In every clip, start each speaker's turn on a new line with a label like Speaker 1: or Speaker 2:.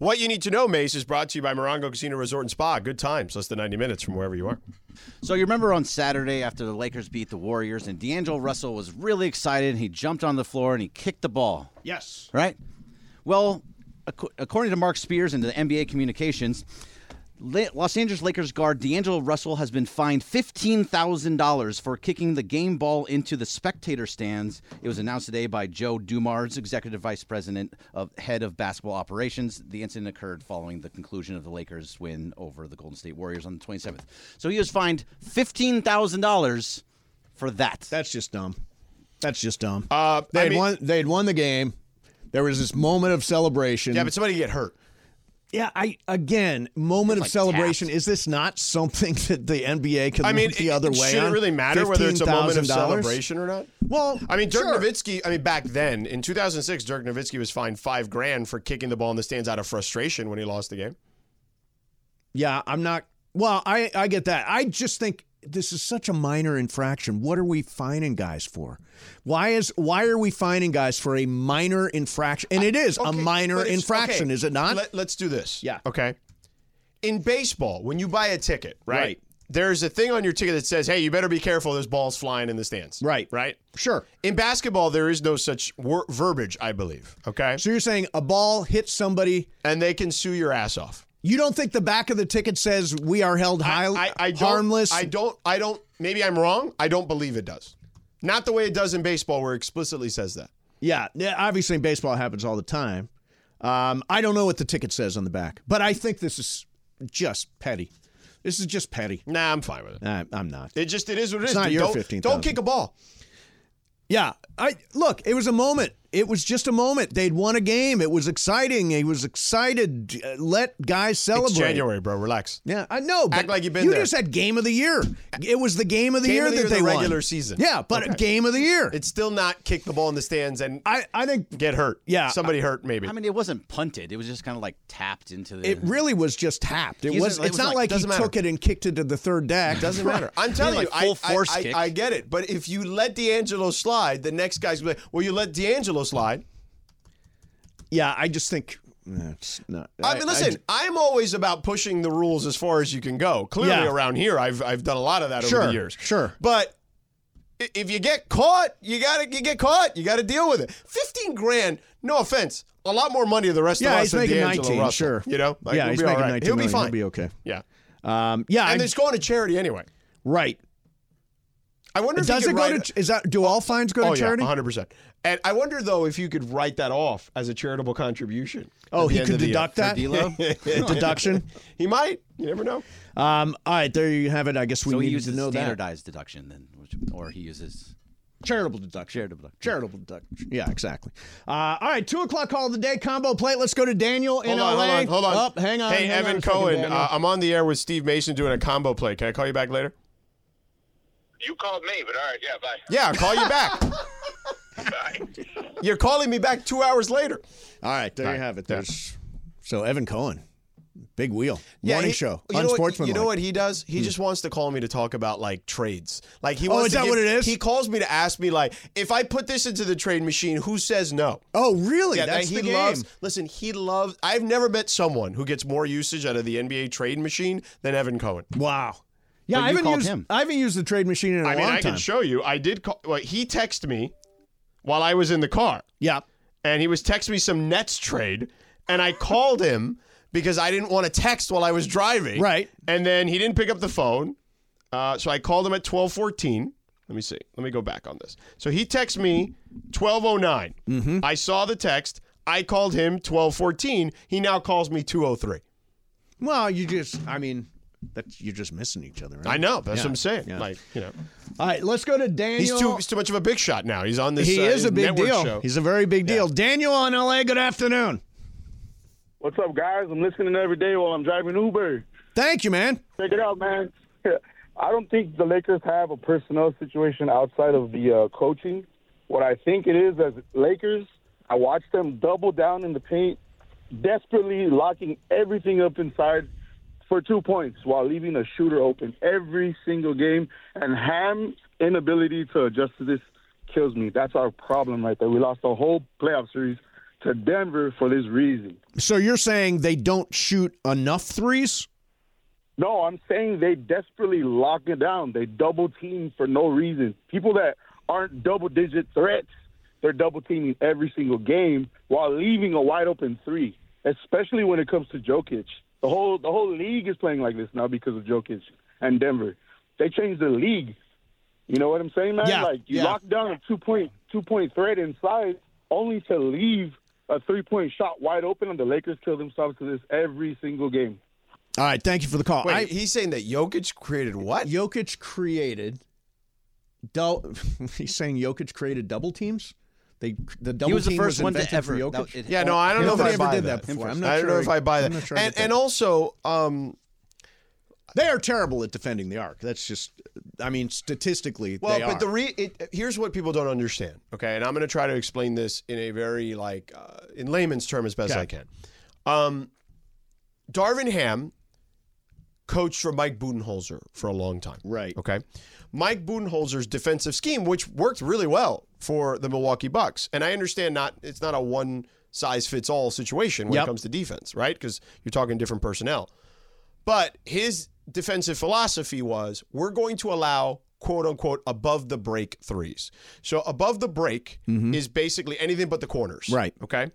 Speaker 1: What you need to know, Mace, is brought to you by Morongo Casino Resort and Spa. Good times, less than 90 minutes from wherever you are.
Speaker 2: So you remember on Saturday after the Lakers beat the Warriors and D'Angelo Russell was really excited. He jumped on the floor and he kicked the ball,
Speaker 1: Yes.
Speaker 2: right? Well, ac- according to Mark Spears and the NBA communications, La- Los Angeles Lakers guard D'Angelo Russell has been fined $15,000 for kicking the game ball into the spectator stands. It was announced today by Joe Dumars, executive vice president of head of basketball operations. The incident occurred following the conclusion of the Lakers win over the Golden State Warriors on the 27th. So he was fined $15,000 for that.
Speaker 3: That's just dumb. That's just dumb.
Speaker 1: Uh,
Speaker 3: they
Speaker 1: I
Speaker 3: had
Speaker 1: mean-
Speaker 3: won. They had won the game. There was this moment of celebration.
Speaker 1: Yeah, but somebody get hurt.
Speaker 3: Yeah, I again moment of celebration. Is this not something that the NBA can
Speaker 1: I mean,
Speaker 3: look the
Speaker 1: it-
Speaker 3: other
Speaker 1: it-
Speaker 3: way?
Speaker 1: should
Speaker 3: on?
Speaker 1: it really matter whether it's a moment of
Speaker 3: $15,000?
Speaker 1: celebration or not?
Speaker 3: Well,
Speaker 1: I mean, Dirk
Speaker 3: sure.
Speaker 1: Nowitzki, I mean, back then, in 2006, Dirk Nowitzki was fined five grand for kicking the ball in the stands out of frustration when he lost the game.
Speaker 3: Yeah, I'm not. Well, I I get that. I just think this is such a minor infraction. What are we fining guys for? Why is why are we fining guys for a minor infraction? And it is a
Speaker 1: Okay,
Speaker 3: minor
Speaker 1: but it's-
Speaker 3: infraction,
Speaker 1: okay,
Speaker 3: is it not?
Speaker 1: Let, us do this.
Speaker 3: Yeah.
Speaker 1: Okay. In baseball, when you buy a ticket, right,
Speaker 3: Right.
Speaker 1: There's a thing on your ticket that says, "Hey, you better be careful. There's balls flying in the stands."
Speaker 3: Right.
Speaker 1: Right.
Speaker 3: sure.
Speaker 1: In basketball, there is no such wor- verbiage, I believe. Okay.
Speaker 3: So you're saying a ball hits somebody.
Speaker 1: And they can sue your ass off.
Speaker 3: You don't think the back of the ticket says we are held high,
Speaker 1: I, I don't,
Speaker 3: harmless?
Speaker 1: I don't. I don't. Maybe I'm wrong. I don't believe it does. Not the way it does in baseball, where it explicitly says that.
Speaker 3: Yeah, yeah, obviously in baseball it happens all the time. Um, I don't know what the ticket says on the back, but I think this is just petty. This is just petty.
Speaker 1: Nah, I'm fine with it.
Speaker 3: I, I'm not.
Speaker 1: It just it is what it is.
Speaker 3: not
Speaker 1: dude.
Speaker 3: your
Speaker 1: don't,
Speaker 3: 15,000.
Speaker 1: don't kick a ball.
Speaker 3: Yeah, I look. It was a moment. It was just a moment. They'd won a game. It was exciting. It was excited. Uh, Let guys celebrate.
Speaker 1: It's January, bro. Relax.
Speaker 3: Yeah, I know.
Speaker 1: Act
Speaker 3: but
Speaker 1: like you've been
Speaker 3: You
Speaker 1: there.
Speaker 3: just had game of the year. It was the game of the
Speaker 1: Game
Speaker 3: year
Speaker 1: of the
Speaker 3: that
Speaker 1: year,
Speaker 3: they
Speaker 1: the
Speaker 3: won.
Speaker 1: regular season.
Speaker 3: Yeah, but
Speaker 1: Okay.
Speaker 3: game of the year.
Speaker 1: It's still not kick the ball in the stands and
Speaker 3: I I think
Speaker 1: get hurt.
Speaker 3: Yeah,
Speaker 1: somebody hurt maybe.
Speaker 2: I mean, it wasn't punted. It was just kind of like tapped into the.
Speaker 3: It really was just tapped. It
Speaker 2: He's-
Speaker 3: was.
Speaker 2: it
Speaker 3: It's
Speaker 2: was
Speaker 3: not
Speaker 2: like-
Speaker 3: like he
Speaker 1: doesn't matter.
Speaker 3: took it and kicked it to the third deck.
Speaker 1: doesn't matter. I'm telling
Speaker 2: like
Speaker 1: you, I-
Speaker 2: full
Speaker 1: I,
Speaker 2: force
Speaker 1: I,
Speaker 2: kick.
Speaker 1: I get it, but if you let D'Angelo slide, the next guy's gonna be like, "Well, you let D'Angelo slide."
Speaker 3: Yeah, I just think. nah, it's not-
Speaker 1: I, mean, listen, I, am always about pushing the rules as far as you can go. Clearly,
Speaker 3: Yeah.
Speaker 1: around here, I've I've done a lot of that over
Speaker 3: Sure,
Speaker 1: the years.
Speaker 3: sure.
Speaker 1: but i- if you get caught, you gotta you get caught. You gotta deal with it. Fifteen grand. No offense, a lot more money to the rest
Speaker 3: yeah,
Speaker 1: of us
Speaker 3: he's
Speaker 1: than
Speaker 3: making
Speaker 1: D'Angelo
Speaker 3: nineteen.
Speaker 1: Russell,
Speaker 3: Sure.
Speaker 1: you know, Like,
Speaker 3: yeah,
Speaker 1: we'll
Speaker 3: he's
Speaker 1: be all
Speaker 3: making
Speaker 1: right.
Speaker 3: nineteen.
Speaker 1: He'll be
Speaker 3: million.
Speaker 1: fine.
Speaker 3: He'll be okay.
Speaker 1: Yeah,
Speaker 3: Um, yeah,
Speaker 1: and
Speaker 3: I-
Speaker 1: it's going to charity anyway.
Speaker 3: right.
Speaker 1: I wonder if
Speaker 3: Does
Speaker 1: you
Speaker 3: it
Speaker 1: could
Speaker 3: go
Speaker 1: write-
Speaker 3: to? Is that do all fines go
Speaker 1: oh,
Speaker 3: to charity?
Speaker 1: Yeah, 100%. And I wonder, though, if you could write that off as a charitable contribution.
Speaker 3: oh,
Speaker 1: at the
Speaker 3: he
Speaker 1: end
Speaker 3: could
Speaker 1: of the year.
Speaker 3: deduct that.
Speaker 2: D-Lo?
Speaker 3: deduction.
Speaker 1: He might. You never know.
Speaker 3: Um, all right, there you have it. I guess we
Speaker 2: so he
Speaker 3: needed to
Speaker 2: uses
Speaker 3: know that
Speaker 2: standardized deduction then, which, or he uses
Speaker 3: charitable deduction.
Speaker 2: charitable.
Speaker 3: Charitable deduction. Yeah, exactly. Uh, all right, two o'clock call of the day combo plate. Let's go to Daniel in
Speaker 1: Hold on,
Speaker 3: LA.
Speaker 1: hold on, hold on.
Speaker 3: Up, hang on.
Speaker 1: Hey,
Speaker 3: hang on
Speaker 1: Evan
Speaker 3: a second,
Speaker 1: Cohen,
Speaker 3: Daniel.
Speaker 1: uh, I'm on the air with Steve Mason doing a combo play. Can I call you back later?
Speaker 4: You called me, but all right, yeah, bye.
Speaker 1: Yeah, I'll call you back. You're calling me back two hours later.
Speaker 3: All right, there
Speaker 1: All
Speaker 3: you
Speaker 1: right,
Speaker 3: have it.
Speaker 1: yeah.
Speaker 3: There's so Evan Cohen, big wheel
Speaker 1: Yeah,
Speaker 3: morning
Speaker 1: he-
Speaker 3: show,
Speaker 1: you know what-
Speaker 3: unsportsmanlike. Hmm.
Speaker 1: You know what he does? He just wants to call me to talk about like trades. Like he
Speaker 3: Oh,
Speaker 1: wants
Speaker 3: is
Speaker 1: to
Speaker 3: that
Speaker 1: give-
Speaker 3: what it is?
Speaker 1: He calls me to ask me like, if I put this into the trade machine, who says no?
Speaker 3: Oh, really?
Speaker 1: Yeah, that
Speaker 3: That's
Speaker 1: he
Speaker 3: the game.
Speaker 1: loves. Listen, he loves. I've never met someone who gets more usage out of the NBA trade machine than Evan Cohen.
Speaker 3: Wow.
Speaker 2: But
Speaker 3: Yeah, I
Speaker 2: you
Speaker 3: haven't
Speaker 2: called
Speaker 3: used
Speaker 2: him.
Speaker 3: I haven't used the trade machine in a
Speaker 1: I mean,
Speaker 3: long
Speaker 1: I
Speaker 3: time.
Speaker 1: can show you. I did call. Well, he texted me while I was in the car,
Speaker 3: yeah.
Speaker 1: and he was texting me some Nets trade, and I called him because I didn't want to text while I was driving.
Speaker 3: Right.
Speaker 1: And then he didn't pick up the phone, uh, so I called him at twelve fourteen. Let me see. Let me go back on this. So he texted me twelve oh nine.
Speaker 3: Mm-hmm.
Speaker 1: I saw the text. I called him twelve fourteen. He now calls me two oh three.
Speaker 3: Well, you just I mean, that's you're just missing each other, right?
Speaker 1: I know. That's
Speaker 3: Yeah,
Speaker 1: what I'm saying.
Speaker 3: yeah.
Speaker 1: Like, you know,
Speaker 3: All right, let's go to Daniel.
Speaker 1: he's too he's too much of a big shot now. He's on this.
Speaker 3: he
Speaker 1: uh,
Speaker 3: is a big
Speaker 1: network
Speaker 3: deal.
Speaker 1: Show.
Speaker 3: He's a very big deal. Daniel on LA, good afternoon.
Speaker 5: What's up, guys? I'm listening every day while I'm driving Uber.
Speaker 3: Thank you, man.
Speaker 5: Check it out, man. I don't think the Lakers have a personnel situation outside of the uh, coaching. What I think it is, as Lakers, I watch them double down in the paint, desperately locking everything up inside for two points while leaving a shooter open every single game. And Ham's inability to adjust to this kills me. That's our problem right there. We lost the whole playoff series to Denver for this reason.
Speaker 3: So you're saying they don't shoot enough threes?
Speaker 5: No, I'm saying they desperately lock it down. They double team for no reason. People that aren't double digit threats, they're double teaming every single game while leaving a wide open three, especially when it comes to Jokic. The whole the whole league is playing like this now because of Jokic and Denver. They changed the league. You know what I'm saying, man?
Speaker 3: Yeah,
Speaker 5: like you
Speaker 3: yeah.
Speaker 5: lock down a two point two point threat inside only to leave a three point shot wide open and the Lakers kill themselves to this every single game.
Speaker 3: All right, thank you for the call.
Speaker 6: Wait, he's saying that Jokic created
Speaker 3: I,
Speaker 6: what?
Speaker 3: Oh, Jokic created. Dou- he's saying Jokic created double teams. They the double
Speaker 2: he was the
Speaker 3: team
Speaker 2: first
Speaker 3: was
Speaker 2: one to
Speaker 3: invented
Speaker 2: ever.
Speaker 3: for Jokic.
Speaker 2: that- it-
Speaker 6: Yeah, no, I don't know if I
Speaker 3: Nobody ever
Speaker 6: buy
Speaker 3: did that,
Speaker 6: that.
Speaker 3: before. I'm not
Speaker 6: I don't
Speaker 3: sure
Speaker 6: know if I buy that.
Speaker 3: I'm not sure I
Speaker 6: and
Speaker 3: get
Speaker 6: and
Speaker 3: that.
Speaker 6: also, um,
Speaker 3: They are terrible at defending the arc. That's just, I mean, statistically,
Speaker 1: Well,
Speaker 3: they
Speaker 1: but
Speaker 3: are.
Speaker 1: the re it, here's what people don't understand. Okay, and I'm going to try to explain this in a very like uh, in layman's term as best I can. Um, Darvin Ham coached for Mike Budenholzer for a long time.
Speaker 3: Right.
Speaker 1: Okay. Mike Budenholzer's defensive scheme, which worked really well for the Milwaukee Bucks, and I understand not it's not a one size fits all situation when
Speaker 3: Yep.
Speaker 1: it comes to defense, right? Because you're talking different personnel. But his defensive philosophy was we're going to allow quote unquote above the break threes. So above the break is basically anything but the corners.
Speaker 3: Mm-hmm. Right.
Speaker 1: Okay.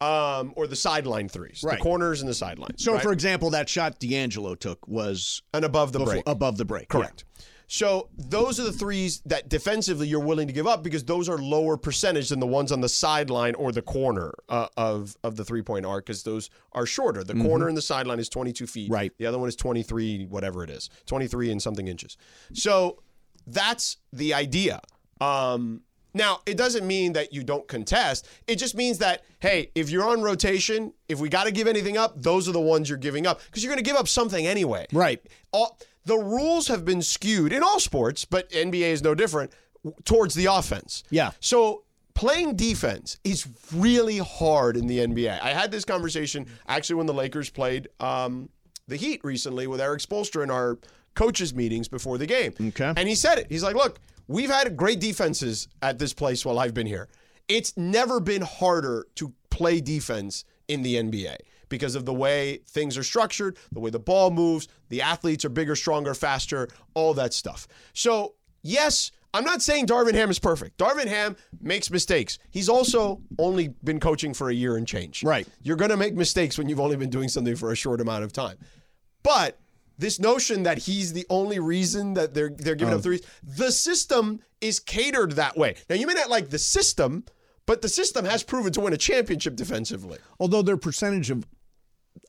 Speaker 1: Um, or the sideline threes.
Speaker 3: Right.
Speaker 1: The corners and the sidelines.
Speaker 3: so,
Speaker 1: right?
Speaker 3: for example, that shot D'Angelo took was
Speaker 1: and above the
Speaker 3: before-
Speaker 1: break.
Speaker 3: above the break.
Speaker 1: Correct. So those are the threes that defensively you're willing to give up because those are lower percentage than the ones on the sideline or the corner uh, of of the three point arc because those are shorter.
Speaker 3: Mm-hmm.
Speaker 1: The corner and the sideline is 22 feet.
Speaker 3: Right.
Speaker 1: The other one is 23, whatever it is, 23 and something inches. So that's the idea. Um, now it doesn't mean that you don't contest. It just means that hey, if you're on rotation, if we got to give anything up, those are the ones you're giving up because you're going to give up something anyway
Speaker 3: Right.
Speaker 1: all the rules have been skewed in all sports, but NBA is no different w- towards the offense.
Speaker 3: Yeah.
Speaker 1: So playing defense is really hard in the NBA. I had this conversation actually when the Lakers played um, the Heat recently with Eric Spolstra in our coaches meetings before the game.
Speaker 3: Okay.
Speaker 1: And he said it. He's like, "Look, we've had great defenses at this place while I've been here. It's never been harder to play defense in the NBA." Because of the way things are structured, the way the ball moves, the athletes are bigger, stronger, faster, all that stuff. So Yes, I'm not saying Darvin Ham is perfect. Darvin Ham makes mistakes. He's also only been coaching for a year and change.
Speaker 3: Right.
Speaker 1: You're going to make mistakes when you've only been doing something for a short amount of time. But this notion that he's the only reason that they're they're giving
Speaker 3: Oh.
Speaker 1: up threes, the system is catered that way. Now you may not like the system, but the system has proven to win a championship defensively.
Speaker 3: Although their percentage of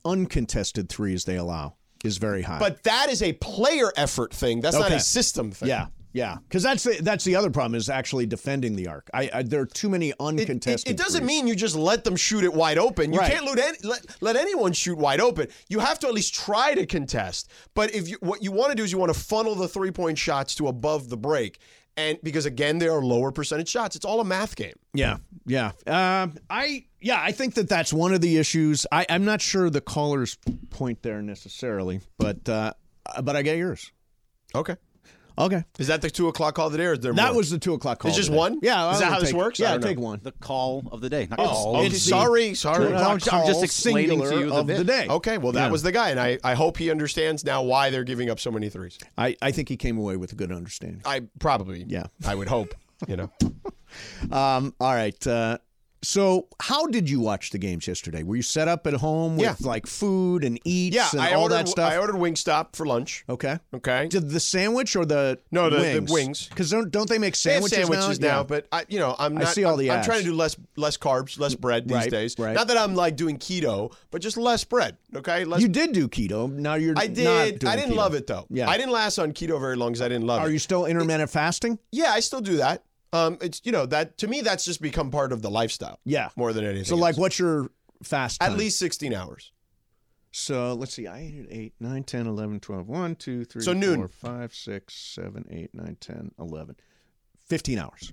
Speaker 3: uncontested threes they allow is very high.
Speaker 1: But that is a player effort thing. That's not
Speaker 3: Ah. Okay.
Speaker 1: a system thing.
Speaker 3: yeah, yeah, because that's the that's the other problem is actually defending the arc. I, I there are too many
Speaker 1: It- it-
Speaker 3: uncontested.
Speaker 1: It, doesn't
Speaker 3: threes.
Speaker 1: mean you just let them shoot it wide open. You
Speaker 3: Right.
Speaker 1: can't let, any, let let anyone shoot wide open. You have to at least try to contest. But if you, what you want to do is you want to funnel the three point shots to above the break, and because again they are lower percentage shots. It's all a math game.
Speaker 3: Yeah, yeah. Um, I yeah, I think that that's one of the issues. I, I'm not sure the caller's point there necessarily, but uh, but I get yours.
Speaker 1: Okay.
Speaker 3: Okay,
Speaker 1: Is that the two o'clock call today, or is there
Speaker 3: that
Speaker 1: more?
Speaker 3: was the two o'clock call.
Speaker 1: It's just
Speaker 3: today.
Speaker 1: one?
Speaker 3: Yeah,
Speaker 1: Is
Speaker 3: I
Speaker 1: that
Speaker 3: would
Speaker 1: how this
Speaker 3: take-
Speaker 1: works? I
Speaker 3: Yeah,
Speaker 1: don't
Speaker 3: take
Speaker 1: know.
Speaker 3: one.
Speaker 2: The call of the day. Not
Speaker 1: Oh,
Speaker 2: call.
Speaker 1: okay.
Speaker 3: it's the-
Speaker 1: sorry, sorry.
Speaker 3: Two
Speaker 2: No, I'm
Speaker 3: o'clock
Speaker 2: just- I'm just
Speaker 3: call
Speaker 2: explaining to you
Speaker 3: singular
Speaker 2: the
Speaker 3: of the,
Speaker 2: bit.
Speaker 3: day.
Speaker 1: Okay, well that
Speaker 3: Yeah.
Speaker 1: was the guy, and I, I hope he understands now why they're giving up so many threes.
Speaker 3: I, I think he came away with a good understanding.
Speaker 1: I probably
Speaker 3: Yeah.
Speaker 1: I would hope you know.
Speaker 3: Um, all right. Uh, so, how did you watch the games yesterday? Were you set up at home with
Speaker 1: Yeah.
Speaker 3: like food and eats
Speaker 1: Yeah,
Speaker 3: and
Speaker 1: I
Speaker 3: all
Speaker 1: ordered
Speaker 3: that stuff?
Speaker 1: I ordered Wingstop for lunch.
Speaker 3: okay.
Speaker 1: Okay.
Speaker 3: Did the sandwich or the
Speaker 1: No, the- the
Speaker 3: wings?
Speaker 1: wings.
Speaker 3: Because don't, don't they make
Speaker 1: They have
Speaker 3: sandwiches,
Speaker 1: sandwiches now,
Speaker 3: now? Yeah.
Speaker 1: but I, you know, I'm
Speaker 3: I
Speaker 1: not.
Speaker 3: see all
Speaker 1: I'm-
Speaker 3: the
Speaker 1: I'm, trying
Speaker 3: ads.
Speaker 1: to do less less carbs, less bread these
Speaker 3: Right,
Speaker 1: days.
Speaker 3: right.
Speaker 1: Not that I'm like doing keto, but just less bread. Okay, less.
Speaker 3: you did do keto. Now you're.
Speaker 1: I
Speaker 3: not
Speaker 1: did.
Speaker 3: doing
Speaker 1: I didn't
Speaker 3: keto.
Speaker 1: love it though.
Speaker 3: Yeah.
Speaker 1: I didn't last on keto very long because I didn't love
Speaker 3: Are
Speaker 1: it.
Speaker 3: you still intermittent fasting?
Speaker 1: Yeah, I still do that. Um, it's you know that to me that's just become part of the lifestyle.
Speaker 3: Yeah.
Speaker 1: More than anything.
Speaker 3: So, like, what's your fast
Speaker 1: At
Speaker 3: time.
Speaker 1: least 16 hours.
Speaker 3: So let's see. I added 8, 9, 10, 11, 12. 1, 2, 3,
Speaker 1: So noon.
Speaker 3: 4, 5, 6, 7, 8, 9, 10, 11. 15 hours.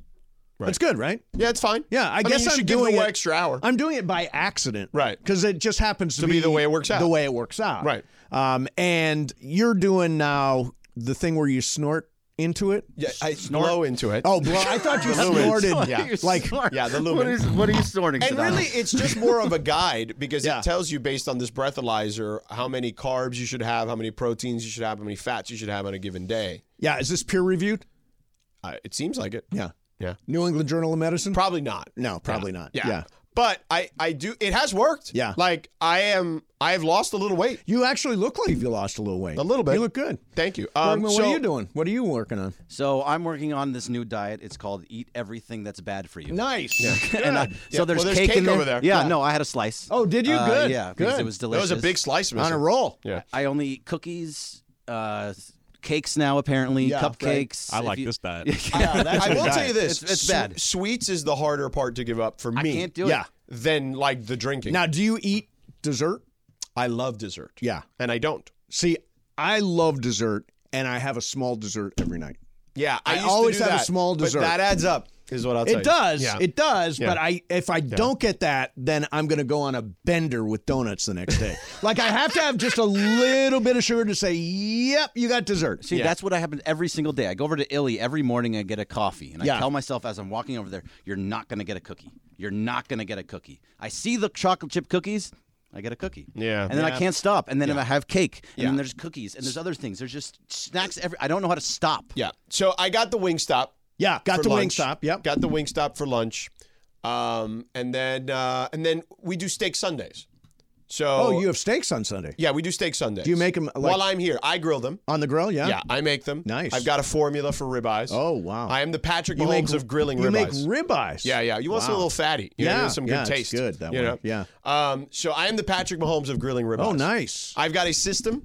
Speaker 3: That's good, right?
Speaker 7: Yeah, it's fine.
Speaker 3: Yeah, I,
Speaker 7: mean,
Speaker 3: guess
Speaker 7: you
Speaker 3: I'm
Speaker 7: should give
Speaker 3: doing
Speaker 7: it an
Speaker 3: it-
Speaker 7: extra hour.
Speaker 3: I'm doing it by accident,
Speaker 7: Right.
Speaker 3: Because it just happens to,
Speaker 7: To be the way it works out.
Speaker 3: The way it works out,
Speaker 7: Right.
Speaker 3: Um, and you're doing now the thing where you snort into it.
Speaker 1: Yeah, I blow into it.
Speaker 3: Oh, bro, I thought you snorted.
Speaker 2: You're
Speaker 3: like
Speaker 2: snorting.
Speaker 1: yeah, the
Speaker 2: What,
Speaker 1: lumen.
Speaker 2: is, what are you snorting?
Speaker 1: And
Speaker 2: Sidon?
Speaker 1: really, it's just more of a guide because
Speaker 3: Yeah.
Speaker 1: it tells you based on this breathalyzer how many carbs you should have, how many proteins you should have, how many fats you should have on a given day.
Speaker 3: yeah. Is this peer reviewed?
Speaker 1: Uh, it seems like it.
Speaker 3: Yeah,
Speaker 1: Yeah.
Speaker 3: New England Journal of Medicine.
Speaker 1: Probably not.
Speaker 3: no, probably not.
Speaker 1: Yeah.
Speaker 3: yeah.
Speaker 1: But I, I do. It has worked.
Speaker 3: Yeah.
Speaker 1: Like I am. I have lost a little weight.
Speaker 3: You actually look like you lost a little weight.
Speaker 1: A little bit.
Speaker 3: You look good.
Speaker 1: Thank you. Um,
Speaker 3: Bergman, what
Speaker 1: so-
Speaker 3: are you doing? What are you working on?
Speaker 2: So I'm working on this new diet. It's called Eat Everything That's Bad for You.
Speaker 3: Nice.
Speaker 2: And I,
Speaker 1: Yeah.
Speaker 2: So there's,
Speaker 1: Well, there's cake
Speaker 2: in there.
Speaker 1: over there.
Speaker 2: Yeah,
Speaker 1: Yeah.
Speaker 2: no, I had a slice.
Speaker 3: Oh, did you?
Speaker 2: Uh,
Speaker 3: Good.
Speaker 2: yeah, because
Speaker 3: Good.
Speaker 2: it was
Speaker 1: That
Speaker 2: delicious.
Speaker 1: was a big slice.
Speaker 3: on
Speaker 1: Mr.
Speaker 3: a roll.
Speaker 1: Yeah.
Speaker 2: I only eat cookies, uh, cakes now apparently,
Speaker 1: Yeah, right.
Speaker 2: cupcakes.
Speaker 8: I
Speaker 2: If
Speaker 8: like
Speaker 2: you-
Speaker 8: this diet.
Speaker 1: Yeah, that's- I will tell you this:
Speaker 2: It's- it's
Speaker 1: sw-
Speaker 2: bad.
Speaker 1: Sweets is the harder part to give up for
Speaker 2: I
Speaker 1: me.
Speaker 2: can't do
Speaker 3: Yeah.
Speaker 2: it.
Speaker 1: Than like the drinking.
Speaker 3: Now, do you eat dessert?
Speaker 1: I love dessert.
Speaker 3: Yeah.
Speaker 1: And I don't.
Speaker 3: See, I love dessert, and I have a small dessert every night.
Speaker 1: Yeah, I,
Speaker 3: I
Speaker 1: used to
Speaker 3: always
Speaker 1: do
Speaker 3: have a
Speaker 1: that,
Speaker 3: small
Speaker 1: but
Speaker 3: dessert.
Speaker 1: that adds up, is what I'll tell
Speaker 3: It
Speaker 1: you.
Speaker 3: does.
Speaker 1: Yeah.
Speaker 3: It does.
Speaker 1: Yeah.
Speaker 3: But I, if I don't get that, then I'm going to go on a bender with donuts the next day. like I have to have just a little bit of sugar to say, "Yep, you got dessert."
Speaker 2: See, that's what I happen every single day. I go over to Illy every morning. I get a coffee, and I
Speaker 3: Yeah.
Speaker 2: tell myself as I'm walking over there, "You're not gonna get a cookie. You're not gonna get a cookie." I see the chocolate chip cookies. I get a cookie.
Speaker 7: Yeah.
Speaker 2: And then I can't stop. And then I have cake. And
Speaker 1: Yeah.
Speaker 2: then there's cookies. And there's other things. There's just snacks. Every I don't know how to stop.
Speaker 1: Yeah. So I got the wing stop.
Speaker 3: yeah, got the wing stop. Yep.
Speaker 1: Got the wing stop for lunch, um, and then uh, and then we do steak Sundays. So
Speaker 3: oh, you have steaks on Sunday
Speaker 1: yeah, we do steak Sundays.
Speaker 3: Do you make 'em, uh, like-
Speaker 1: while I'm here? I grill them.
Speaker 3: on the grill. Yeah.
Speaker 1: Yeah, I make them.
Speaker 3: Nice.
Speaker 1: I've got a formula for ribeyes.
Speaker 3: Oh, wow.
Speaker 1: I am the Patrick
Speaker 3: You
Speaker 1: Mahomes of grilling
Speaker 3: You make
Speaker 1: ribeyes.
Speaker 3: ribeyes.
Speaker 1: yeah, yeah. You want some
Speaker 3: Wow.
Speaker 1: little fatty. You know,
Speaker 3: Yeah,
Speaker 1: you want some
Speaker 3: yeah,
Speaker 1: good
Speaker 3: it's
Speaker 1: taste.
Speaker 3: good that
Speaker 1: you
Speaker 3: way.
Speaker 1: Know?
Speaker 3: Yeah.
Speaker 1: Um, so I am the Patrick Mahomes of grilling ribeyes.
Speaker 3: Oh, nice.
Speaker 1: I've got a system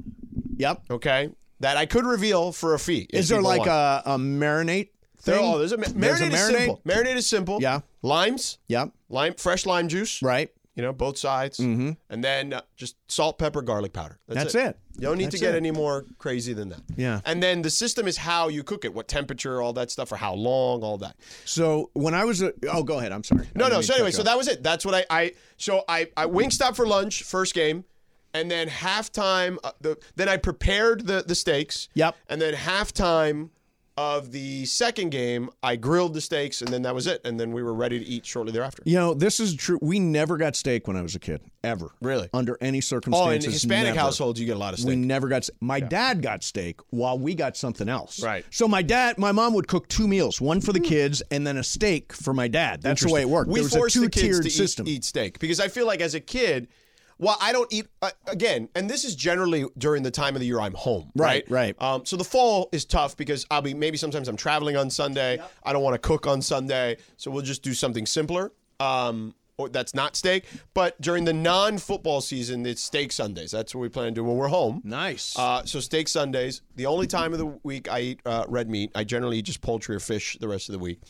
Speaker 3: Yep.
Speaker 1: okay, that I could reveal for a fee.
Speaker 3: Is there like a, a marinate thing?
Speaker 1: There, oh, there's a ma-
Speaker 3: There's
Speaker 1: marinade. Is simple. Marinade is simple.
Speaker 3: Yeah.
Speaker 1: Limes,
Speaker 3: Yep.
Speaker 1: lime, fresh lime juice.
Speaker 3: Right. Mm-hmm.
Speaker 1: You know, both sides. And then uh, just salt, pepper, garlic powder. That's,
Speaker 3: That's it.
Speaker 1: You don't need
Speaker 3: That's
Speaker 1: to get
Speaker 3: it.
Speaker 1: any more crazy than that.
Speaker 3: Yeah.
Speaker 1: And then the system is how you cook it, what temperature, all that stuff, or how long, all that.
Speaker 3: So when I was a, oh, go ahead. I'm sorry.
Speaker 1: No,
Speaker 3: I
Speaker 1: no.
Speaker 3: didn't
Speaker 1: So
Speaker 3: mean to
Speaker 1: anyway, so
Speaker 3: cut you off.
Speaker 1: that was it. That's what I. I so I. I Wingstop for lunch, first game, and then halftime. Uh, the then I prepared the the steaks.
Speaker 3: Yep.
Speaker 1: And then halftime of the second game, I grilled the steaks, and then that was it. And then we were ready to eat shortly thereafter.
Speaker 3: You know, this is true. We never got steak when I was a kid, ever.
Speaker 1: Really?
Speaker 3: Under
Speaker 1: Oh,
Speaker 3: any
Speaker 1: in
Speaker 3: circumstances.
Speaker 1: Hispanic
Speaker 3: never.
Speaker 1: households, you get a lot of
Speaker 3: We
Speaker 1: steak.
Speaker 3: never got. steak. My dad got steak while we got something else.
Speaker 1: Right. Hmm.
Speaker 3: So my dad, my mom would cook two meals, one for the kids and then a steak for my dad. That's the way it worked.
Speaker 1: We
Speaker 3: there was
Speaker 1: forced
Speaker 3: a
Speaker 1: the kids
Speaker 3: two-tiered
Speaker 1: to eat-
Speaker 3: system.
Speaker 1: Eat, steak because I feel like as a kid, well, I don't eat uh, again, and this is generally during the time of the year I'm home.
Speaker 3: Right,
Speaker 1: Right,
Speaker 3: right.
Speaker 1: Um, so the fall is tough because I'll be maybe sometimes I'm traveling on Sunday. I don't want to cook on Sunday, so we'll just do something simpler. Um, or that's not steak, but during the non-football season, it's steak Sundays. That's what we plan to do when we're home.
Speaker 3: Nice.
Speaker 1: Uh, so steak Sundays, the only time of the week I eat uh, red meat. I generally eat just poultry or fish the rest of the week.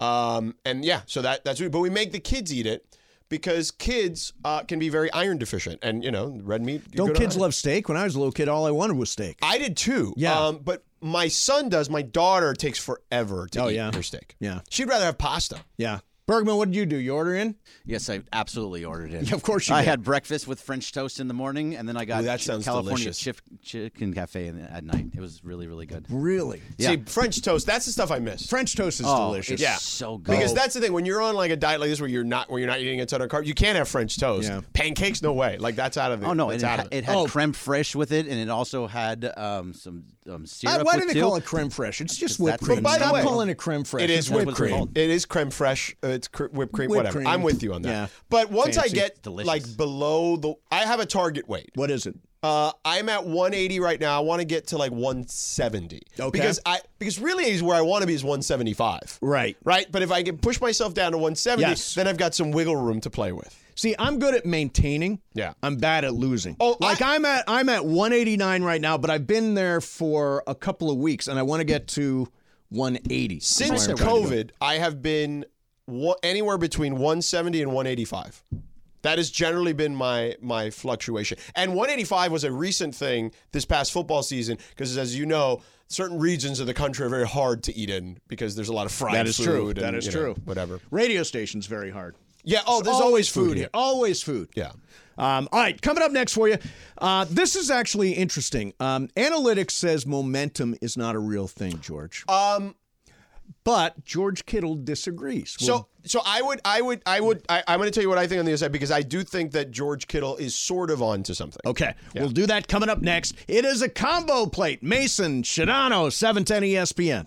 Speaker 1: Um, and yeah, so that that's what, but we make the kids eat it because kids uh, can be very iron deficient, and you know red meat. you're
Speaker 3: Don't
Speaker 1: good on
Speaker 3: kids
Speaker 1: iron.
Speaker 3: love steak? When I was a little kid, all I wanted was steak.
Speaker 1: I did too. Um,
Speaker 3: Yeah.
Speaker 1: but my son does. My daughter takes forever to
Speaker 3: Oh,
Speaker 1: eat
Speaker 3: yeah.
Speaker 1: her steak.
Speaker 3: Yeah.
Speaker 1: She'd rather have pasta.
Speaker 3: yeah. Bergman, what did you do? You order in?
Speaker 2: Yes, I absolutely ordered it.
Speaker 3: Of course you
Speaker 2: I
Speaker 3: did.
Speaker 2: had breakfast with French toast in the morning, and then I got
Speaker 1: Ooh, that
Speaker 2: chi-
Speaker 1: sounds
Speaker 2: California
Speaker 1: delicious.
Speaker 2: chif- Chicken Cafe in- at night. It was really, really good.
Speaker 3: Really?
Speaker 2: Yeah.
Speaker 1: See, French toast. That's the stuff I miss.
Speaker 3: French toast is
Speaker 2: Oh,
Speaker 3: delicious.
Speaker 2: It's
Speaker 1: Yeah.
Speaker 2: so good.
Speaker 1: because that's the thing when you're on like a diet like this where you're not where you're not eating a ton of carbs you can't have French toast
Speaker 3: Yeah.
Speaker 1: pancakes no way like that's out of the
Speaker 2: Oh no! And
Speaker 1: that's
Speaker 2: it,
Speaker 1: out
Speaker 2: ha-
Speaker 1: of it.
Speaker 2: it had
Speaker 3: Oh.
Speaker 2: creme fraiche with it, and it also had um, some um,
Speaker 3: Uh,
Speaker 2: syrup.
Speaker 3: why
Speaker 2: with
Speaker 3: do they
Speaker 2: too.
Speaker 3: call it creme fraiche? It's just whipped
Speaker 2: that's But
Speaker 3: cream.
Speaker 2: by the
Speaker 3: Stop
Speaker 1: way-
Speaker 3: calling it creme fraiche.
Speaker 1: It
Speaker 3: It's
Speaker 1: is whipped
Speaker 2: what it's
Speaker 1: cream.
Speaker 2: called.
Speaker 1: It is creme fraiche. Uh, It's cr- whipped cream.
Speaker 3: Whipped
Speaker 1: whatever.
Speaker 3: cream.
Speaker 1: I'm with you on that.
Speaker 3: Yeah.
Speaker 1: But once
Speaker 3: Fancy.
Speaker 1: I get
Speaker 2: Delicious.
Speaker 1: like below the, I have a target weight.
Speaker 3: What is it?
Speaker 1: Uh, I'm at 180 right now. I want to get to like 170.
Speaker 3: Okay.
Speaker 1: Because I because really is where I want to be is 175.
Speaker 3: Right.
Speaker 1: Right. But if I can push myself down to 170,
Speaker 3: Yes.
Speaker 1: then I've got some wiggle room to play with.
Speaker 3: See, I'm good at maintaining.
Speaker 1: Yeah.
Speaker 3: I'm bad at losing.
Speaker 1: Oh,
Speaker 3: like
Speaker 1: I-
Speaker 3: am at I'm at 189 right now, but I've been there for a couple of weeks, and I want to get to 180 is
Speaker 1: Since
Speaker 3: where I'm trying to go.
Speaker 1: COVID, I have been wa- anywhere between 170 and 185. That has generally been my my fluctuation. And 185 was a recent thing this past football season because, as you know, certain regions of the country are very hard to eat in because there's a lot of fried
Speaker 3: That is
Speaker 1: food.
Speaker 3: true.
Speaker 1: and,
Speaker 3: that is
Speaker 1: you know,
Speaker 3: true.
Speaker 1: whatever.
Speaker 3: Radio stations very hard.
Speaker 1: Yeah. Oh, there's always, food, here.
Speaker 3: Always food.
Speaker 1: Yeah.
Speaker 3: Um, all right, coming up next for you. Uh, this is actually interesting. Um, analytics says momentum is not a real thing, George.
Speaker 1: Uh,
Speaker 3: Um, but George Kittle disagrees.
Speaker 1: So, so I would, I would, I would, I, I'm going to tell you what I think on the other side because I do think that George Kittle is sort of onto something.
Speaker 3: Okay, we'll do that coming up next. It is a combo plate. Mason Shadano, 710 ESPN.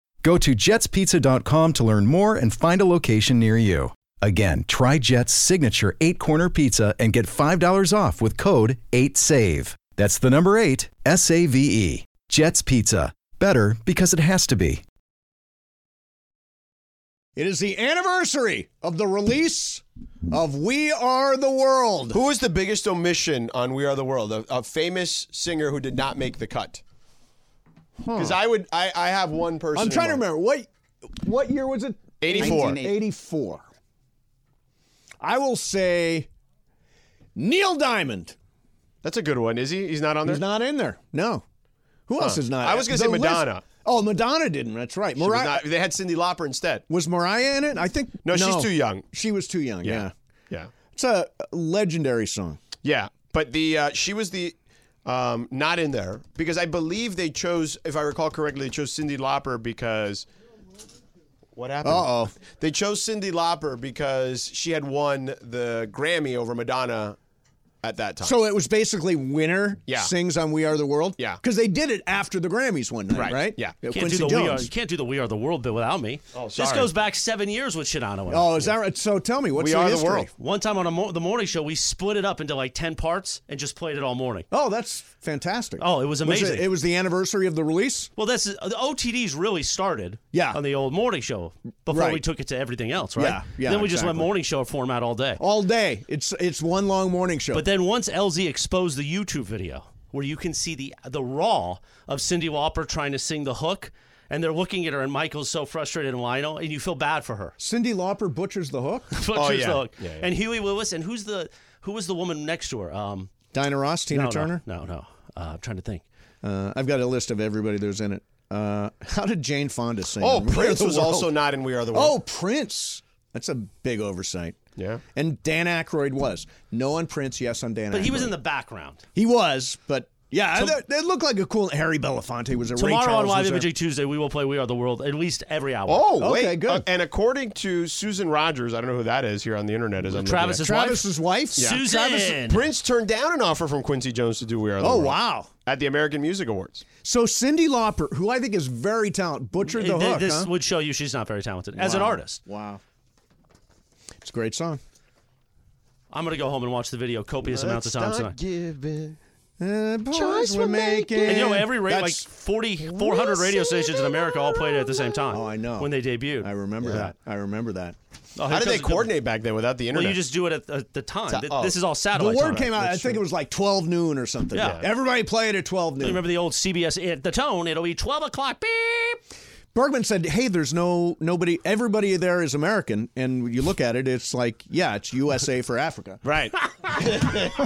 Speaker 9: Go to jetspizza.com to learn more and find a location near you. Again, try Jet's signature eight corner pizza and get $5 off with code 8SAVE. That's the number eight, S A V E. Jet's Pizza. Better because it has to be.
Speaker 3: It is the anniversary of the release of We Are the World.
Speaker 1: Who is the biggest omission on We Are the World? A, a famous singer who did not make the cut. Because I would, I, I have one person.
Speaker 3: I'm
Speaker 1: in
Speaker 3: trying to
Speaker 1: mind.
Speaker 3: remember what what year was it?
Speaker 1: 84.
Speaker 3: 84. I will say Neil Diamond.
Speaker 1: That's a good one. Is he? He's not on there.
Speaker 3: He's not in there. No. Who else is not?
Speaker 1: I was gonna
Speaker 3: The
Speaker 1: say
Speaker 3: list-
Speaker 1: Madonna.
Speaker 3: oh, Madonna didn't. That's right.
Speaker 1: She was
Speaker 3: Mariah
Speaker 1: not- they had Cindy Lauper instead.
Speaker 3: was Mariah in it? I think
Speaker 1: No, she's too young.
Speaker 3: She was too young. yeah.
Speaker 1: Yeah,
Speaker 3: It's a legendary song.
Speaker 1: yeah. But the uh, she was the um, not in there because I believe they chose, if I recall correctly, they chose Cindy Lauper because what happened?
Speaker 3: Uh-oh.
Speaker 1: They chose Cindy Lauper because she had won the Grammy over Madonna at that time.
Speaker 3: So it was basically winner
Speaker 1: Yeah.
Speaker 3: sings on "We Are the World."
Speaker 1: Yeah.
Speaker 3: because they did it after the Grammys one night, right?
Speaker 1: yeah.
Speaker 3: Uh,
Speaker 7: Can't
Speaker 3: Quincy
Speaker 7: do the we are,
Speaker 3: Jones.
Speaker 7: you can't do the We Are the World bit without me. Oh, This
Speaker 1: sorry.
Speaker 7: goes back seven years with Shinano. and I.
Speaker 3: Oh, is that right? So tell me, what's
Speaker 1: We
Speaker 3: the
Speaker 1: Are the
Speaker 3: history?
Speaker 1: World.
Speaker 7: One time on a mo- the morning show, we split it up into like 10 parts and just played it all morning.
Speaker 3: Oh, that's fantastic.
Speaker 7: Oh, it was amazing.
Speaker 3: it, it was the anniversary of the release.
Speaker 7: Well, that's the OTDs really started.
Speaker 3: Yeah.
Speaker 7: On the old morning show before
Speaker 3: Right.
Speaker 7: we took it to everything else, right?
Speaker 3: Yeah, yeah,
Speaker 7: Then we just went
Speaker 3: exactly.
Speaker 7: morning show format all day.
Speaker 3: All day. It's it's one long morning show.
Speaker 7: But then once LZ exposed the YouTube video where you can see the the raw of Cindy Lauper trying to sing the hook, and they're looking at her, and Michael's so frustrated and Lionel, and you feel bad for her.
Speaker 3: Cindy Lauper butchers the hook.
Speaker 7: Butcher's
Speaker 1: Oh, yeah.
Speaker 7: the hook.
Speaker 1: Yeah, yeah.
Speaker 7: And Huey Lewis, and who's the who was the woman next to her? Um,
Speaker 3: Dinah Ross, Tina
Speaker 7: no, no,
Speaker 3: Turner.
Speaker 7: No, no. Uh, I'm trying to think.
Speaker 3: Uh, I've got a list of everybody that's in it. Uh, how did Jane Fonda sing?
Speaker 1: Oh,
Speaker 3: on We Are
Speaker 1: Prince
Speaker 3: the
Speaker 1: was
Speaker 3: World?
Speaker 1: also not in We Are the World.
Speaker 3: Oh, Prince. That's a big oversight.
Speaker 1: Yeah.
Speaker 3: And Dan Aykroyd was no on Prince, yes on Dan.
Speaker 7: But he was
Speaker 3: Aykroyd.
Speaker 7: in the background.
Speaker 3: He was, but yeah, that, that looked like a cool. Harry Belafonte was a Ray
Speaker 7: Tomorrow
Speaker 3: Charles
Speaker 7: on Live
Speaker 3: was there.
Speaker 7: Imaging Tuesday, we will play We Are the World at least every hour.
Speaker 1: Oh,
Speaker 3: Okay,
Speaker 1: wait.
Speaker 3: good.
Speaker 1: Uh, and according to Susan Rogers, I don't know who that is here on the internet. Is
Speaker 7: Travis's wife.
Speaker 3: Travis's wife.
Speaker 7: Susan.
Speaker 1: Prince turned down an offer from Quincy Jones to do We Are the
Speaker 3: Oh
Speaker 1: World
Speaker 3: wow!
Speaker 1: at the American Music Awards.
Speaker 3: So Cindy Lauper, who I think is very talented, butchered the
Speaker 7: Uh, Th-
Speaker 3: hook.
Speaker 7: this
Speaker 3: huh?
Speaker 7: would show you she's not very talented as an artist.
Speaker 3: Wow, it's a great song.
Speaker 7: I'm gonna go home and watch the video copious amounts of time tonight.
Speaker 3: Uh, boys, we're making.
Speaker 7: And you know, every ra- like
Speaker 3: That's-
Speaker 7: 40, 400 radio stations in America all played it at the same time.
Speaker 3: Oh, I know.
Speaker 7: When they debuted.
Speaker 3: I remember that. I remember that.
Speaker 7: Oh, here
Speaker 1: How did
Speaker 7: comes
Speaker 1: they
Speaker 7: a good-
Speaker 1: coordinate back then without the
Speaker 7: Well,
Speaker 1: internet?
Speaker 7: you just do it at, at the time. Th-
Speaker 1: oh.
Speaker 7: This is all
Speaker 3: The
Speaker 7: satellite.
Speaker 3: word
Speaker 7: time.
Speaker 3: came out. I think it was like twelve noon or something.
Speaker 7: Yeah. Yeah.
Speaker 3: Everybody played at twelve
Speaker 7: You
Speaker 3: noon.
Speaker 7: remember the old CBS, at eh, the tone, it'll be 12 o'clock, beep.
Speaker 3: Bergman said, "Hey, there's no nobody. Everybody there is American, and you look at it, it's like, yeah, it's USA for Africa."
Speaker 7: Right.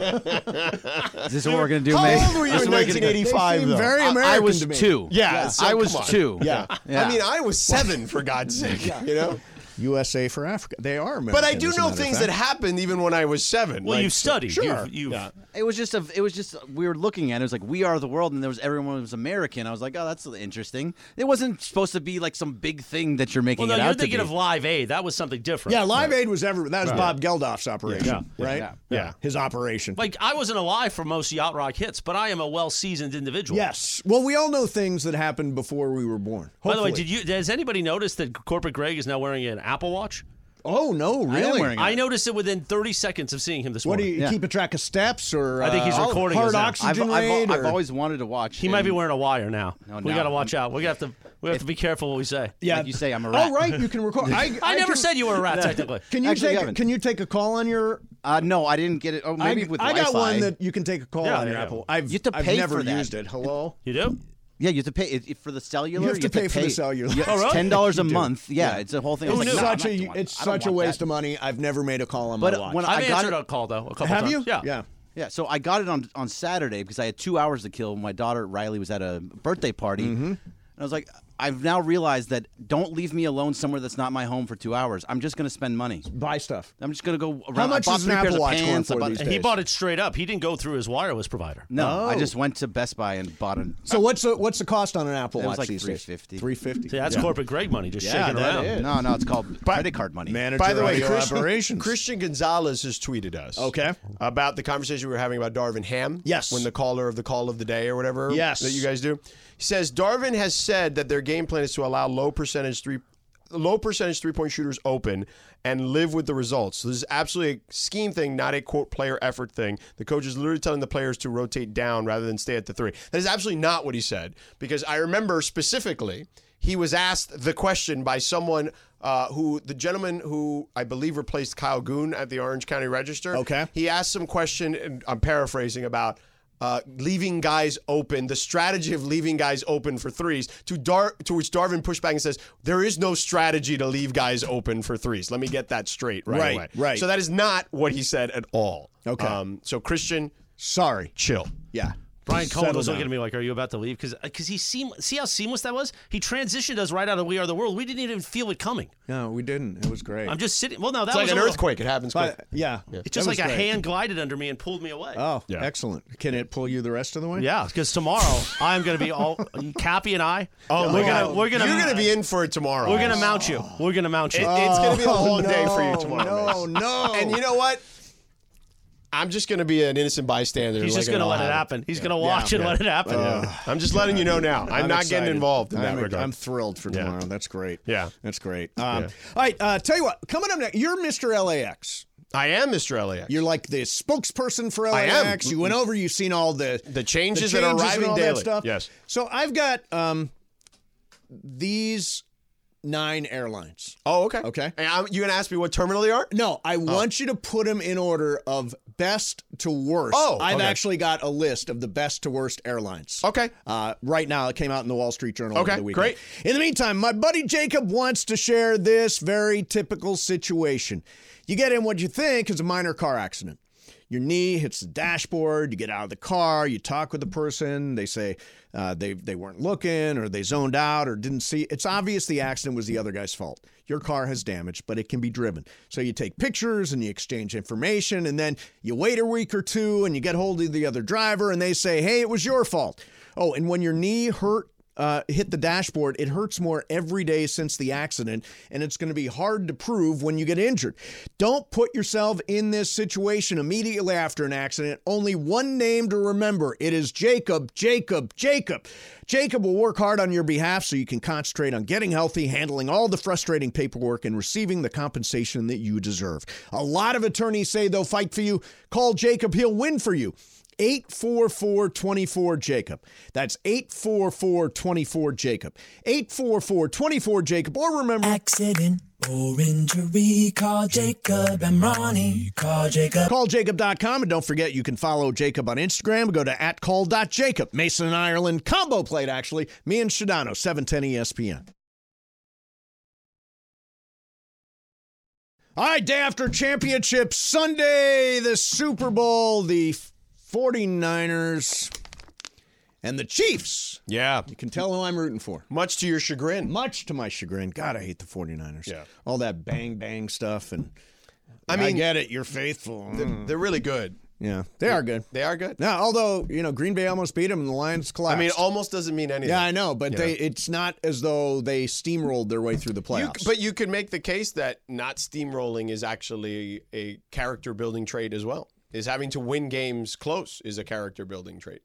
Speaker 2: Is this what we're gonna do,
Speaker 1: How
Speaker 2: Mace?
Speaker 1: old were you
Speaker 2: This
Speaker 1: in
Speaker 2: is what we're gonna do.
Speaker 1: 1985?
Speaker 3: They seem
Speaker 1: though?
Speaker 3: very
Speaker 1: I-
Speaker 3: American
Speaker 2: I was
Speaker 3: to me.
Speaker 2: two.
Speaker 1: Yeah, so
Speaker 2: I was
Speaker 1: come on.
Speaker 2: two.
Speaker 1: yeah.
Speaker 2: Yeah.
Speaker 1: I mean, I was seven for God's sake. You know,
Speaker 3: USA for Africa. They are American.
Speaker 1: But I do
Speaker 3: as a
Speaker 1: know
Speaker 3: matter of
Speaker 1: things
Speaker 3: fact.
Speaker 1: that happened even when I was seven.
Speaker 7: Well,
Speaker 1: like-
Speaker 7: you've studied.
Speaker 1: Sure.
Speaker 7: You've, you've,
Speaker 1: Yeah.
Speaker 2: It was just a. It was just we were looking at. it. It was like we are the world, and there was everyone was American. I was like, oh, that's interesting. It wasn't supposed to be like some big thing that you're making
Speaker 7: Well, no,
Speaker 2: it
Speaker 7: you're
Speaker 2: out to
Speaker 7: thinking
Speaker 2: be.
Speaker 7: of Live Aid. That was something different.
Speaker 3: Yeah, Live Aid was ever that was Bob Geldof's operation,
Speaker 7: Yeah.
Speaker 3: right?
Speaker 2: Yeah.
Speaker 10: Yeah.
Speaker 3: his operation.
Speaker 7: Like I wasn't alive for most yacht rock hits, but I am a well-seasoned individual.
Speaker 3: yes. Well, we all know things that happened before we were born.
Speaker 7: By the way,
Speaker 3: Hopefully.
Speaker 7: did you? Has anybody noticed that Corporate Greg is now wearing an Apple Watch?
Speaker 3: Oh
Speaker 2: I
Speaker 3: no,
Speaker 2: am
Speaker 3: really?
Speaker 2: wearing it.
Speaker 7: I noticed it within 30 seconds of seeing him this
Speaker 3: What do
Speaker 7: morning.
Speaker 3: you
Speaker 2: Yeah.
Speaker 3: keep a track of steps or?
Speaker 7: I think he's
Speaker 3: uh, all-
Speaker 7: recording
Speaker 3: hard
Speaker 7: us now.
Speaker 2: I've,
Speaker 3: oxygen
Speaker 2: I've,
Speaker 3: rate.
Speaker 2: I've,
Speaker 3: or-
Speaker 2: always wanted to watch.
Speaker 7: he might be
Speaker 2: and
Speaker 7: wearing a wire now.
Speaker 2: No,
Speaker 7: we
Speaker 2: now
Speaker 7: got to watch
Speaker 2: I'm-
Speaker 7: out. We got to. We have to be careful what we say.
Speaker 3: yeah.
Speaker 2: Like you say, I'm a rat.
Speaker 3: Oh right, you can record. I,
Speaker 7: I, never
Speaker 3: can-
Speaker 7: said you were a rat technically.
Speaker 3: Can you
Speaker 2: Actually,
Speaker 3: take?
Speaker 2: Gavin.
Speaker 3: Can you take a call on your?
Speaker 2: Uh, no, I didn't get it. Oh, maybe
Speaker 3: I,
Speaker 2: with
Speaker 3: I got
Speaker 2: Wi-Fi.
Speaker 3: one that you can take a call
Speaker 7: Yeah,
Speaker 3: on your
Speaker 7: yeah.
Speaker 3: Apple. I've,
Speaker 2: You have to
Speaker 3: I've
Speaker 2: pay
Speaker 3: never
Speaker 2: for that.
Speaker 3: used it. Hello.
Speaker 7: You do?
Speaker 2: Yeah, you have to pay it, it- for the cellular.
Speaker 3: You have to pay for the cellular.
Speaker 2: Yeah,
Speaker 3: Oh,
Speaker 2: it's
Speaker 3: really?
Speaker 2: ten dollars a
Speaker 3: You do.
Speaker 2: month. Yeah, it's a whole thing. I
Speaker 3: It's
Speaker 2: was like, no,
Speaker 3: such
Speaker 2: I'm not
Speaker 3: a
Speaker 2: doing-
Speaker 3: it's
Speaker 2: I don't
Speaker 3: such a
Speaker 2: want
Speaker 3: waste
Speaker 2: that.
Speaker 3: of money. I've never made a call on
Speaker 2: But
Speaker 3: my watch.
Speaker 2: when
Speaker 7: I've
Speaker 2: I got
Speaker 7: answered
Speaker 2: it,
Speaker 7: a call though a couple
Speaker 3: Have
Speaker 7: times.
Speaker 3: you?
Speaker 7: Yeah.
Speaker 3: Yeah.
Speaker 2: Yeah, so I got it on on Saturday because I had two hours to kill. My daughter Riley was at a birthday party,
Speaker 3: Mm-hmm.
Speaker 2: and I was like, I've now realized that don't leave me alone somewhere that's not my home for two hours. I'm just going to spend money.
Speaker 3: Buy stuff.
Speaker 2: I'm just going to go around.
Speaker 3: much
Speaker 2: I bought
Speaker 3: is an
Speaker 2: three pairs
Speaker 3: Apple
Speaker 2: of
Speaker 3: Watch going
Speaker 2: pants, I
Speaker 3: for
Speaker 2: bought-
Speaker 3: these
Speaker 7: And he
Speaker 3: days?
Speaker 7: bought it straight up. He didn't go through his wireless provider.
Speaker 2: No, I
Speaker 3: Oh.
Speaker 2: just went to Best Buy and bought an.
Speaker 3: So what's the what's the cost on an Apple
Speaker 2: It was
Speaker 3: Watch
Speaker 2: like
Speaker 3: these
Speaker 2: $350.
Speaker 3: days? Three fifty.
Speaker 7: See, that's corporate Greg money just
Speaker 3: Yeah,
Speaker 7: shaking
Speaker 3: that
Speaker 7: around.
Speaker 3: is.
Speaker 2: No, no, it's called credit card money.
Speaker 3: Manager
Speaker 1: By the way,
Speaker 3: audio
Speaker 1: Christian,
Speaker 3: operations.
Speaker 1: Christian Gonzalez has tweeted us.
Speaker 3: Okay.
Speaker 1: About the conversation we were having about Darvin Ham.
Speaker 3: Yes.
Speaker 1: When the caller of the call of the day or whatever
Speaker 3: Yes.
Speaker 1: that you guys do. He says Darvin has said that their game plan is to allow low percentage three low percentage three point shooters open and live with the results. So this is absolutely a scheme thing, not a quote player effort thing. The coach is literally telling the players to rotate down rather than stay at the three. That is absolutely not what he said because I remember specifically he was asked the question by someone uh, who the gentleman who I believe replaced Kyle Goon at the Orange County Register.
Speaker 3: Okay.
Speaker 1: He asked some question, and I'm paraphrasing about uh, leaving guys open, the strategy of leaving guys open for threes. To Dar- to which Darvin pushed back and says, "There is no strategy to leave guys open for threes. Let me get that straight right,
Speaker 3: Right,
Speaker 1: away.
Speaker 3: right.
Speaker 1: So that is not what he said at all. Um,
Speaker 3: Okay.
Speaker 1: so Christian,
Speaker 3: Sorry.
Speaker 1: chill.
Speaker 3: Yeah.
Speaker 7: Brian Cohen
Speaker 3: Settle
Speaker 7: was
Speaker 3: down.
Speaker 7: looking at me like, "Are you about to leave?" Because he seem see how seamless that was. He transitioned us right out of "We Are the World." We didn't even feel it coming.
Speaker 3: No, we didn't. It was great.
Speaker 7: I'm just sitting. Well, no, that
Speaker 1: It's
Speaker 7: was
Speaker 1: like
Speaker 7: a
Speaker 1: an
Speaker 7: little-
Speaker 1: earthquake. It happens quick.
Speaker 3: But, yeah.
Speaker 7: It's just
Speaker 3: That
Speaker 7: like
Speaker 3: was
Speaker 7: a
Speaker 3: great.
Speaker 7: hand glided under me and pulled me away.
Speaker 3: Oh, excellent. Can it pull you the rest of the way?
Speaker 7: Yeah, because tomorrow I'm going to be all Cappy and I. Oh, we're
Speaker 1: Wow.
Speaker 7: gonna we're gonna
Speaker 1: You're gonna be in for it tomorrow.
Speaker 7: we're gonna mount you. We're gonna mount you.
Speaker 1: It- it's gonna be a long
Speaker 3: Oh, no,
Speaker 1: day for you tomorrow.
Speaker 3: No,
Speaker 1: Mace.
Speaker 3: no.
Speaker 1: And you know what? I'm just gonna be an innocent bystander.
Speaker 7: He's
Speaker 1: like
Speaker 7: just
Speaker 1: it
Speaker 7: going to
Speaker 1: all
Speaker 7: let it
Speaker 1: happened.
Speaker 7: happen. He's going to watch and let it happen.
Speaker 1: I'm just letting you know now. I'm, not
Speaker 3: excited.
Speaker 1: getting involved in
Speaker 3: I'm,
Speaker 1: that regard.
Speaker 3: I'm thrilled for tomorrow. That's great.
Speaker 1: Yeah.
Speaker 3: That's great. Um, All right. Uh, tell you what, coming up next, you're Mr. LAX.
Speaker 1: I am Mr. LAX.
Speaker 3: You're like the spokesperson for
Speaker 1: I am. Mm-hmm.
Speaker 3: LAX. You went over, you've seen all the,
Speaker 1: The changes
Speaker 3: the
Speaker 1: that are
Speaker 3: changes
Speaker 1: arriving
Speaker 3: and all
Speaker 1: daily.
Speaker 3: That stuff.
Speaker 1: Yes.
Speaker 3: So I've got um, these nine airlines.
Speaker 1: oh, okay.
Speaker 3: Okay.
Speaker 1: And I'm, you gonna ask me what terminal they are? Oh.
Speaker 3: No, I want you to put them in order of best to worst.
Speaker 1: Oh,
Speaker 3: I've
Speaker 1: okay.
Speaker 3: actually got a list of the best to worst airlines.
Speaker 1: Okay.
Speaker 3: Uh, right now, it came out in the Wall Street Journal
Speaker 1: Okay,
Speaker 3: over the weekend.
Speaker 1: great.
Speaker 3: In the meantime, my buddy Jacob wants to share this very typical situation. You get in what you think is a minor car accident. Your knee hits the dashboard. You get out of the car. You talk with the person. They say uh, they they weren't looking, or they zoned out, or didn't see. It's obvious the accident was the other guy's fault. Your car has damage, but it can be driven. So you take pictures and you exchange information, and then you wait a week or two, and you get hold of the other driver, and they say, "Hey, it was your fault." Oh, and when your knee hurt uh, hit the dashboard, it hurts more every day since the accident, and it's going to be hard to prove when you get injured. Don't put yourself in this situation immediately after an accident. Only one name to remember it is Jacob, Jacob, Jacob. Jacob will work hard on your behalf so you can concentrate on getting healthy, handling all the frustrating paperwork, and receiving the compensation that you deserve. A lot of attorneys say they'll fight for you. Call Jacob, he'll win for you. 844 24 Jacob. That's 844 24 Jacob. 844 24 Jacob. Or remember,
Speaker 11: Accident or injury, call Jacob and Ronnie. Call Jacob.
Speaker 3: calljacob.com. And don't forget, you can follow Jacob on Instagram. Go to at call.jacob. Mason and Ireland combo plate, actually. Me and Shadano, E 710 ESPN. All right, day after championship Sunday, the Super Bowl, the 49ers and the Chiefs.
Speaker 1: Yeah.
Speaker 3: You can tell who I'm rooting for.
Speaker 1: Much to your chagrin.
Speaker 3: Much to my chagrin. God, I hate the 49ers.
Speaker 1: Yeah.
Speaker 3: All that bang bang stuff and
Speaker 1: I
Speaker 3: I
Speaker 1: mean-
Speaker 3: mean, get it. You're faithful. Mm.
Speaker 1: They're, they're really good.
Speaker 3: yeah, they are good.
Speaker 1: They are good.
Speaker 3: Now, although you know Green Bay almost beat them and the Lions
Speaker 1: I
Speaker 3: collapsed.
Speaker 1: mean, almost doesn't mean anything.
Speaker 3: yeah, I know, but they it's not as though they steamrolled their way through the
Speaker 1: You-
Speaker 3: playoffs.
Speaker 1: but you could make the case that not steamrolling is actually a character building trait as well. Is having to win games close is a character building trait.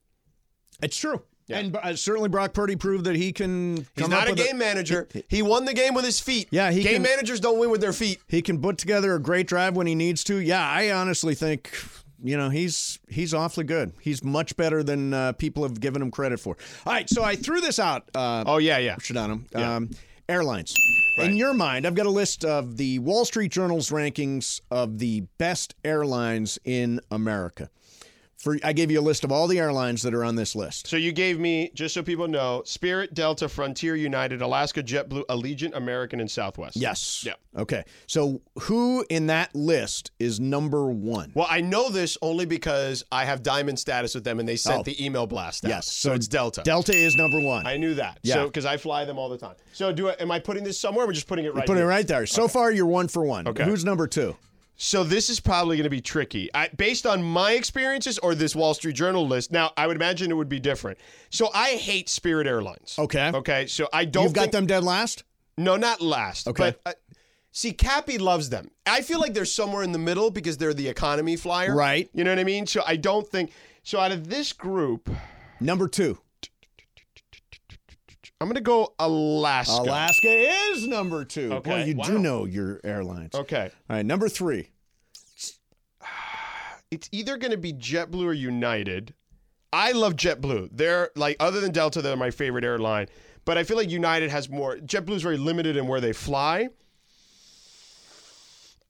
Speaker 3: it's true. And uh, certainly Brock Purdy proved that he can.
Speaker 1: He's
Speaker 3: come
Speaker 1: not
Speaker 3: up
Speaker 1: a
Speaker 3: with
Speaker 1: game manager. He won the game with his feet.
Speaker 3: Yeah, he
Speaker 1: game
Speaker 3: can-
Speaker 1: managers don't win with their feet.
Speaker 3: He can put together a great drive when he needs to. Yeah, I honestly think you know he's he's awfully good. He's much better than uh, people have given him credit for. All right, so I threw this out. Uh,
Speaker 1: Oh yeah, yeah.
Speaker 3: Shadano. Um, airlines. In your mind, I've got a list of the Wall Street Journal's rankings of the best airlines in America. For I gave you a list of all the airlines that are on this list.
Speaker 1: So you gave me, just so people know, Spirit, Delta, Frontier, United, Alaska, JetBlue, Allegiant, American, and Southwest.
Speaker 3: Yes.
Speaker 1: Yeah.
Speaker 3: Okay. So who in that list is number one?
Speaker 1: Well, I know this only because I have diamond status with them, and they sent
Speaker 3: Oh.
Speaker 1: the email blast. Out.
Speaker 3: Yes.
Speaker 1: So, it's Delta.
Speaker 3: Delta is number one.
Speaker 1: I knew that.
Speaker 3: Yeah.
Speaker 1: So because I fly them all the time. So do I, am I putting this somewhere? Or we're just putting it right.
Speaker 3: Put it
Speaker 1: here?
Speaker 3: right there. So far, you're one for one.
Speaker 1: Okay.
Speaker 3: Who's number two?
Speaker 1: So this is probably going to be tricky, I, based on my experiences or this Wall Street Journal list. Now, I would imagine it would be different. So I hate Spirit Airlines.
Speaker 3: Okay.
Speaker 1: Okay. So I don't.
Speaker 3: You've got
Speaker 1: think-
Speaker 3: them dead last?
Speaker 1: No, not last.
Speaker 3: Okay.
Speaker 1: But, uh, see, Cappy loves them. I feel like they're somewhere in the middle because they're the economy flyer.
Speaker 3: Right.
Speaker 1: You know what I mean? So I don't think. So out of this group,
Speaker 3: Number two.
Speaker 1: I'm going to go Alaska.
Speaker 3: Alaska is number two.
Speaker 1: Okay.
Speaker 3: Boy, you
Speaker 1: Wow.
Speaker 3: do know your airlines.
Speaker 1: Okay.
Speaker 3: All right, number three.
Speaker 1: It's either going to be JetBlue or United. I love JetBlue. They're like other than Delta, they're my favorite airline. But I feel like United has more. JetBlue's very limited in where they fly.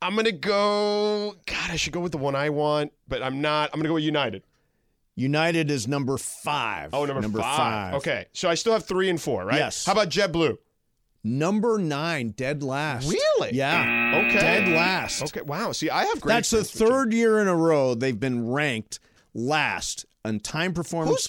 Speaker 1: I'm gonna go. God, I should go with the one I want, but I'm not. I'm gonna go with United.
Speaker 3: United is number five.
Speaker 1: Oh, number,
Speaker 3: number
Speaker 1: Okay, so I still have three and four, right?
Speaker 3: Yes.
Speaker 1: How about JetBlue?
Speaker 3: Number nine, dead last.
Speaker 1: Really?
Speaker 3: Yeah.
Speaker 1: Okay.
Speaker 3: Dead last.
Speaker 1: Okay. Wow. See, I have great.
Speaker 3: That's the
Speaker 1: experience with
Speaker 3: third year in a row they've been ranked last on time performance,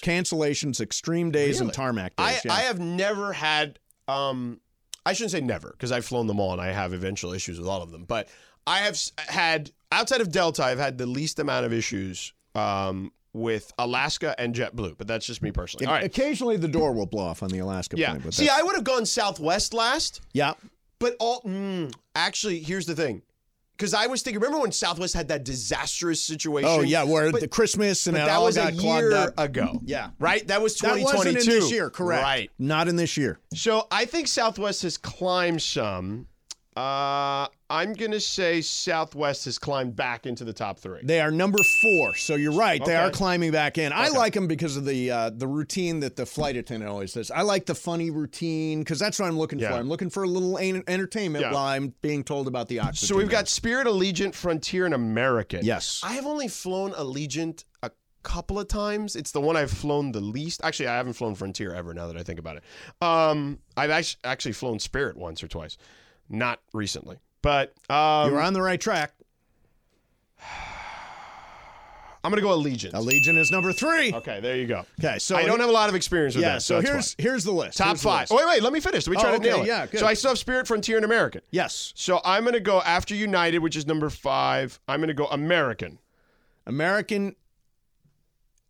Speaker 1: Who's-
Speaker 3: cancellations, extreme days, and
Speaker 1: Really?
Speaker 3: tarmac days.
Speaker 1: I,
Speaker 3: yeah.
Speaker 1: I have never had um I shouldn't say never because I've flown them all and I have eventual issues with all of them but I have s- had outside of Delta I've had the least amount of issues um with Alaska and JetBlue but that's just me personally all right
Speaker 3: Occasionally the door will blow off on the Alaska
Speaker 1: yeah
Speaker 3: plane. But
Speaker 1: see
Speaker 3: that's-
Speaker 1: I would have gone Southwest last
Speaker 3: yeah.
Speaker 1: but all mm, actually here's the thing because I was thinking remember when Southwest had that disastrous situation
Speaker 3: Oh, yeah, where
Speaker 1: But-
Speaker 3: the Christmas and
Speaker 1: but
Speaker 3: it
Speaker 1: that
Speaker 3: all
Speaker 1: was a
Speaker 3: got clogged
Speaker 1: year
Speaker 3: up.
Speaker 1: ago
Speaker 3: Yeah.
Speaker 1: right that was
Speaker 3: That
Speaker 1: 2022
Speaker 3: wasn't in this year, correct.
Speaker 1: right
Speaker 3: Not in this year.
Speaker 1: So I think Southwest has climbed some. Uh, I'm gonna say Southwest has climbed back into the top three.
Speaker 3: They are number four, so you're right. They are
Speaker 1: Okay.
Speaker 3: climbing back in. I like them because of the uh, the routine that the flight attendant always does. I like the funny routine because that's what I'm looking
Speaker 1: Yeah.
Speaker 3: for. I'm looking for a little en- entertainment
Speaker 1: Yeah.
Speaker 3: while I'm being told about the oxygen.
Speaker 1: so we've got Spirit, Allegiant, Frontier, and American.
Speaker 3: Yes.
Speaker 1: I have only flown Allegiant a couple of times. It's the one I've flown the least. Actually, I haven't flown Frontier ever. Now that I think about it, um, I've actually actually flown Spirit once or twice, not recently. But um,
Speaker 3: you're on the right track.
Speaker 1: I'm gonna go Allegiant.
Speaker 3: Allegiant is number three.
Speaker 1: okay, there you go.
Speaker 3: Okay, so
Speaker 1: I don't have a lot of experience with
Speaker 3: Yeah,
Speaker 1: that.
Speaker 3: so,
Speaker 1: that's
Speaker 3: here's
Speaker 1: why.
Speaker 3: here's the list.
Speaker 1: Top
Speaker 3: Here's the
Speaker 1: five.
Speaker 3: list.
Speaker 1: Oh, wait, wait. Let me finish. Let me try to
Speaker 3: Oh, okay,
Speaker 1: nail it.
Speaker 3: yeah, good.
Speaker 1: So I still have Spirit, Frontier, and American.
Speaker 3: Yes,
Speaker 1: So I'm going to go after United, which is number five. I'm going to go American.
Speaker 3: American.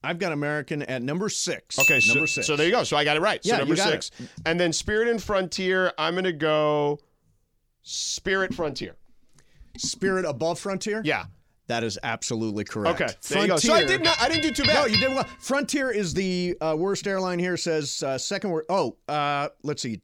Speaker 3: I've got American at number six.
Speaker 1: Okay, so,
Speaker 3: number six.
Speaker 1: so there you go. So I got it right. so
Speaker 3: Yeah, you
Speaker 1: number
Speaker 3: got
Speaker 1: six. And then Spirit and Frontier, I'm going to go Spirit Frontier.
Speaker 3: Spirit above Frontier.
Speaker 1: Yeah.
Speaker 3: That is absolutely correct.
Speaker 1: Okay, there you go. So I did not- I didn't do too bad.
Speaker 3: No, you did well. Frontier is the uh, worst airline here. Says uh, second worst. Oh, uh, let's see.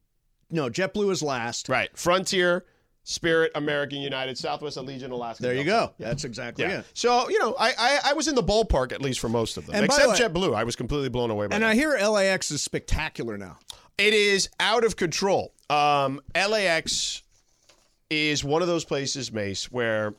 Speaker 3: No, JetBlue is last.
Speaker 1: Right. Frontier, Spirit, American, United, Southwest, Allegiant, Alaska.
Speaker 3: There you
Speaker 1: Delta.
Speaker 3: go. That's exactly
Speaker 1: Yeah.
Speaker 3: it.
Speaker 1: So, you know, I, I I was in the ballpark at least for most of them.
Speaker 3: And by
Speaker 1: Except
Speaker 3: the
Speaker 1: JetBlue. I was completely blown away by
Speaker 3: And
Speaker 1: that.
Speaker 3: I hear LAX is spectacular now.
Speaker 1: It is out of control. Um, LAX is one of those places, Mace, where,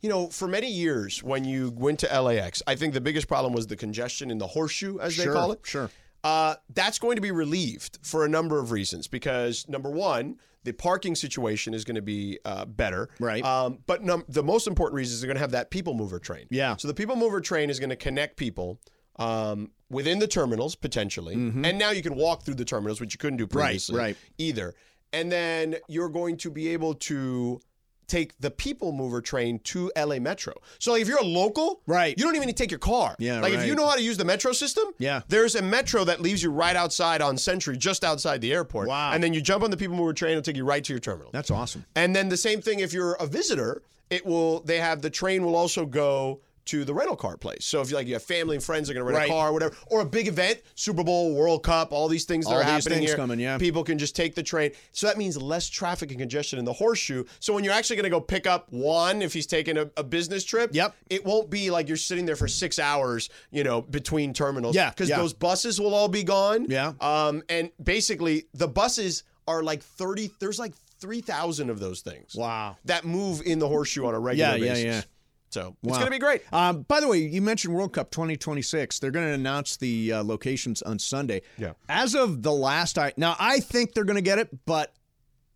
Speaker 1: you know, for many years when you went to LAX, I think the biggest problem was the congestion in the horseshoe, as they
Speaker 3: Sure,
Speaker 1: call it.
Speaker 3: sure.
Speaker 1: Uh, that's going to be relieved for a number of reasons because number one, the parking situation is going to be uh, better.
Speaker 3: Right.
Speaker 1: Um, but num- the most important reason is they're going to have that people mover train.
Speaker 3: Yeah.
Speaker 1: So the people mover train is going to connect people um, within the terminals potentially, and now you can walk through the terminals, which you couldn't do previously
Speaker 3: Mm-hmm. right.
Speaker 1: either. And then you're going to be able to take the people mover train to LA Metro. So like, if you're a local,
Speaker 3: Right.
Speaker 1: you don't even need to take your car.
Speaker 3: Yeah,
Speaker 1: like if you
Speaker 3: right.
Speaker 1: know how to use the metro system,
Speaker 3: Yeah.
Speaker 1: there's a metro that leaves you right outside on Century, just outside the airport.
Speaker 3: Wow.
Speaker 1: And then you jump on the people mover train, it'll take you right to your terminal.
Speaker 3: That's awesome.
Speaker 1: And then the same thing if you're a visitor, it will they have the train will also go to the rental car place. So if you like you have family and friends are going to rent
Speaker 3: Right.
Speaker 1: a car or whatever or a big event, Super Bowl, World Cup, all these things that
Speaker 3: All
Speaker 1: are
Speaker 3: these
Speaker 1: happening
Speaker 3: things
Speaker 1: here.
Speaker 3: coming, yeah.
Speaker 1: People can just take the train. So that means less traffic and congestion in the horseshoe. So when you're actually going to go pick up Juan if he's taking a, a business trip,
Speaker 3: Yep.
Speaker 1: it won't be like you're sitting there for 6 hours, you know, between terminals
Speaker 3: Yeah,
Speaker 1: cuz
Speaker 3: yeah.
Speaker 1: those buses will all be gone.
Speaker 3: Yeah.
Speaker 1: Um, and basically, the buses are like 30, there's like 3,000 of those things
Speaker 3: Wow.
Speaker 1: that move in the horseshoe on a regular
Speaker 3: Yeah, yeah,
Speaker 1: basis.
Speaker 3: yeah.
Speaker 1: So
Speaker 3: Wow.
Speaker 1: it's going to be great.
Speaker 3: Um, by the way, you mentioned World Cup 2026. They're going to announce the uh, locations on Sunday.
Speaker 1: Yeah.
Speaker 3: As of the last I now, I think they're going to get it, but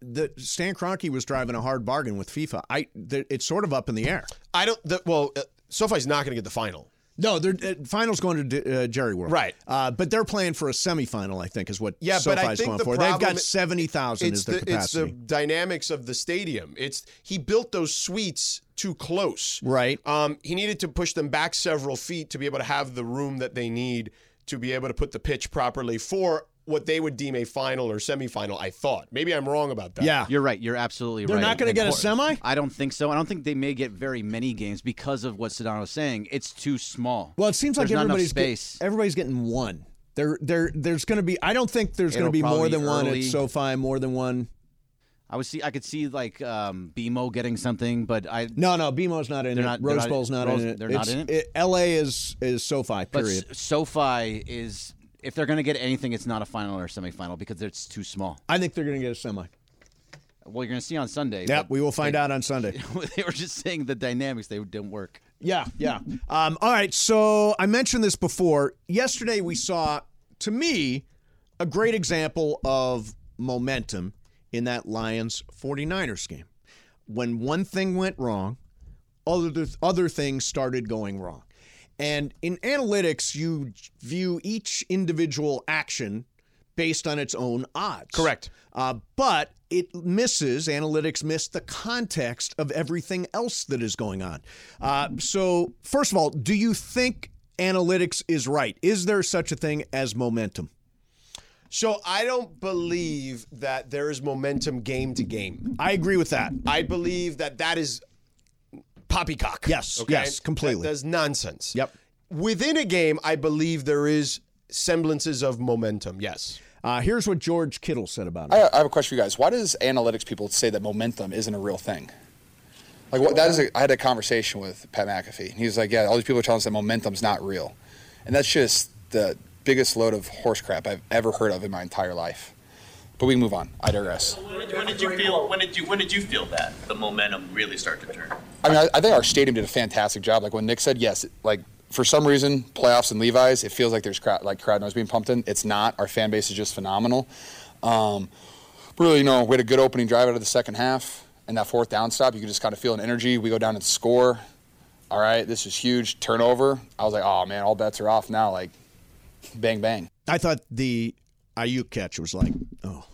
Speaker 3: the Stan Kroenke was driving a hard bargain with FIFA. I the, it's sort of up in the air.
Speaker 1: I don't, the, well, uh, SoFi's not going to get the final.
Speaker 3: No, they're uh, finals going to uh, Jerry World.
Speaker 1: Right.
Speaker 3: Uh, but they're playing for a semifinal. I think is what
Speaker 1: Yeah, but I
Speaker 3: SoFi's
Speaker 1: think
Speaker 3: going
Speaker 1: the
Speaker 3: for. They've
Speaker 1: problem-
Speaker 3: got seventy thousand
Speaker 1: It's
Speaker 3: is their
Speaker 1: the, it's the
Speaker 3: capacity.
Speaker 1: dynamics of the stadium. It's He built those suites too close.
Speaker 3: right.
Speaker 1: Um, he needed to push them back several feet to be able to have the room that they need to be able to put the pitch properly for what they would deem a final or semifinal, I thought. Maybe I'm wrong about that.
Speaker 3: yeah.
Speaker 2: You're right. You're absolutely
Speaker 3: They're
Speaker 2: right.
Speaker 3: not going to
Speaker 2: And
Speaker 3: get a
Speaker 2: Cor-
Speaker 3: semi.
Speaker 2: I don't think so. I don't think they may get very many games because of what Sedano's saying. It's too small.
Speaker 3: Well, it seems like
Speaker 2: There's not enough
Speaker 3: everybody's get-
Speaker 2: space.
Speaker 3: everybody's getting one. There, there, there's going to be. I don't think there's going to
Speaker 2: It'll
Speaker 3: be more
Speaker 2: probably
Speaker 3: than one at
Speaker 2: early.
Speaker 3: SoFi. More than one.
Speaker 2: I would see. I could see like um, BMO getting something, but I.
Speaker 3: No, no, BMO's not in
Speaker 2: They're
Speaker 3: it.
Speaker 2: not- they're
Speaker 3: Rose
Speaker 2: not-
Speaker 3: Bowl's not
Speaker 2: Rose-
Speaker 3: in it.
Speaker 2: they're not
Speaker 3: It's-
Speaker 2: in it?
Speaker 3: L.A. is is SoFi.
Speaker 2: But
Speaker 3: Period.
Speaker 2: S- SoFi is if they're going to get anything, it's not a final or a semifinal because it's too small.
Speaker 3: I think they're going to get a semi.
Speaker 2: Well, you're going to see on Sunday.
Speaker 3: Yep,
Speaker 2: but
Speaker 3: we will find out on Sunday.
Speaker 2: they were just saying the dynamics they didn't work.
Speaker 3: Yeah, yeah. Um, all right. So I mentioned this before. Yesterday, we saw, to me, a great example of momentum in that Lions 49ers game. When one thing went wrong, other, other things started going wrong. And in analytics, you view each individual action based on its own odds.
Speaker 1: Correct.
Speaker 3: Uh, but it misses, analytics miss the context of everything else that is going on. Uh, so, first of all, do you think analytics is right? Is there such a thing as momentum?
Speaker 1: So I don't believe that there is momentum game to game.
Speaker 3: I agree with that.
Speaker 1: I believe that that is poppycock.
Speaker 3: Yes, yes, completely.
Speaker 1: That, that's nonsense.
Speaker 3: Yep.
Speaker 1: Within a game, I believe there is semblances of momentum. Yes.
Speaker 3: Uh, here's what George Kittle said about it.
Speaker 12: I, I have a question for you guys. Why does analytics people say that momentum isn't a real thing? Like what that is. A, I had a conversation with Pat McAfee, and he was like, "Yeah, all these people are telling us that momentum's not real," and that's just the biggest load of horse crap I've ever heard of in my entire life. But we can move on. I digress.
Speaker 13: When did you feel? When did you? When did you feel that the momentum really start to turn?
Speaker 12: I mean, I, I think our stadium did a fantastic job. Like when Nick said yes, like for some reason, playoffs and Levi's, it feels like there's crowd, like crowd noise being pumped in. It's not. Our fan base is just phenomenal. Um, really, you know, we had a good opening drive out of the second half, and that fourth down stop, you could just kind of feel an energy. We go down and score. All right, this is huge turnover. I was like, oh man, all bets are off now. Like, bang bang.
Speaker 3: I thought the IU catch was like, oh,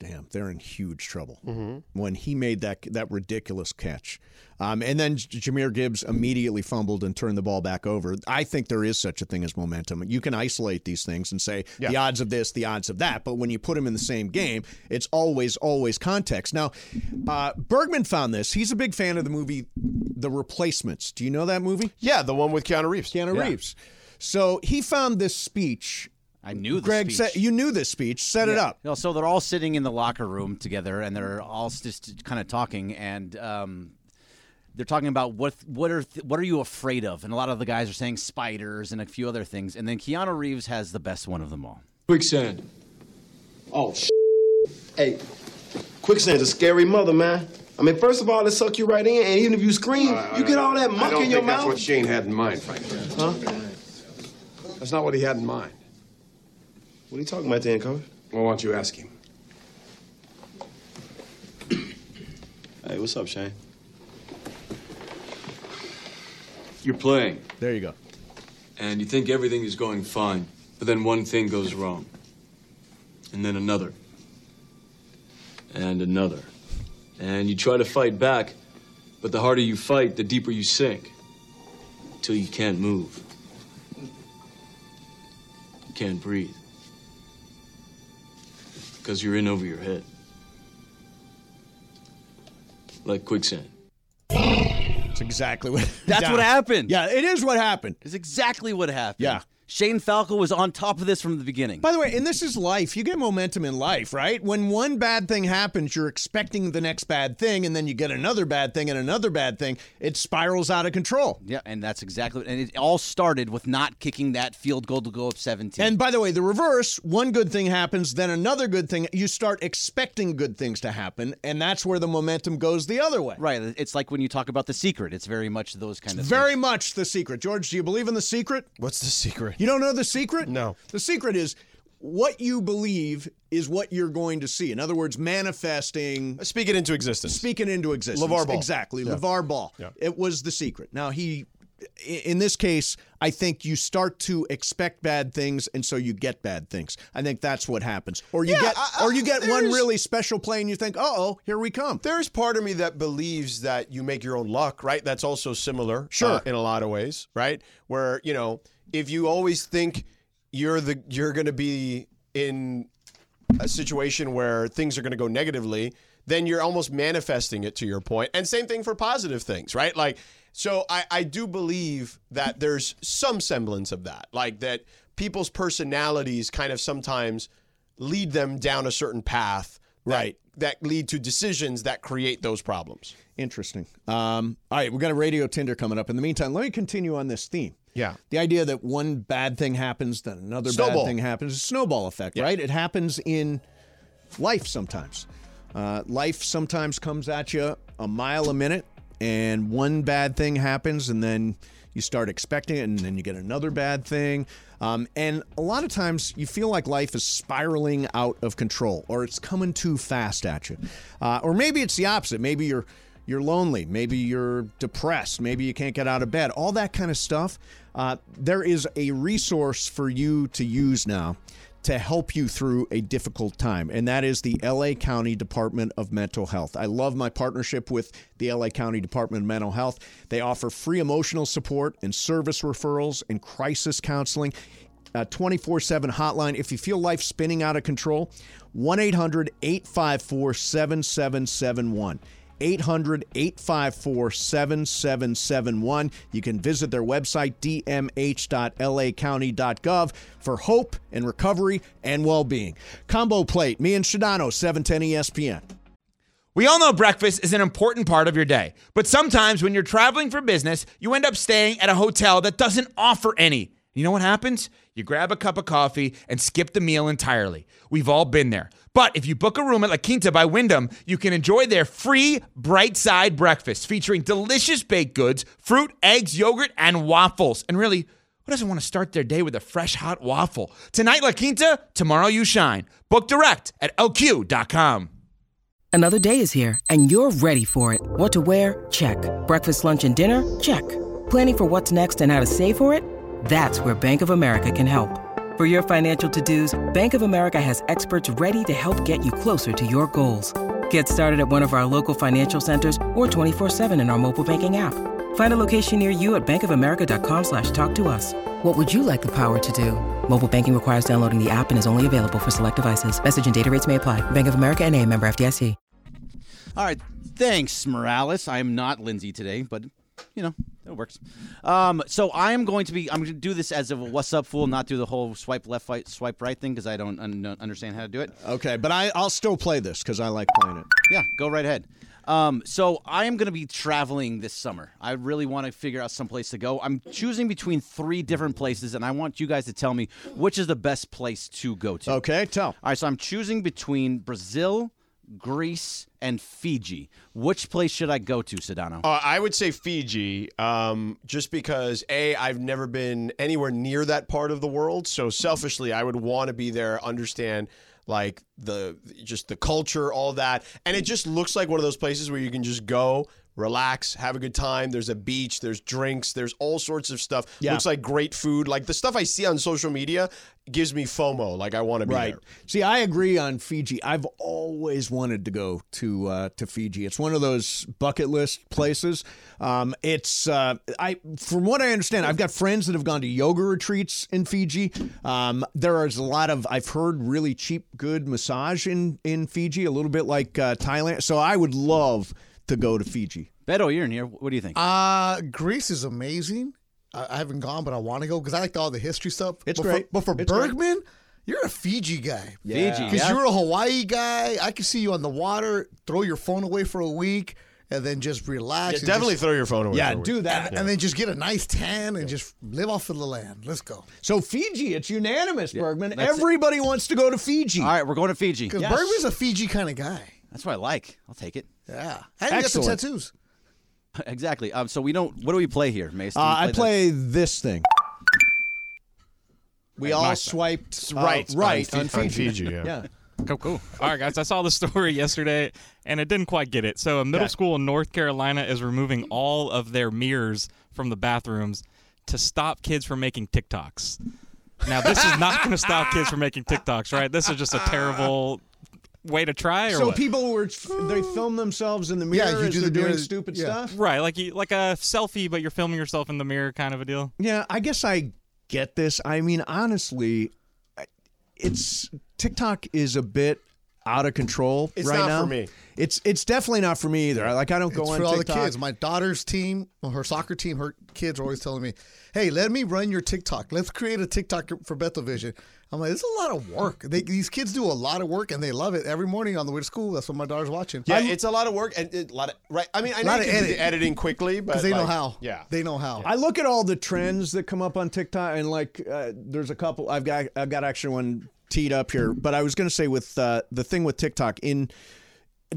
Speaker 3: damn, they're in huge trouble when he made that that ridiculous catch. Um, and then J- Jameer Gibbs immediately fumbled and turned the ball back over. I think there is such a thing as momentum. You can isolate these things and say the odds of this, the odds of that. But when you put them in the same game, it's always, always context. Now, uh, Bergman found this. He's a big fan of the movie The Replacements. Do you know that movie?
Speaker 1: Yeah, the one with Keanu Reeves.
Speaker 3: Keanu Reeves. So he found this speech
Speaker 2: I knew.
Speaker 3: Greg
Speaker 2: the speech.
Speaker 3: said you knew this speech. Set it up.
Speaker 2: You know, so they're all sitting in the locker room together, and they're all s- just kind of talking, and um, they're talking about what what are th- what are you afraid of? And a lot of the guys are saying spiders and a few other things, and then Keanu Reeves has the best one of them all.
Speaker 14: Quicksand. Oh, sh- Hey, quicksand's a scary mother, man. I mean, first of all, it suck you right in, and even if you scream, you get all that muck in your mouth.
Speaker 15: That's what Shane had in mind, Frank.
Speaker 14: Huh?
Speaker 15: That's not what he had in mind.
Speaker 14: What are you talking about, Dan Cover?
Speaker 15: Well, why don't you ask him?
Speaker 14: Hey, what's up, Shane? You're playing.
Speaker 3: There you go.
Speaker 14: and you think everything is going fine, but then one thing goes wrong, and then another, and another. And you try to fight back, but the harder you fight, the deeper you sink, till you can't move. You can't breathe, because you're in over your head, like quicksand.
Speaker 3: That's exactly what.
Speaker 2: That's what happened.
Speaker 3: Yeah, it is what happened.
Speaker 2: It's exactly what happened.
Speaker 3: Yeah.
Speaker 2: Shane Falco was on top of this from the beginning.
Speaker 3: By the way, and this is life. You get momentum in life, right? When one bad thing happens, you're expecting the next bad thing, and then you get another bad thing and another bad thing. It spirals out of control.
Speaker 2: Yeah, and that's exactly and it all started with not kicking that field goal to go up 17.
Speaker 3: And by the way, the reverse, one good thing happens, then another good thing. You start expecting good things to happen, and that's where the momentum goes the other way.
Speaker 2: Right. It's like when you talk about the secret. It's very much those kind of
Speaker 3: Very much the secret. George, do you believe in the secret?
Speaker 1: What's the secret?
Speaker 3: You don't know the secret? No. The secret is what you believe is what you're going to see. In other words, manifesting.
Speaker 1: Speak it into existence.
Speaker 3: Speak it into existence.
Speaker 1: LeVar Ball.
Speaker 3: Exactly.
Speaker 1: Yeah.
Speaker 3: LeVar Ball. It was the secret. Now, he, i- in this case, I think you start to expect bad things, and so you get bad things. I think that's what happens. Or you
Speaker 1: Yeah,
Speaker 3: get,
Speaker 1: I- I-
Speaker 3: or you get one
Speaker 1: there's-
Speaker 3: really special play, and you think, "Uh oh, here we come."
Speaker 1: There's part of me that believes that you make your own luck, right? That's also similar, uh,
Speaker 3: Sure.
Speaker 1: in a lot of ways, right? Where you know, if you always think you're the you're going to be in a situation where things are going to go negatively, then you're almost manifesting it to your point. And same thing for positive things, right? Like, so I, I do believe that there's some semblance of that, like that people's personalities kind of sometimes lead them down a certain path, right? That lead to decisions that create those problems.
Speaker 3: Interesting. Um, all right, we've got a radio Tinder coming up. In the meantime, let me continue on this theme.
Speaker 1: Yeah.
Speaker 3: The idea that one bad thing happens, then another
Speaker 1: Snowball.
Speaker 3: bad thing happens. It's a snowball effect, right? It happens in life sometimes. Uh, life sometimes comes at you a mile a minute, and one bad thing happens, and then you start expecting it, and then you get another bad thing. Um, and a lot of times you feel like life is spiraling out of control, or it's coming too fast at you. Uh, or maybe it's the opposite. Maybe you're you're lonely, maybe you're depressed, maybe you can't get out of bed, all that kind of stuff. Uh, there is a resource for you to use now to help you through a difficult time, and that is the LA County Department of Mental Health. I love my partnership with the LA County Department of Mental Health. They offer free emotional support and service referrals and crisis counseling. 24 7 hotline. If you feel life spinning out of control, 1 800 854 7771. 800 854 7771. You can visit their website, dmh.lacounty.gov, for hope and recovery and well being. Combo plate, me and Shadano, 710 ESPN.
Speaker 11: We all know breakfast is an important part of your day, but sometimes when you're traveling for business, you end up staying at a hotel that doesn't offer any. You know what happens? You grab a cup of coffee and skip the meal entirely. We've all been there. But if you book a room at La Quinta by Wyndham, you can enjoy their free bright side breakfast featuring delicious baked goods, fruit, eggs, yogurt, and waffles. And really, who doesn't want to start their day with a fresh hot waffle? Tonight, La Quinta, tomorrow you shine. Book direct at lq.com.
Speaker 16: Another day is here, and you're ready for it. What to wear? Check. Breakfast, lunch, and dinner? Check. Planning for what's next and how to save for it? That's where Bank of America can help. For your financial to-dos, Bank of America has experts ready to help get you closer to your goals. Get started at one of our local financial centers or 24-7 in our mobile banking app. Find a location near you at bankofamerica.com slash talk to us. What would you like the power to do? Mobile banking requires downloading the app and is only available for select devices. Message and data rates may apply. Bank of America and a member FDIC.
Speaker 2: All right. Thanks, Morales. I am not Lindsay today, but you know, it works. Um, so I am going to be. I'm going to do this as a "What's up, fool?" Not do the whole swipe left, fight, swipe right thing because I don't un- don't understand how to do it.
Speaker 3: Okay, but I, I'll still play this because I like playing it.
Speaker 2: Yeah, go right ahead. Um, so I am going to be traveling this summer. I really want to figure out some place to go. I'm choosing between three different places, and I want you guys to tell me which is the best place to go to.
Speaker 3: Okay, tell. All
Speaker 2: right, so I'm choosing between Brazil, Greece, and Fiji. Which place should I go to, Sedano?
Speaker 1: Uh, I would say Fiji, um, just because a I've never been anywhere near that part of the world, so selfishly I would want to be there, understand like the just the culture, all that, and it just looks like one of those places where you can just go
Speaker 6: relax, have a good time. There's a beach, there's drinks, there's all sorts of stuff.
Speaker 3: Yeah.
Speaker 6: Looks like great food. Like the stuff I see on social media gives me FOMO. Like I want to be
Speaker 3: right.
Speaker 6: there.
Speaker 3: See, I agree on Fiji. I've always wanted to go to uh, to Fiji. It's one of those bucket list places. Um, it's uh, I from what I understand, I've got friends that have gone to yoga retreats in Fiji. Um, there is a lot of I've heard really cheap, good massage in in Fiji, a little bit like uh, Thailand. So I would love to go to Fiji.
Speaker 2: Beto, you're in here. What do you think?
Speaker 17: Uh, Greece is amazing. I, I haven't gone, but I want to go because I like all the history stuff.
Speaker 3: It's
Speaker 17: but
Speaker 3: great.
Speaker 17: For, but for
Speaker 3: It's great.
Speaker 17: Bergman, you're a Fiji guy.
Speaker 3: Yeah. Fiji,
Speaker 17: Because
Speaker 3: yeah.
Speaker 17: you're a Hawaii guy. I can see you on the water, throw your phone away for a week, and then just relax.
Speaker 6: Yeah,
Speaker 17: and
Speaker 6: definitely
Speaker 17: just-
Speaker 6: throw your phone away.
Speaker 3: Yeah,
Speaker 6: for a week.
Speaker 3: do that.
Speaker 17: And, and then just get a nice tan and just live off of the land. Let's go.
Speaker 3: So Fiji, it's unanimous, Bergman.
Speaker 17: that's it.
Speaker 3: Everybody wants to go to Fiji. All
Speaker 2: right, we're going to Fiji.
Speaker 17: Because Bergman's a Fiji kind of guy.
Speaker 2: That's what I like. I'll take it.
Speaker 17: Yeah. And you got the
Speaker 2: Excellent.
Speaker 17: tattoos.
Speaker 2: exactly. Um, so we don't. What do we play here, Mace? Do
Speaker 3: Uh,
Speaker 2: we
Speaker 3: I
Speaker 2: the-
Speaker 3: play this thing. We all
Speaker 18: my-
Speaker 3: swiped uh,
Speaker 18: right,
Speaker 3: right
Speaker 18: on
Speaker 3: on
Speaker 18: Fi-
Speaker 3: Fiji.
Speaker 18: on Fiji, yeah. Cool, cool. All right, guys. I saw the story yesterday, and it didn't quite get it. So, a middle
Speaker 3: Okay.
Speaker 18: school in North Carolina is removing all of their mirrors from the bathrooms to stop kids from making TikToks. Now, this is not going to stop kids from making TikToks, right? This is just a terrible way to try. Or
Speaker 3: So
Speaker 18: what?
Speaker 3: people were they film themselves in the
Speaker 18: Yeah,
Speaker 3: mirror
Speaker 18: you
Speaker 3: as
Speaker 18: do
Speaker 3: they're
Speaker 18: the
Speaker 3: doing
Speaker 18: mirror-
Speaker 3: stupid
Speaker 18: yeah.
Speaker 3: stuff.
Speaker 18: right? Like you, like a selfie, but you're filming yourself in the mirror, kind of a deal.
Speaker 3: Yeah, I guess I get this. I mean, honestly, I- it's TikTok is a bit out of control
Speaker 17: It's
Speaker 3: right
Speaker 17: not
Speaker 3: now.
Speaker 17: for me.
Speaker 3: It's it's definitely not for me either. I- Like I don't go
Speaker 17: it's
Speaker 3: on
Speaker 17: for all
Speaker 3: TikTok.
Speaker 17: the kids. My daughter's team, well, her soccer team, her kids are always telling me, "Hey, let me run your TikTok. Let's create a TikTok for Bethelvision." I'm like, "It's a lot of work. They, these kids do a lot of work, and they love it. Every morning on the way to school, that's what my daughter's watching."
Speaker 6: Yeah, it's a lot of work and a lot of right. I mean, I know
Speaker 17: Lot
Speaker 6: you
Speaker 17: of
Speaker 6: can do
Speaker 17: edit.
Speaker 6: the editing quickly, but
Speaker 17: because they know
Speaker 6: like,
Speaker 17: how.
Speaker 6: Yeah,
Speaker 17: they know how.
Speaker 3: I look at all the trends that come up on TikTok, and like, uh, there's a couple. I've got I've got actually one teed up here, but I was going to say with uh, the thing with TikTok in.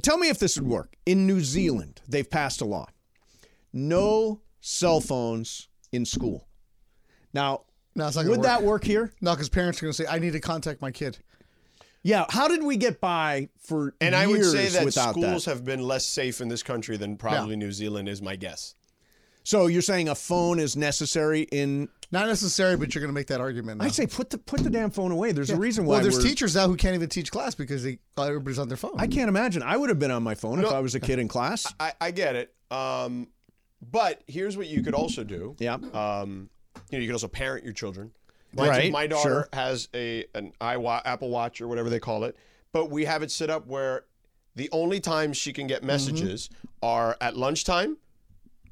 Speaker 3: Tell me if this would work. In New Zealand, they've passed a law: no cell phones in school. Now,
Speaker 17: No, it's not
Speaker 3: would
Speaker 17: gonna
Speaker 3: that work here?
Speaker 17: No, because parents are going to say, "I need to contact my kid."
Speaker 3: Yeah, how did we get by for
Speaker 6: and I would say
Speaker 3: years
Speaker 6: that
Speaker 3: without
Speaker 6: schools
Speaker 3: that?
Speaker 6: have been less safe in this country than probably New Zealand is my guess.
Speaker 3: So you're saying a phone is necessary in?
Speaker 17: Not necessary, but you're going to make that argument.
Speaker 3: I'd say put the put the damn phone away. There's a
Speaker 17: Yeah.
Speaker 3: reason why.
Speaker 17: Well, there's
Speaker 3: we're-
Speaker 17: teachers now who can't even teach class because they everybody's on their phone.
Speaker 3: I can't imagine. I would have been on my phone if
Speaker 6: No.
Speaker 3: I was a kid in class.
Speaker 6: I, I get it. Um, but here's what you could also do.
Speaker 3: Yeah.
Speaker 6: Um, you know, you could also parent your children. My,
Speaker 3: Right,
Speaker 6: My daughter
Speaker 3: sure.
Speaker 6: has a an iWa- Apple Watch or whatever they call it, but we have it set up where the only times she can
Speaker 3: Mm-hmm.
Speaker 6: get messages are at lunchtime,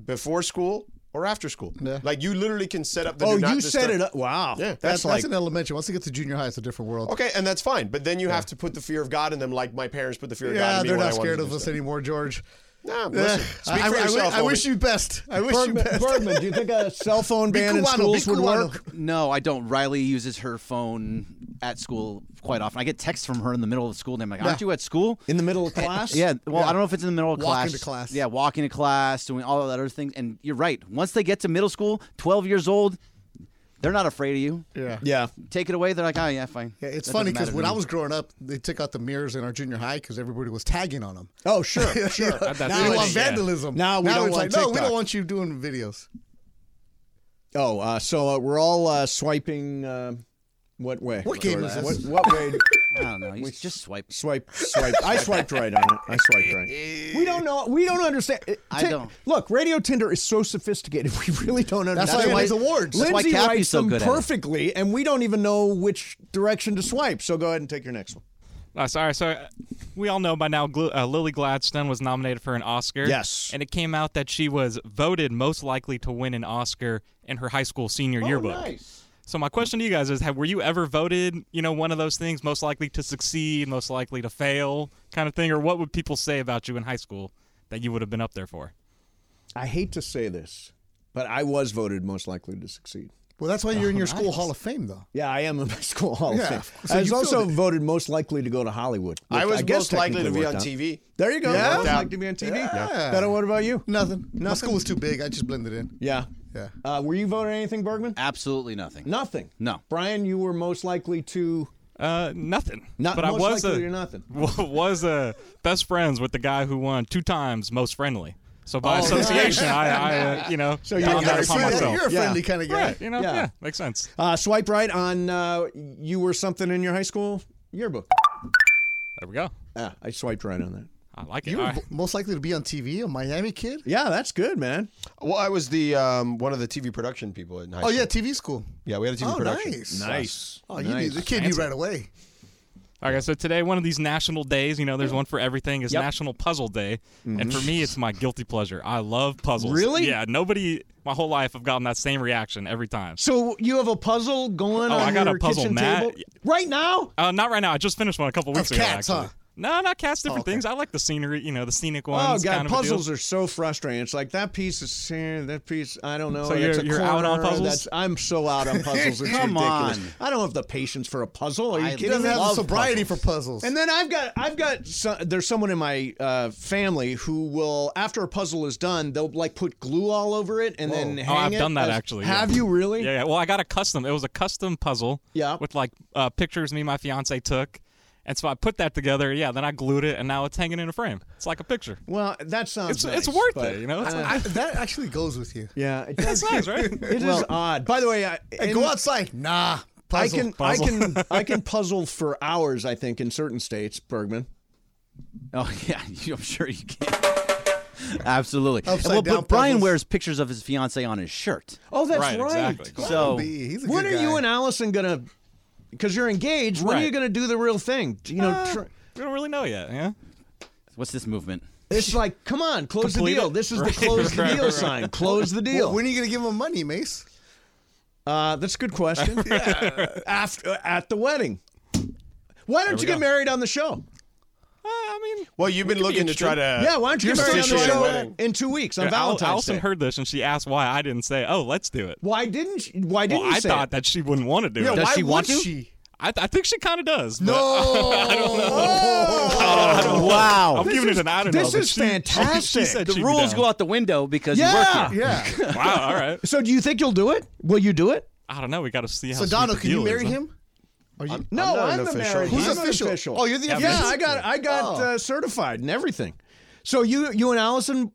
Speaker 6: before school, or after school. Like you literally can set up the.
Speaker 3: Oh,
Speaker 6: do not
Speaker 3: you set
Speaker 6: disturb-
Speaker 3: it up- wow.
Speaker 6: Yeah,
Speaker 3: That's That's- that's
Speaker 17: It's in elementary. Once they get to junior high, it's a different world.
Speaker 6: Okay, and that's fine. But then you have to put the fear of God in them, like my parents put the fear of God
Speaker 17: Yeah,
Speaker 6: in me.
Speaker 17: they're
Speaker 6: when
Speaker 17: not
Speaker 6: I wanted
Speaker 17: scared
Speaker 6: to
Speaker 17: of
Speaker 6: do
Speaker 17: us
Speaker 6: stuff.
Speaker 17: anymore, George.
Speaker 6: Nah,
Speaker 17: Yeah.
Speaker 6: listen. Speak
Speaker 17: I,
Speaker 6: for
Speaker 17: I- I-
Speaker 6: yourself.
Speaker 17: I wish
Speaker 6: homie.
Speaker 17: you best. I wish
Speaker 3: Bergman,
Speaker 17: you best.
Speaker 3: Bergman, do you think a cell phone ban in
Speaker 17: Bikuano,
Speaker 3: schools would
Speaker 17: Bikuano.
Speaker 3: work?
Speaker 2: No, I don't. Riley uses her phone at school quite often. I get texts from her in the middle of school. And I'm like, aren't
Speaker 3: Yeah.
Speaker 2: you at school?
Speaker 3: In the middle of class?
Speaker 2: Yeah. Well, I don't know if it's in the middle of
Speaker 3: Walking
Speaker 2: class.
Speaker 3: to class.
Speaker 2: Yeah, walking to class, doing all of that other things. And you're right. Once they get to middle school, 12 years old, they're not afraid of you.
Speaker 17: Yeah.
Speaker 3: Yeah.
Speaker 2: Take it away. They're like, oh, yeah, fine.
Speaker 17: Yeah, it's
Speaker 2: That
Speaker 17: funny
Speaker 2: doesn't matter
Speaker 17: because
Speaker 2: to
Speaker 17: when I
Speaker 2: me.
Speaker 17: was growing up, they took out the mirrors in our junior high because everybody was tagging on them.
Speaker 3: Oh, sure, sure.
Speaker 17: now
Speaker 3: That's
Speaker 17: we
Speaker 3: it,
Speaker 17: want
Speaker 3: yeah.
Speaker 17: vandalism.
Speaker 3: Now we don't
Speaker 17: it's
Speaker 3: want
Speaker 17: like, no, we
Speaker 3: TikTok."
Speaker 17: don't want you doing videos.
Speaker 3: Oh, uh, so uh, we're all uh, swiping. Uh, what way?
Speaker 17: What game
Speaker 3: Jordan?
Speaker 17: is this?
Speaker 3: What, what way?
Speaker 2: I don't know. You just swipe.
Speaker 3: Swipe, swipe. I swiped right on it. I swiped right. We don't know. We don't understand. It-
Speaker 2: I
Speaker 3: Ti-
Speaker 2: don't.
Speaker 3: Look, Radio Tinder is so sophisticated. We really don't
Speaker 17: That's
Speaker 3: understand.
Speaker 17: why it
Speaker 3: it.
Speaker 17: wins awards. That's
Speaker 3: Lindsay
Speaker 17: why Cappy's
Speaker 3: writes
Speaker 17: so
Speaker 3: them
Speaker 17: good at it.
Speaker 3: perfectly, and we don't even know which direction to swipe. So go ahead and take your next one.
Speaker 18: Uh, sorry, so uh, we all know by now Glu- uh, Lily Gladstone was nominated for an Oscar.
Speaker 3: Yes.
Speaker 18: And it came out that she was voted most likely to win an Oscar in her high school senior
Speaker 3: Oh,
Speaker 18: yearbook. So my question to you guys is, have, were you ever voted, you know, one of those things, most likely to succeed, most likely to fail kind of thing? Or what would people say about you in high school that you would have been up there for?
Speaker 3: I hate to say this, but I was voted most likely to succeed.
Speaker 17: Well, that's why you're in your school hall of fame, though.
Speaker 3: Yeah, I am in my school hall
Speaker 17: Yeah,
Speaker 3: of fame.
Speaker 17: so
Speaker 3: I
Speaker 17: you
Speaker 3: was
Speaker 17: feel
Speaker 3: also
Speaker 17: that-
Speaker 3: voted most likely to go to Hollywood.
Speaker 6: I
Speaker 3: which
Speaker 6: was
Speaker 3: guess
Speaker 6: most likely to
Speaker 3: technically
Speaker 6: be
Speaker 3: worked
Speaker 6: on TV.
Speaker 3: There you go.
Speaker 6: Yeah.
Speaker 3: Most
Speaker 6: Yeah.
Speaker 3: likely to be on TV.
Speaker 17: Yeah.
Speaker 3: Beto, what about you?
Speaker 17: Nothing. My school was too big. I just blended in.
Speaker 3: Yeah.
Speaker 17: Yeah.
Speaker 3: Uh, were you voted anything, Bergman?
Speaker 2: Absolutely nothing.
Speaker 3: Nothing.
Speaker 2: No.
Speaker 3: Brian, you were most likely to.
Speaker 18: Uh, nothing.
Speaker 3: Not,
Speaker 18: but I
Speaker 3: most
Speaker 18: was
Speaker 3: likely
Speaker 18: a,
Speaker 3: to nothing.
Speaker 18: was uh, best friends with the guy who won two times most friendly. So by
Speaker 17: Oh,
Speaker 18: association,
Speaker 17: nice.
Speaker 18: I, I uh, you know,
Speaker 3: So you're
Speaker 18: found
Speaker 3: a
Speaker 18: that
Speaker 3: nice
Speaker 18: upon
Speaker 3: friend.
Speaker 18: myself.
Speaker 3: You're a friendly
Speaker 17: kinda guy.
Speaker 18: Right, you know,
Speaker 3: Yeah.
Speaker 18: yeah. makes sense.
Speaker 3: Uh, swipe right on uh, you were something in your high school yearbook.
Speaker 18: There we go.
Speaker 3: Yeah, I swiped right on that.
Speaker 18: I like
Speaker 17: You were b- most likely to be on TV, a Miami kid.
Speaker 3: Yeah, that's good, man.
Speaker 6: Well, I was the um, one of the TV production people in high
Speaker 17: oh
Speaker 6: school.
Speaker 17: yeah, TV school.
Speaker 6: Yeah, we had a TV
Speaker 17: oh,
Speaker 6: production.
Speaker 17: Nice.
Speaker 18: Nice.
Speaker 17: Oh, you
Speaker 18: Nice.
Speaker 17: knew, the kid knew
Speaker 18: Fancy.
Speaker 17: right away.
Speaker 18: All right, so today, one of these national days, you know, there's one for everything, is
Speaker 17: Yep.
Speaker 18: National Puzzle Day.
Speaker 17: Mhm.
Speaker 18: And for me, it's my guilty pleasure. I love puzzles.
Speaker 3: Mm-hmm. Really?
Speaker 18: Yeah, nobody, my whole life, I've gotten that same reaction every time.
Speaker 3: So you have a puzzle going
Speaker 18: Oh,
Speaker 3: on
Speaker 18: I got a
Speaker 3: your
Speaker 18: puzzle
Speaker 3: kitchen
Speaker 18: mat.
Speaker 3: table right now.
Speaker 18: Uh, not right now. I just finished one a couple weeks ago.
Speaker 3: cats,
Speaker 18: actually.
Speaker 3: huh?
Speaker 18: No, not cats. Different things. I like the scenery. You know, the scenic
Speaker 3: oh
Speaker 18: ones.
Speaker 3: god,
Speaker 18: kind of a deal.
Speaker 3: puzzles are so frustrating. It's like that piece is here, that piece I don't know.
Speaker 18: So
Speaker 3: that's
Speaker 18: you're-
Speaker 3: a
Speaker 18: you're out on
Speaker 3: corner,
Speaker 18: puzzles?
Speaker 3: that's- I'm so out on puzzles. It's
Speaker 18: Come
Speaker 3: ridiculous.
Speaker 18: on.
Speaker 3: I don't have the patience for a puzzle. Are you
Speaker 18: I
Speaker 3: kidding?
Speaker 17: doesn't
Speaker 3: me?
Speaker 17: have the
Speaker 3: Love
Speaker 17: sobriety for puzzles.
Speaker 3: And then I've got I've got so, there's someone in my uh, family who will after a puzzle is done they'll like put glue all over it and then hang
Speaker 18: oh, I've
Speaker 3: it
Speaker 18: done that
Speaker 3: as-
Speaker 18: actually. yeah.
Speaker 3: Have you really?
Speaker 18: Yeah, yeah. Well, I got a custom. It was a custom puzzle.
Speaker 3: Yeah.
Speaker 18: With like uh, pictures me and my fiance took, and so I put that together. Yeah. Then I glued it, and now it's hanging in a frame. It's like a picture.
Speaker 3: Well, that sounds
Speaker 18: It's it's
Speaker 3: nice,
Speaker 18: worth
Speaker 3: but,
Speaker 18: it. You know. It's
Speaker 3: uh,
Speaker 18: like-
Speaker 17: I, that actually goes with you.
Speaker 3: yeah, it
Speaker 18: That's
Speaker 3: does-
Speaker 18: nice, right?
Speaker 3: It is
Speaker 17: Well-
Speaker 3: odd. By the way, I,
Speaker 17: Hey,
Speaker 3: in-
Speaker 17: go outside. Nah. Puzzle.
Speaker 3: I can I can I can puzzle for hours. I think in certain states, Bergman.
Speaker 2: Oh yeah, I'm sure you can. Absolutely.
Speaker 3: Upside
Speaker 2: well,
Speaker 3: down
Speaker 2: but Brian
Speaker 3: puzzles.
Speaker 2: wears pictures of his fiance on his shirt.
Speaker 3: Oh, that's Right, right. exactly.
Speaker 2: So
Speaker 3: when are you and Allison gonna? Because you're engaged. When are you
Speaker 2: Right.
Speaker 3: gonna do the real thing? You know,
Speaker 18: Uh,
Speaker 3: tr-
Speaker 18: we don't really know yet. Yeah.
Speaker 2: What's this movement?
Speaker 3: it's like, come on, close
Speaker 2: Complete
Speaker 3: the deal.
Speaker 2: it.
Speaker 3: This is
Speaker 2: Right,
Speaker 3: the close the
Speaker 2: right,
Speaker 3: deal
Speaker 2: right.
Speaker 3: sign. Close the deal.
Speaker 17: Well, when are you going to give him money, Mace?
Speaker 3: Uh, that's a good question. Yeah, After at the wedding. Why don't
Speaker 6: we
Speaker 3: you get
Speaker 6: go.
Speaker 3: married on the show?
Speaker 6: Well, you've been looking to try to.
Speaker 3: yeah, why don't you get married on the
Speaker 6: officiate a
Speaker 3: show
Speaker 6: wedding.
Speaker 3: in two weeks on
Speaker 18: Yeah, Al-
Speaker 3: Valentine's
Speaker 18: Allison
Speaker 3: Day?
Speaker 18: heard this, and she asked why I didn't say, "Oh, let's do it."
Speaker 3: Why didn't? She, why
Speaker 18: Well,
Speaker 3: didn't you
Speaker 18: I
Speaker 3: say
Speaker 18: thought
Speaker 3: it?
Speaker 18: that she wouldn't want to do
Speaker 3: Yeah,
Speaker 18: it.
Speaker 3: Does why she want would to?
Speaker 18: She? I, I think she kind of does. but-
Speaker 3: No.
Speaker 18: I don't know.
Speaker 2: Oh, wow.
Speaker 18: I'm giving it an I don't know,
Speaker 3: This
Speaker 18: but
Speaker 3: is
Speaker 18: she-
Speaker 3: fantastic.
Speaker 18: she said
Speaker 2: the
Speaker 18: she'd be
Speaker 2: rules
Speaker 18: down.
Speaker 2: go out the window because
Speaker 3: Yeah,
Speaker 2: you work
Speaker 17: Yeah.
Speaker 2: here.
Speaker 18: Wow. All right.
Speaker 3: So do you think you'll do it? Will you do it?
Speaker 18: I don't know. We got to see how.
Speaker 17: So,
Speaker 18: sweet
Speaker 17: Donald,
Speaker 18: the
Speaker 17: can you
Speaker 18: deal is,
Speaker 17: marry
Speaker 18: huh?
Speaker 17: him? Are you,
Speaker 3: No, I'm, the married.
Speaker 17: Who's
Speaker 3: I'm an
Speaker 17: official? Oh, you're the
Speaker 3: yeah,
Speaker 17: official.
Speaker 3: I got I got
Speaker 17: Oh.
Speaker 3: uh, certified and everything. So you you and Allison,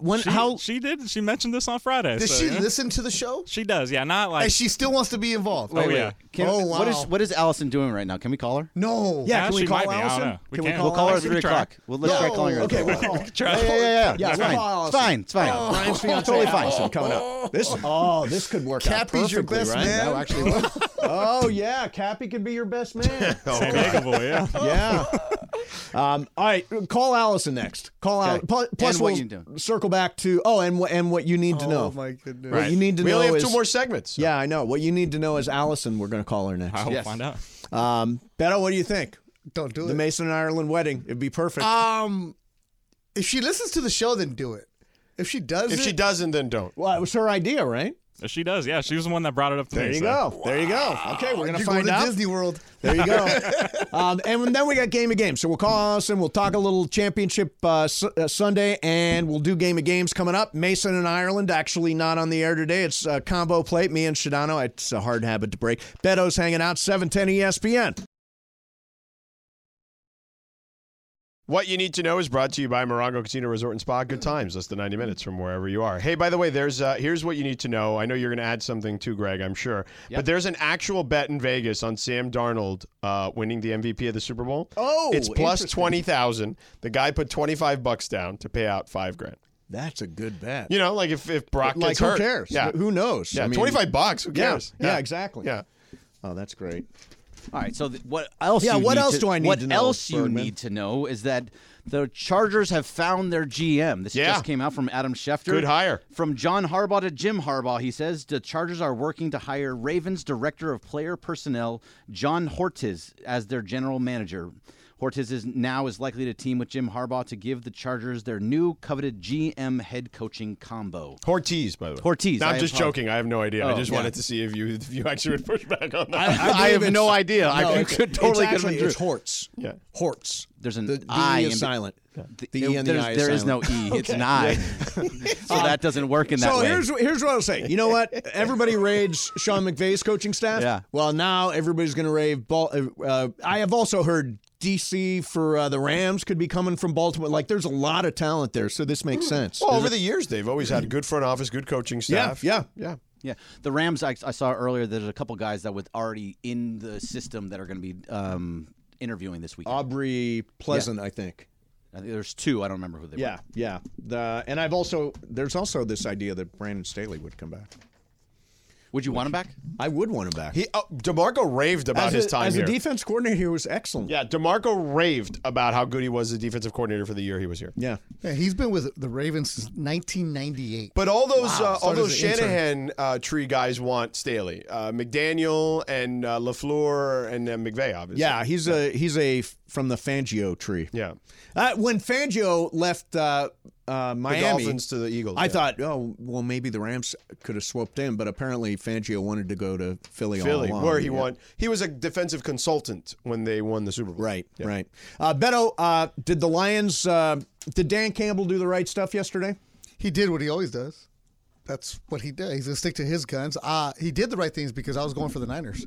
Speaker 3: when
Speaker 18: She,
Speaker 3: how
Speaker 18: she did. She mentioned this on Friday.
Speaker 17: Does
Speaker 18: so,
Speaker 17: she
Speaker 18: yeah.
Speaker 17: listen to the show?
Speaker 18: She does. Yeah. Not like.
Speaker 17: And she still wants to be involved.
Speaker 18: oh yeah.
Speaker 2: Can-
Speaker 17: oh wow.
Speaker 2: What is what is Allison doing right now? Can we call her?
Speaker 17: no.
Speaker 3: Yeah, can we
Speaker 18: she
Speaker 3: call
Speaker 18: might be, I don't
Speaker 3: Allison?
Speaker 18: know. We
Speaker 3: Can
Speaker 18: can.
Speaker 3: we
Speaker 2: We'll
Speaker 3: call
Speaker 2: call her
Speaker 3: her?
Speaker 2: at
Speaker 18: We
Speaker 2: three
Speaker 18: can try.
Speaker 2: o'clock. We'll let's try calling her. at
Speaker 3: Okay,
Speaker 2: three
Speaker 3: we'll
Speaker 2: o'clock.
Speaker 3: call. her.
Speaker 18: Try.
Speaker 3: Yeah, yeah, yeah, yeah.
Speaker 2: Yeah,
Speaker 3: yeah
Speaker 2: it's
Speaker 3: we'll
Speaker 2: fine.
Speaker 3: call
Speaker 2: It's
Speaker 3: Allison.
Speaker 2: fine. It's fine.
Speaker 3: Oh, Brian's fiance.
Speaker 2: Totally fine.
Speaker 3: Allison coming up. This oh, this could work out
Speaker 17: Cappy's your
Speaker 3: perfectly,
Speaker 17: best
Speaker 3: right?
Speaker 17: man.
Speaker 3: That actually work. oh yeah, Cappy could be your best man.
Speaker 18: San Diego boy. Yeah.
Speaker 3: Oh, yeah. Um, all right, call Allison next. Call Al-
Speaker 2: Okay.
Speaker 3: pl- Plus,
Speaker 2: And what
Speaker 3: we'll
Speaker 2: you do.
Speaker 3: circle back to oh, and what and what you need to know.
Speaker 17: Oh my goodness.
Speaker 3: What you need to
Speaker 6: We
Speaker 3: know
Speaker 6: only have
Speaker 3: is
Speaker 6: two more segments. so-
Speaker 3: yeah, I know. What you need to know is Allison. We're going to call her next.
Speaker 18: I will
Speaker 3: Yes.
Speaker 18: find out.
Speaker 3: Um, Beto, what do you think?
Speaker 17: Don't do
Speaker 3: The
Speaker 17: it.
Speaker 3: Mason and Ireland wedding. It'd be perfect.
Speaker 17: Um, if she listens to the show, then do it. If she does,
Speaker 6: If
Speaker 17: it,
Speaker 6: she doesn't, then don't.
Speaker 3: well, it was her idea, right?
Speaker 18: She does. Yeah. She was the one that brought it up to
Speaker 3: There
Speaker 18: me.
Speaker 3: you go.
Speaker 18: so.
Speaker 3: There Oh, you go. Okay, we're gonna
Speaker 17: you're
Speaker 3: find
Speaker 17: going
Speaker 3: out.
Speaker 17: to Disney World.
Speaker 3: There you go. um, and then we got game of games. So we'll call Allison. We'll talk a little championship uh, su- uh, Sunday, and we'll do game of games coming up. Mason and Ireland actually not on the air today. It's a combo plate. Me and Shadano. It's a hard habit to break. Beto's hanging out. Seven ten E ESPN.
Speaker 6: What you need to know is brought to you by Morongo Casino Resort and Spa. Good times, less than 90 minutes from wherever you are. Hey, by the way, there's uh, here's what you need to know. I know you're going to add something too, Greg, I'm sure. But there's an actual bet in Vegas on Sam Darnold uh, winning the MVP of the Super Bowl.
Speaker 3: Oh,
Speaker 6: It's plus
Speaker 3: interesting.
Speaker 6: 20,000. The guy put 25 bucks down to pay out 5 grand.
Speaker 3: That's a good bet.
Speaker 6: You know, like if, if Brock
Speaker 3: like
Speaker 6: gets
Speaker 3: who
Speaker 6: hurt.
Speaker 3: cares?
Speaker 6: Yeah.
Speaker 3: Who knows?
Speaker 6: Yeah,
Speaker 3: I mean,
Speaker 6: 25 bucks. Who
Speaker 3: yeah,
Speaker 6: cares?
Speaker 3: yeah, exactly.
Speaker 6: Yeah.
Speaker 3: Oh, that's great.
Speaker 2: All right. So th- what else?
Speaker 3: Yeah,
Speaker 2: you
Speaker 3: what
Speaker 2: need
Speaker 3: else
Speaker 2: to-
Speaker 3: do I need
Speaker 2: what
Speaker 3: to know,
Speaker 2: else you
Speaker 3: Bergman?
Speaker 2: need to know is that the Chargers have found their GM. This
Speaker 6: Yeah.
Speaker 2: just came out from Adam Schefter.
Speaker 6: Good hire.
Speaker 2: From John Harbaugh to Jim Harbaugh, he says the Chargers are working to hire Ravens director of player personnel John Hortiz as their general manager. Hortiz is now is likely to team with Jim Harbaugh to give the Chargers their new coveted GM head coaching combo.
Speaker 6: Hortiz, by the way.
Speaker 2: Hortiz,
Speaker 6: No,
Speaker 2: I
Speaker 6: I'm just
Speaker 2: apologize.
Speaker 6: joking. I have no idea. I
Speaker 2: Oh,
Speaker 6: just
Speaker 2: yeah.
Speaker 6: wanted to see if you if you actually would push back on that.
Speaker 2: I
Speaker 3: believe
Speaker 2: have
Speaker 3: it's-
Speaker 2: no idea. I-
Speaker 3: No,
Speaker 2: you
Speaker 3: it's-
Speaker 2: could totally
Speaker 3: it's
Speaker 2: get
Speaker 3: actually,
Speaker 2: them
Speaker 3: It's
Speaker 2: through.
Speaker 3: Hortz.
Speaker 6: Yeah.
Speaker 3: Hortz.
Speaker 2: There's an
Speaker 3: The, the
Speaker 2: I
Speaker 3: E is
Speaker 2: in-
Speaker 3: silent. The,
Speaker 2: There-
Speaker 3: E and the
Speaker 2: there's-
Speaker 3: I is
Speaker 2: there is no
Speaker 3: silent.
Speaker 2: E. It's an I. so that doesn't work in that
Speaker 3: So
Speaker 2: way.
Speaker 3: here's here's what I'll say. You know what? Everybody raves Sean McVay's coaching staff.
Speaker 2: Yeah.
Speaker 3: Well, now everybody's going to rave. Ball, uh, uh, I have also heard DC for uh, the Rams could be coming from Baltimore. Like, there's a lot of talent there, so this makes
Speaker 2: Hmm.
Speaker 3: sense.
Speaker 1: Well, over
Speaker 3: There's
Speaker 1: the years, they've always had good front office, good coaching
Speaker 3: Yeah,
Speaker 1: staff.
Speaker 3: yeah.
Speaker 1: yeah.
Speaker 2: Yeah, the Rams. I, I saw earlier. There's a couple guys that were already in the system that are going to be um, interviewing this week.
Speaker 3: Aubrey Pleasant, I think.
Speaker 2: There's two. I don't remember who they
Speaker 3: yeah, yeah. The, and I've also there's also this idea that Brandon Staley would come back.
Speaker 2: Would you want him back?
Speaker 3: I would want him back.
Speaker 1: He oh, Demarco raved about
Speaker 3: As
Speaker 1: his
Speaker 3: a-
Speaker 1: time
Speaker 3: as a
Speaker 1: here.
Speaker 3: defense coordinator. He was excellent.
Speaker 1: Yeah, Demarco raved about how good he was as defensive coordinator for the year he was here.
Speaker 3: Yeah.
Speaker 17: Yeah, he's been with the Ravens since 1998.
Speaker 1: But all those
Speaker 17: Wow.
Speaker 1: uh, all
Speaker 17: Started
Speaker 1: those
Speaker 17: as an intern.
Speaker 1: Shanahan uh, tree guys want Staley, uh, McDaniel, and uh, Lafleur, and uh, McVay, obviously.
Speaker 3: Yeah, he's a he's a f- from the Fangio tree.
Speaker 1: Yeah.
Speaker 3: Uh, when Fangio left uh, uh, Miami,
Speaker 1: Dolphins to the Eagles,
Speaker 3: I
Speaker 1: yeah.
Speaker 3: thought, oh, well, maybe the Rams could have swooped in, but apparently Fangio wanted to go to Philly. all
Speaker 1: Philly,
Speaker 3: along.
Speaker 1: where he
Speaker 3: Yeah.
Speaker 1: won. He was a defensive consultant when they won the Super Bowl.
Speaker 3: Right, right. Uh, Beto, uh, did the Lions? Uh, did Dan Campbell do the right stuff yesterday?
Speaker 17: He did what he always does. That's what he does. He's gonna stick to his guns. Uh, he did the right things because I was going for the Niners.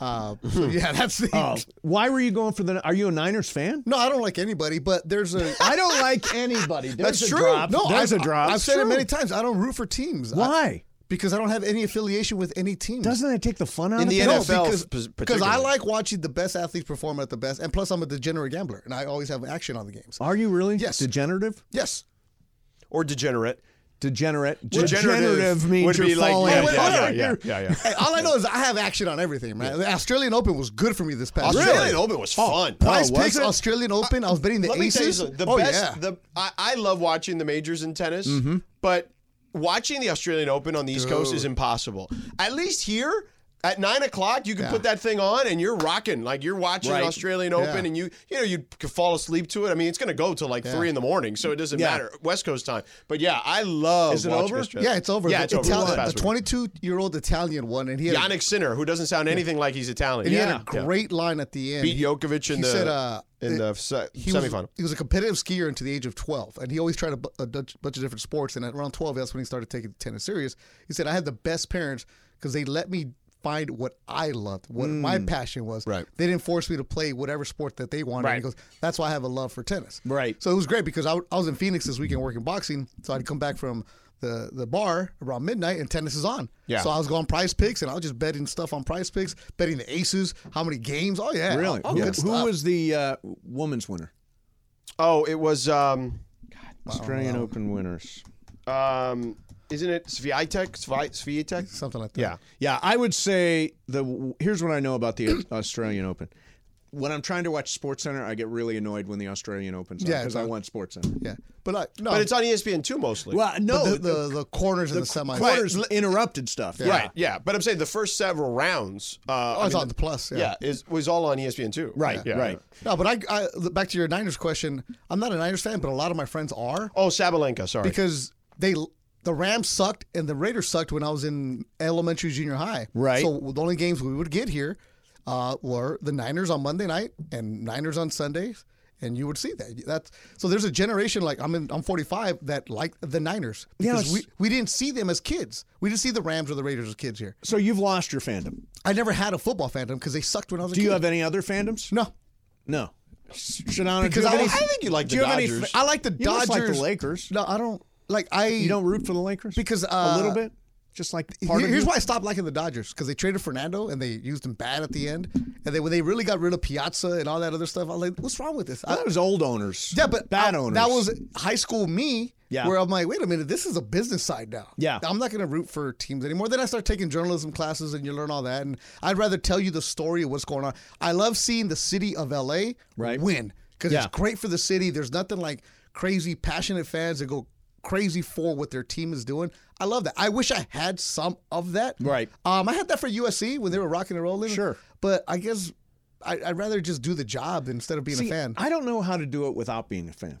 Speaker 17: Uh, so yeah, that's the.
Speaker 3: Oh, why were you going for the? Are you a Niners fan?
Speaker 17: No, I don't like anybody, but there's a.
Speaker 3: I don't like anybody. There's
Speaker 17: that's
Speaker 3: a
Speaker 17: true.
Speaker 3: drop.
Speaker 17: No,
Speaker 3: There's
Speaker 17: I've,
Speaker 3: a drop.
Speaker 17: I've
Speaker 3: It's
Speaker 17: said it
Speaker 3: true.
Speaker 17: many times. I don't root for teams. I-
Speaker 3: Why?
Speaker 17: because I don't have any affiliation with any team.
Speaker 3: Doesn't that take the fun out
Speaker 17: In
Speaker 3: of
Speaker 17: the
Speaker 3: it?
Speaker 17: NFL because, because I like watching the best athletes perform at the best, and plus I'm a degenerate gambler, and I always have action on the games.
Speaker 3: Are you really?
Speaker 17: Yes.
Speaker 3: Degenerative?
Speaker 17: Yes.
Speaker 1: Or degenerate.
Speaker 3: Degenerate.
Speaker 1: Degenerative
Speaker 3: means
Speaker 1: would
Speaker 3: you're
Speaker 1: be like-
Speaker 3: falling.
Speaker 1: yeah,
Speaker 3: apart.
Speaker 1: yeah, yeah,
Speaker 3: You're-
Speaker 1: yeah, yeah.
Speaker 17: Hey, all I know is I have action on everything, man. The Australian Open was good for me this past year.
Speaker 1: Australian Open was
Speaker 3: Oh,
Speaker 1: fun.
Speaker 17: Price picks Australian Open. I was betting the
Speaker 1: Let me tell you
Speaker 17: aces.
Speaker 1: something. The
Speaker 17: oh,
Speaker 1: best.
Speaker 17: yeah.
Speaker 1: The I, I love watching the majors in tennis,
Speaker 17: Mhm.
Speaker 1: but watching the Australian Open on the East Coast is
Speaker 17: Dude.
Speaker 1: impossible. At least here. At nine o'clock, you can put that thing on and you're rocking. Like you're watching
Speaker 3: Right.
Speaker 1: Australian
Speaker 3: Yeah.
Speaker 1: Open, and you you know you could fall asleep to it. I mean, it's going to go till like
Speaker 17: Yeah.
Speaker 1: three in the morning, so it doesn't
Speaker 17: Yeah.
Speaker 1: matter West Coast time. But yeah, I love. watching Australia.
Speaker 17: Yeah, it's over.
Speaker 1: Yeah,
Speaker 17: The
Speaker 1: it's over.
Speaker 17: Italian-
Speaker 1: This past
Speaker 17: the
Speaker 1: week.
Speaker 17: 22 year old Italian won, and he had, a-
Speaker 1: Yannick Sinner, who doesn't sound anything like he's Italian.
Speaker 17: and he had a great line at the end.
Speaker 1: Beat
Speaker 17: He-
Speaker 1: Djokovic in
Speaker 17: he
Speaker 1: the-
Speaker 17: said, uh,
Speaker 1: in
Speaker 17: it-
Speaker 1: the se-
Speaker 17: he was-
Speaker 1: semifinal.
Speaker 17: he was a competitive skier until the age of 12, and he always tried a, bu- a bunch bunch of different sports. And at around 12, that's when he started taking tennis serious. He said, "I had the best parents because they let me." Find what I loved, what my
Speaker 3: Mm.
Speaker 17: passion was.
Speaker 3: Right.
Speaker 17: They didn't force me to play whatever sport that they wanted. And he
Speaker 3: Right.
Speaker 17: goes, "That's why I have a love for tennis."
Speaker 3: Right.
Speaker 17: So it was great because I, w- I was in Phoenix this weekend working boxing. So I'd come back from the, the bar around midnight and tennis is on.
Speaker 3: Yeah.
Speaker 17: So I was going price picks and I was just betting stuff on price picks, betting the aces, how many games. Oh, yeah.
Speaker 3: Really?
Speaker 17: All
Speaker 3: Who,
Speaker 17: good
Speaker 3: who
Speaker 17: stuff.
Speaker 3: was the uh, woman's winner?
Speaker 1: Oh, it was um,
Speaker 3: Australian Open winners.
Speaker 1: um, isn't it Sviatek? Svi- Sviatek?
Speaker 17: Something like that.
Speaker 1: Yeah.
Speaker 3: Yeah, I would say the here's what I know about the Australian Open. When I'm trying to watch Sports Center, I get really annoyed when the Australian Open's on
Speaker 17: Yeah,
Speaker 3: because
Speaker 17: it's
Speaker 3: I
Speaker 17: on.
Speaker 3: want Sports Center.
Speaker 17: Yeah. But I, no.
Speaker 1: But it's on E ESPN two mostly.
Speaker 3: Well, no,
Speaker 17: the, the, the corners and the semis.
Speaker 3: quarters interrupted stuff. Yeah.
Speaker 1: Right. Yeah. But I'm saying the first several rounds. Uh,
Speaker 17: Oh, it's on the plus, yeah.
Speaker 1: is, was all on E ESPN two.
Speaker 3: Right, right.
Speaker 17: No, but I, I look, back to your Niners question. I'm not a Niners fan, but a lot of my friends are.
Speaker 1: Oh, Sabalenka, sorry.
Speaker 17: Because they the Rams sucked and the Raiders sucked when I was in elementary junior high.
Speaker 3: Right.
Speaker 17: So the only games we would get here uh, were the Niners on Monday night and Niners on Sundays. And you would see that. That's so. There's a generation like I'm. In, I'm 45 that like the Niners because
Speaker 3: Yes.
Speaker 17: we, we didn't see them as kids. We didn't see the Rams or the Raiders as kids here.
Speaker 3: So you've lost your fandom.
Speaker 17: I never had a football fandom because they sucked when I was.
Speaker 3: Do
Speaker 17: a kid.
Speaker 3: you have any other fandoms?
Speaker 17: No.
Speaker 3: No. Shanana,
Speaker 17: Because
Speaker 3: do
Speaker 17: I,
Speaker 3: you have any-
Speaker 17: I
Speaker 1: think you like
Speaker 3: do
Speaker 1: the
Speaker 3: you have any
Speaker 1: Dodgers.
Speaker 3: fa-
Speaker 17: I like the
Speaker 3: You
Speaker 17: Dodgers.
Speaker 3: must like the Lakers.
Speaker 17: No, I don't like. I
Speaker 3: You don't root for the Lakers
Speaker 17: because uh,
Speaker 3: a little bit, just like part
Speaker 17: Here-
Speaker 3: of
Speaker 17: here's
Speaker 3: you?
Speaker 17: why I stopped liking the Dodgers because they traded Fernando and they used him bad at the end, and they when they really got rid of Piazza and all that other stuff. I was like, what's wrong with this? I,
Speaker 3: That was old owners.
Speaker 17: yeah, but
Speaker 3: bad
Speaker 17: I-
Speaker 3: owners.
Speaker 17: That was high school me.
Speaker 3: Yeah.
Speaker 17: Where I'm like, wait a minute, this is a business side now.
Speaker 3: Yeah.
Speaker 17: I'm not going to root for teams anymore. Then I start taking journalism classes and you learn all that. And I'd rather tell you the story of what's going on. I love seeing the city of LA
Speaker 3: Right.
Speaker 17: win because
Speaker 3: Yeah.
Speaker 17: it's great for the city. There's nothing like crazy, passionate fans that go crazy for what their team is doing. I love that. I wish I had some of that.
Speaker 3: Right.
Speaker 17: Um, I had that for USC when they were rocking and rolling. Sure. But I guess I, I'd rather just do the job instead of being
Speaker 3: See,
Speaker 17: a fan.
Speaker 3: I don't know how to do it without being a fan.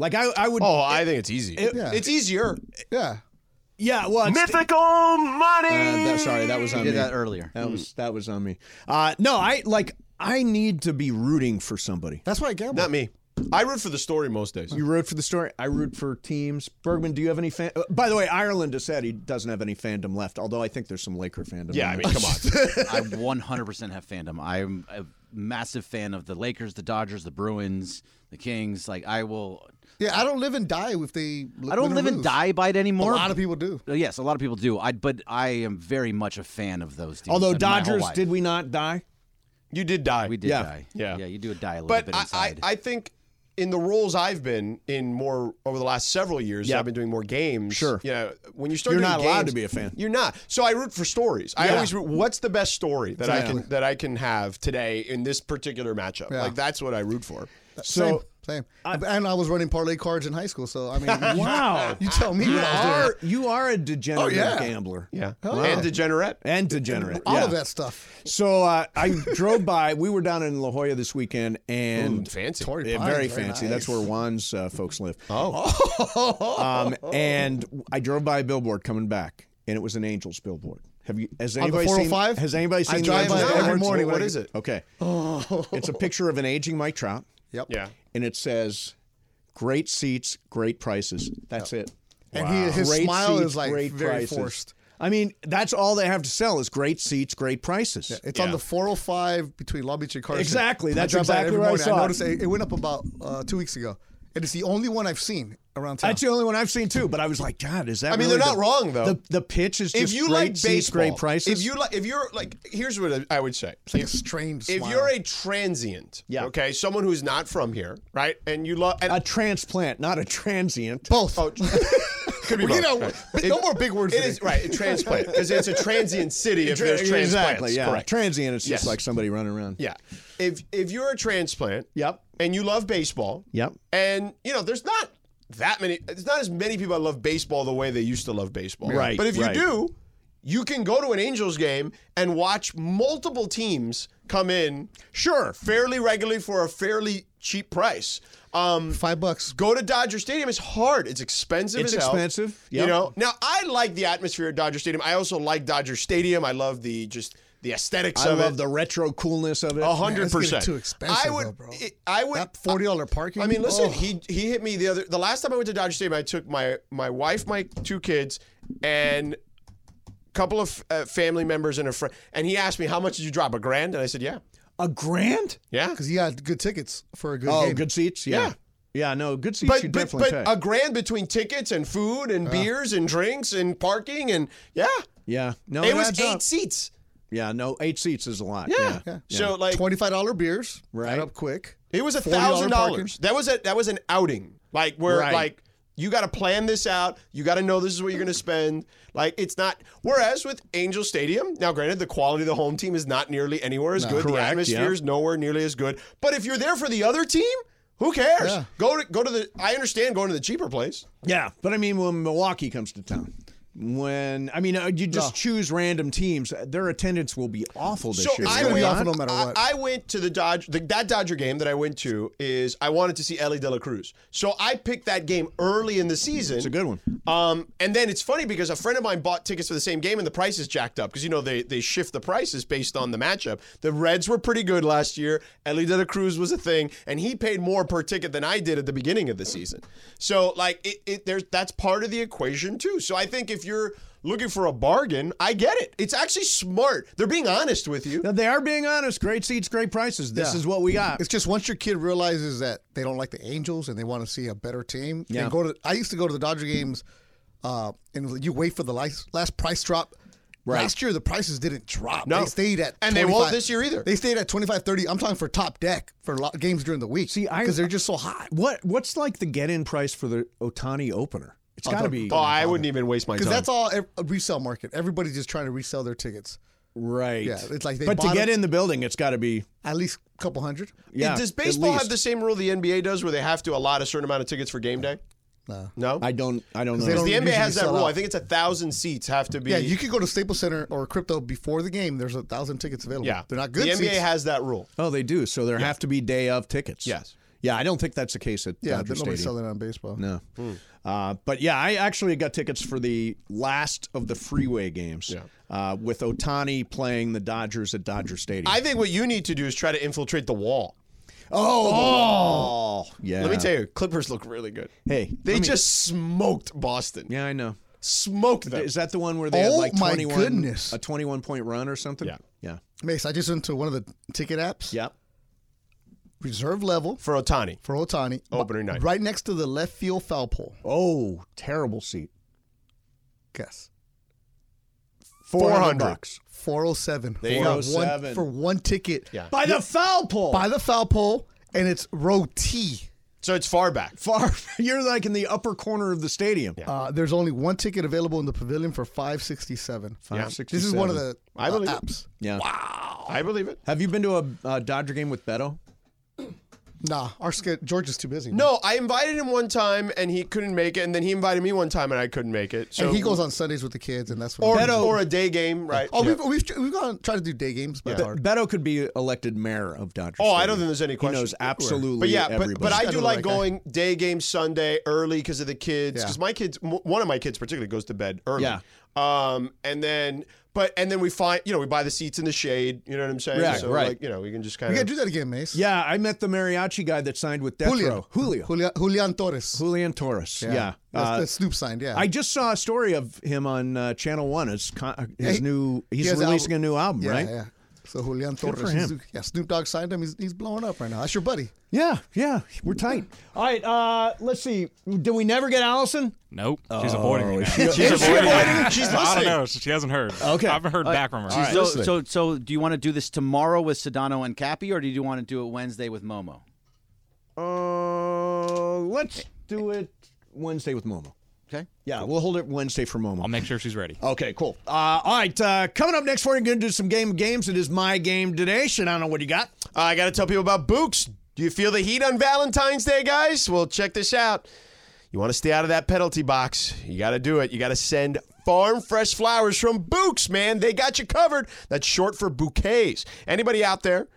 Speaker 3: Like I, I would.
Speaker 1: Oh, I think it's easy.
Speaker 3: It-
Speaker 17: Yeah.
Speaker 1: It's easier.
Speaker 17: Yeah.
Speaker 3: Yeah, well, it's-
Speaker 1: Mythical money.
Speaker 3: Uh, that- sorry, that was on
Speaker 2: You did
Speaker 3: me.
Speaker 2: that earlier.
Speaker 3: That was that was on me. Uh, no, I like I need to be rooting for somebody.
Speaker 17: That's why I gamble.
Speaker 1: Not me. I root for the story most days.
Speaker 3: You root for the story. I root for teams. Bergman, do you have any fan? uh, By the way, Ireland has said he doesn't have any fandom left. Although I think there's some Laker fandom.
Speaker 2: Yeah, I
Speaker 3: in
Speaker 2: mean,
Speaker 3: there.
Speaker 2: come I 100% have fandom. I'm a massive fan of the Lakers, the Dodgers, the Bruins, the Kings. Like I will.
Speaker 17: Yeah, I don't live and die if they.
Speaker 2: I don't
Speaker 17: win or
Speaker 2: live and
Speaker 17: lose.
Speaker 2: die by it anymore.
Speaker 17: A lot of people do.
Speaker 2: Uh, Yes, a lot of people do. I but I am very much a fan of those teams.
Speaker 3: Although
Speaker 2: and my whole
Speaker 3: Dodgers,
Speaker 2: life.
Speaker 3: did we not die?
Speaker 1: You did die.
Speaker 2: We did
Speaker 1: Yeah.
Speaker 2: die.
Speaker 1: Yeah.
Speaker 2: yeah, you do die a little
Speaker 1: But
Speaker 2: bit
Speaker 1: I,
Speaker 2: inside.
Speaker 1: I, I think in the roles I've been in more over the last several years,
Speaker 3: Yeah.
Speaker 1: I've been doing more games. Sure. You know, when you start,
Speaker 3: You're
Speaker 1: doing
Speaker 3: not allowed
Speaker 1: games,
Speaker 3: to be a fan.
Speaker 1: You're not. So I root for stories. I
Speaker 3: Yeah.
Speaker 1: always root. What's the best story that I
Speaker 3: Exactly.
Speaker 1: can that I can have today in this particular matchup?
Speaker 17: Yeah.
Speaker 1: Like that's what I root for.
Speaker 17: same, same. and I was running parlay cards in high school, so I mean,
Speaker 3: Wow.
Speaker 17: You tell me
Speaker 3: You
Speaker 17: what I was
Speaker 3: are
Speaker 17: doing.
Speaker 3: you are a degenerate
Speaker 17: Oh, yeah.
Speaker 3: gambler.
Speaker 1: Yeah.
Speaker 17: Hell And yeah.
Speaker 1: degenerate.
Speaker 3: And degenerate.
Speaker 17: All of
Speaker 3: yeah.
Speaker 17: that stuff.
Speaker 3: So uh, I drove by. We were down in La Jolla this weekend, and
Speaker 1: Ooh, fancy,
Speaker 3: Yeah,
Speaker 17: Pines, very
Speaker 3: very fancy. That's
Speaker 17: nice.
Speaker 3: where Juan's uh, folks live. Oh, um, and I drove by a billboard coming back, and it was an Angels billboard. Have you? Has
Speaker 17: On the
Speaker 3: anybody seen?
Speaker 17: 405?
Speaker 3: Has anybody
Speaker 17: I
Speaker 3: seen? the
Speaker 17: drive by
Speaker 3: Angels
Speaker 17: it every
Speaker 3: billboards?
Speaker 17: morning when I-
Speaker 3: Okay. It's a picture of an aging Mike Trout.
Speaker 17: Yep.
Speaker 1: Yeah.
Speaker 3: And it says, "Great seats, great prices." That's it.
Speaker 17: And he- his
Speaker 3: Great
Speaker 17: smile
Speaker 3: seats,
Speaker 17: is, like,
Speaker 3: great
Speaker 17: very
Speaker 3: prices.
Speaker 17: forced.
Speaker 3: I mean, that's all they have to sell is great seats, great prices.
Speaker 17: It's on the 405 between Long Beach and Carson.
Speaker 3: Exactly,
Speaker 17: I
Speaker 3: that's
Speaker 17: drive by it
Speaker 3: exactly
Speaker 17: every
Speaker 3: where I
Speaker 17: morning.
Speaker 3: saw it.
Speaker 17: noticed it. it went up about uh, two weeks ago, and it's the only one I've seen around town.
Speaker 3: That's the only one I've seen too. But I was like, God, is that?
Speaker 1: I mean,
Speaker 3: really
Speaker 1: they're not
Speaker 3: the-
Speaker 1: wrong, though.
Speaker 3: The, the pitch is just
Speaker 1: if you
Speaker 3: great
Speaker 1: like
Speaker 3: seats,
Speaker 1: baseball,
Speaker 3: great prices.
Speaker 1: If you like, if you're like, here's what I would say:
Speaker 17: It's like
Speaker 1: if,
Speaker 17: a strained
Speaker 1: if
Speaker 17: smile.
Speaker 1: you're a transient, yeah, okay, someone who's not from here, right, and you love
Speaker 3: a transplant, not a transient.
Speaker 17: Both.
Speaker 1: Oh, could be
Speaker 17: Well, you
Speaker 1: both,
Speaker 17: know,
Speaker 1: right.
Speaker 17: but no more big words
Speaker 1: It
Speaker 17: today.
Speaker 1: is right. It transplant because it's a transient city. If
Speaker 3: Tra-
Speaker 1: there's transplants,
Speaker 3: exactly, yeah.
Speaker 1: correct.
Speaker 3: Transient is
Speaker 1: Yes.
Speaker 3: just like somebody running around.
Speaker 1: Yeah. If if you're a transplant,
Speaker 3: yep,
Speaker 1: and you love baseball,
Speaker 3: Yep.
Speaker 1: and you know there's not that many. It's not as many people that love baseball the way they used to love baseball,
Speaker 3: Right,
Speaker 1: But if
Speaker 3: right.
Speaker 1: you do, you can go to an Angels game and watch multiple teams come in,
Speaker 3: sure,
Speaker 1: fairly regularly for a fairly cheap price. Um,
Speaker 17: Five bucks.
Speaker 1: Go to Dodger Stadium. It's hard. It's expensive.
Speaker 3: It's
Speaker 1: as hell.
Speaker 3: expensive,
Speaker 1: You
Speaker 3: yep.
Speaker 1: know. Now I like the atmosphere at Dodger Stadium. I also like Dodger Stadium. I love the just the aesthetics
Speaker 3: I
Speaker 1: of
Speaker 3: love
Speaker 1: it.
Speaker 3: the retro coolness of it.
Speaker 1: A hundred
Speaker 17: that's getting
Speaker 1: percent.
Speaker 17: too expensive,
Speaker 1: I would.
Speaker 17: though, bro.
Speaker 1: it- I would.
Speaker 17: That forty dollar parking.
Speaker 1: I mean, listen.
Speaker 17: Oh.
Speaker 1: He he hit me the other. The last time I went to Dodger Stadium, I took my my wife, my two kids, and a couple of uh, family members and a friend. And he asked me, "How much did you drop? A grand?" And I said, "Yeah,
Speaker 3: A grand?
Speaker 1: yeah."
Speaker 17: because he got good tickets for a good
Speaker 3: Oh,
Speaker 17: game.
Speaker 3: good seats. Yeah.
Speaker 1: Yeah.
Speaker 3: yeah, No, good seats. you
Speaker 1: But but,
Speaker 3: definitely
Speaker 1: but
Speaker 3: pay. Uh.
Speaker 1: a grand between tickets and food and beers and drinks and parking and yeah,
Speaker 3: yeah, no,
Speaker 1: it was
Speaker 3: adds
Speaker 1: eight
Speaker 3: up.
Speaker 1: seats.
Speaker 3: Yeah, no, eight seats is a lot.
Speaker 1: Yeah.
Speaker 3: Yeah,
Speaker 1: So like
Speaker 17: twenty five dollar beers.
Speaker 3: Right.
Speaker 17: Add up quick.
Speaker 1: It was
Speaker 17: $40
Speaker 1: a thousand
Speaker 17: parking.
Speaker 1: dollars. That was a that was an outing. Like where
Speaker 3: Right.
Speaker 1: like you got to plan this out. You got to know this is what you're going to spend. Like it's not. Whereas with Angel Stadium, now granted, the quality of the home team is not nearly anywhere as good. the
Speaker 3: Correct,
Speaker 1: atmosphere
Speaker 3: yeah.
Speaker 1: is nowhere nearly as good. But if you're there for the other team, who cares?
Speaker 17: Yeah.
Speaker 1: Go to go to the. I understand going to the cheaper place.
Speaker 3: yeah. But I mean, when Milwaukee comes to town. When I mean, uh, you just
Speaker 17: No.
Speaker 3: choose random teams. uh, Their attendance will be awful this
Speaker 1: So
Speaker 3: year.
Speaker 1: I
Speaker 3: will it
Speaker 1: went,
Speaker 3: not?
Speaker 17: awful no matter
Speaker 1: I-
Speaker 17: what.
Speaker 1: I, went to the Dodge. The, that Dodger game that I went to is I wanted to see Ellie De La Cruz. So I picked that game early in the season.
Speaker 3: It's a good one.
Speaker 1: Um, and then it's funny because a friend of mine bought tickets for the same game and the prices jacked up because you know they they shift the prices based on the matchup. The Reds were pretty good last year. Ellie De La Cruz was a thing, and he paid more per ticket than I did at the beginning of the season. So like it, it there's that's part of the equation too. So I think if you're looking for a bargain, I get it. It's actually smart. They're being honest with you.
Speaker 3: Now, they are being honest. Great seats, great prices. This
Speaker 17: Yeah.
Speaker 3: is what we got.
Speaker 17: It's just once your kid realizes that they don't like the Angels and they want to see a better team, they
Speaker 3: Yeah.
Speaker 17: go to. I used to go to the Dodger games, uh, and you wait for the last, last price drop.
Speaker 3: Right.
Speaker 17: Last year the prices didn't drop.
Speaker 1: No.
Speaker 17: They stayed at
Speaker 1: And they won't
Speaker 17: 25
Speaker 1: this year either.
Speaker 17: They stayed at 25 30. I'm talking for top deck for lo- games during the week. See,
Speaker 3: I-
Speaker 17: because they're just so hot.
Speaker 3: What what's like the get in price for the Otani opener? It's
Speaker 17: Oh,
Speaker 3: got to
Speaker 17: don't-
Speaker 3: be
Speaker 1: Oh, I wouldn't even waste my time.
Speaker 17: Because that's all ev- a resale market. Everybody's just trying to resell their tickets.
Speaker 3: right.
Speaker 17: Yeah, it's like they
Speaker 3: but to
Speaker 17: bought
Speaker 3: get
Speaker 17: it-
Speaker 3: in the building, it's got to be
Speaker 17: At least a couple hundred.
Speaker 3: yeah.
Speaker 1: Does
Speaker 3: at
Speaker 1: baseball have
Speaker 3: least.
Speaker 1: the same rule the NBA does where they have to allot a certain amount of tickets for game day?
Speaker 17: No.
Speaker 1: No?
Speaker 3: I don't. I don't know.
Speaker 17: they
Speaker 1: the
Speaker 17: don't
Speaker 1: NBA
Speaker 17: usually
Speaker 1: has that
Speaker 17: sell
Speaker 1: rule.
Speaker 17: out.
Speaker 1: I think it's a thousand seats have to be.
Speaker 17: Yeah, you could go to Staples Center or Crypto before the game. There's a thousand tickets available.
Speaker 1: Yeah.
Speaker 17: They're not good
Speaker 1: The
Speaker 17: seats.
Speaker 1: NBA has that rule.
Speaker 3: oh, they do. So there have to be day of tickets.
Speaker 1: Yes.
Speaker 3: Yeah, I don't think that's the case at uh,
Speaker 17: yeah,
Speaker 3: Dodger
Speaker 17: they're nobody's
Speaker 3: Stadium.
Speaker 17: selling on baseball.
Speaker 3: No.
Speaker 1: Hmm.
Speaker 3: Uh, but yeah, I actually got tickets for the last of the freeway games uh, with Otani playing the Dodgers at Dodger Stadium.
Speaker 1: I think what you need to do is try to infiltrate the wall. Oh.
Speaker 3: Oh. yeah.
Speaker 1: Let me tell you, Clippers look really good.
Speaker 3: Hey,
Speaker 1: They
Speaker 3: let me-
Speaker 1: just smoked Boston.
Speaker 3: Yeah, I know.
Speaker 1: Smoked them.
Speaker 3: Is that the one where they had
Speaker 17: Oh,
Speaker 3: like
Speaker 17: my
Speaker 3: 21
Speaker 17: goodness.
Speaker 3: a 21 point run or something? Yeah. Yeah.
Speaker 17: Mace, I just went to one of the ticket apps.
Speaker 3: Yep.
Speaker 17: Reserve level
Speaker 1: for Otani.
Speaker 17: For Otani.
Speaker 1: Opening night.
Speaker 17: Right next to the left field foul pole.
Speaker 3: Oh, terrible seat.
Speaker 17: Guess.
Speaker 1: 400.
Speaker 17: bucks. 407.
Speaker 1: There you
Speaker 17: for
Speaker 1: go.
Speaker 17: one-
Speaker 1: 407.
Speaker 17: for one ticket.
Speaker 1: Yeah.
Speaker 3: By the foul pole.
Speaker 17: By the foul pole, and it's row T.
Speaker 1: So it's far back.
Speaker 3: Far, you're like in the upper corner of the stadium.
Speaker 17: Uh, there's only one ticket available in the pavilion for 567. This is one of the
Speaker 3: I
Speaker 17: uh,
Speaker 3: believe it.
Speaker 17: apps.
Speaker 3: Yeah.
Speaker 1: Wow. I believe it.
Speaker 3: Have you been to a uh, Dodger game with Beto?
Speaker 17: Nah, our sch- George is too busy.
Speaker 1: No, I invited him one time and he couldn't make it, and then he invited me one time and I couldn't make it. So
Speaker 17: and he goes on Sundays with the kids, and that's what
Speaker 1: or,
Speaker 17: he does.
Speaker 1: or a day game, right?
Speaker 17: Oh,
Speaker 1: Yeah.
Speaker 17: we've, we've we've gone try to do day games, but
Speaker 3: Be-
Speaker 17: it's hard.
Speaker 3: Beto could be elected mayor of Dodger.
Speaker 1: Oh, I
Speaker 3: Stadium.
Speaker 1: don't think there's any question.
Speaker 3: He knows absolutely.
Speaker 1: But yeah,
Speaker 3: everybody.
Speaker 1: but, but I do like
Speaker 3: going.
Speaker 1: going day game Sunday early because of the kids.
Speaker 3: Yeah.
Speaker 1: Because my kids, m- one of my kids particularly goes to bed early.
Speaker 3: Yeah.
Speaker 1: Um, and then, but and then we find, you know, we buy the seats in the shade. You know what I'm saying?
Speaker 3: Right,
Speaker 1: so
Speaker 3: right.
Speaker 1: Like, you know, we can just kind
Speaker 17: We
Speaker 1: of.
Speaker 17: gotta do that again, Mace.
Speaker 3: Yeah, I met the mariachi guy that signed with Death
Speaker 17: Julian.
Speaker 3: Row. Julio.
Speaker 17: Julia, Julian Torres.
Speaker 3: Julian Torres. Yeah.
Speaker 17: That's,
Speaker 3: Uh,
Speaker 17: that's Snoop signed. Yeah,
Speaker 3: I just saw a story of him on uh, Channel One. His con- uh, his
Speaker 17: Hey,
Speaker 3: new
Speaker 17: he
Speaker 3: he's
Speaker 17: has an
Speaker 3: releasing
Speaker 17: album.
Speaker 3: a new album,
Speaker 17: yeah,
Speaker 3: right?
Speaker 17: Yeah. So Julian
Speaker 3: Good
Speaker 17: Torres.
Speaker 3: for
Speaker 17: he's-
Speaker 3: him.
Speaker 17: Yeah, Snoop Dogg signed him. He's, he's blowing up right now. That's your buddy.
Speaker 3: yeah, yeah. We're tight. All right, uh, let's see. Did we never get Allison?
Speaker 18: Nope. She's avoiding me.
Speaker 3: Oh,
Speaker 18: now.
Speaker 3: she- She's she's avoiding avoiding it. it. She's
Speaker 18: I don't
Speaker 3: listening.
Speaker 18: know. She hasn't heard.
Speaker 2: Okay.
Speaker 18: I haven't heard
Speaker 2: All right.
Speaker 18: back from her.
Speaker 2: So- so, so, do you want to do this tomorrow with Sedano and Cappy, or do you want to do it Wednesday with Momo?
Speaker 3: Uh, let's do it Wednesday with Momo.
Speaker 2: Okay.
Speaker 3: Yeah, we'll hold it Wednesday for Momo. I'll
Speaker 18: make sure she's ready.
Speaker 3: Okay, cool. Uh, all right, uh, coming up next, we're going to do some game of games. It is my game today. Shit, I don't know what you got. Uh,
Speaker 1: I got to tell people about Books. Do you feel the heat on Valentine's Day, guys? Well, check this out. You want to stay out of that penalty box. You got to do it. You got to send farm fresh flowers from Books, man. They got you covered. That's short for bouquets. Anybody out there?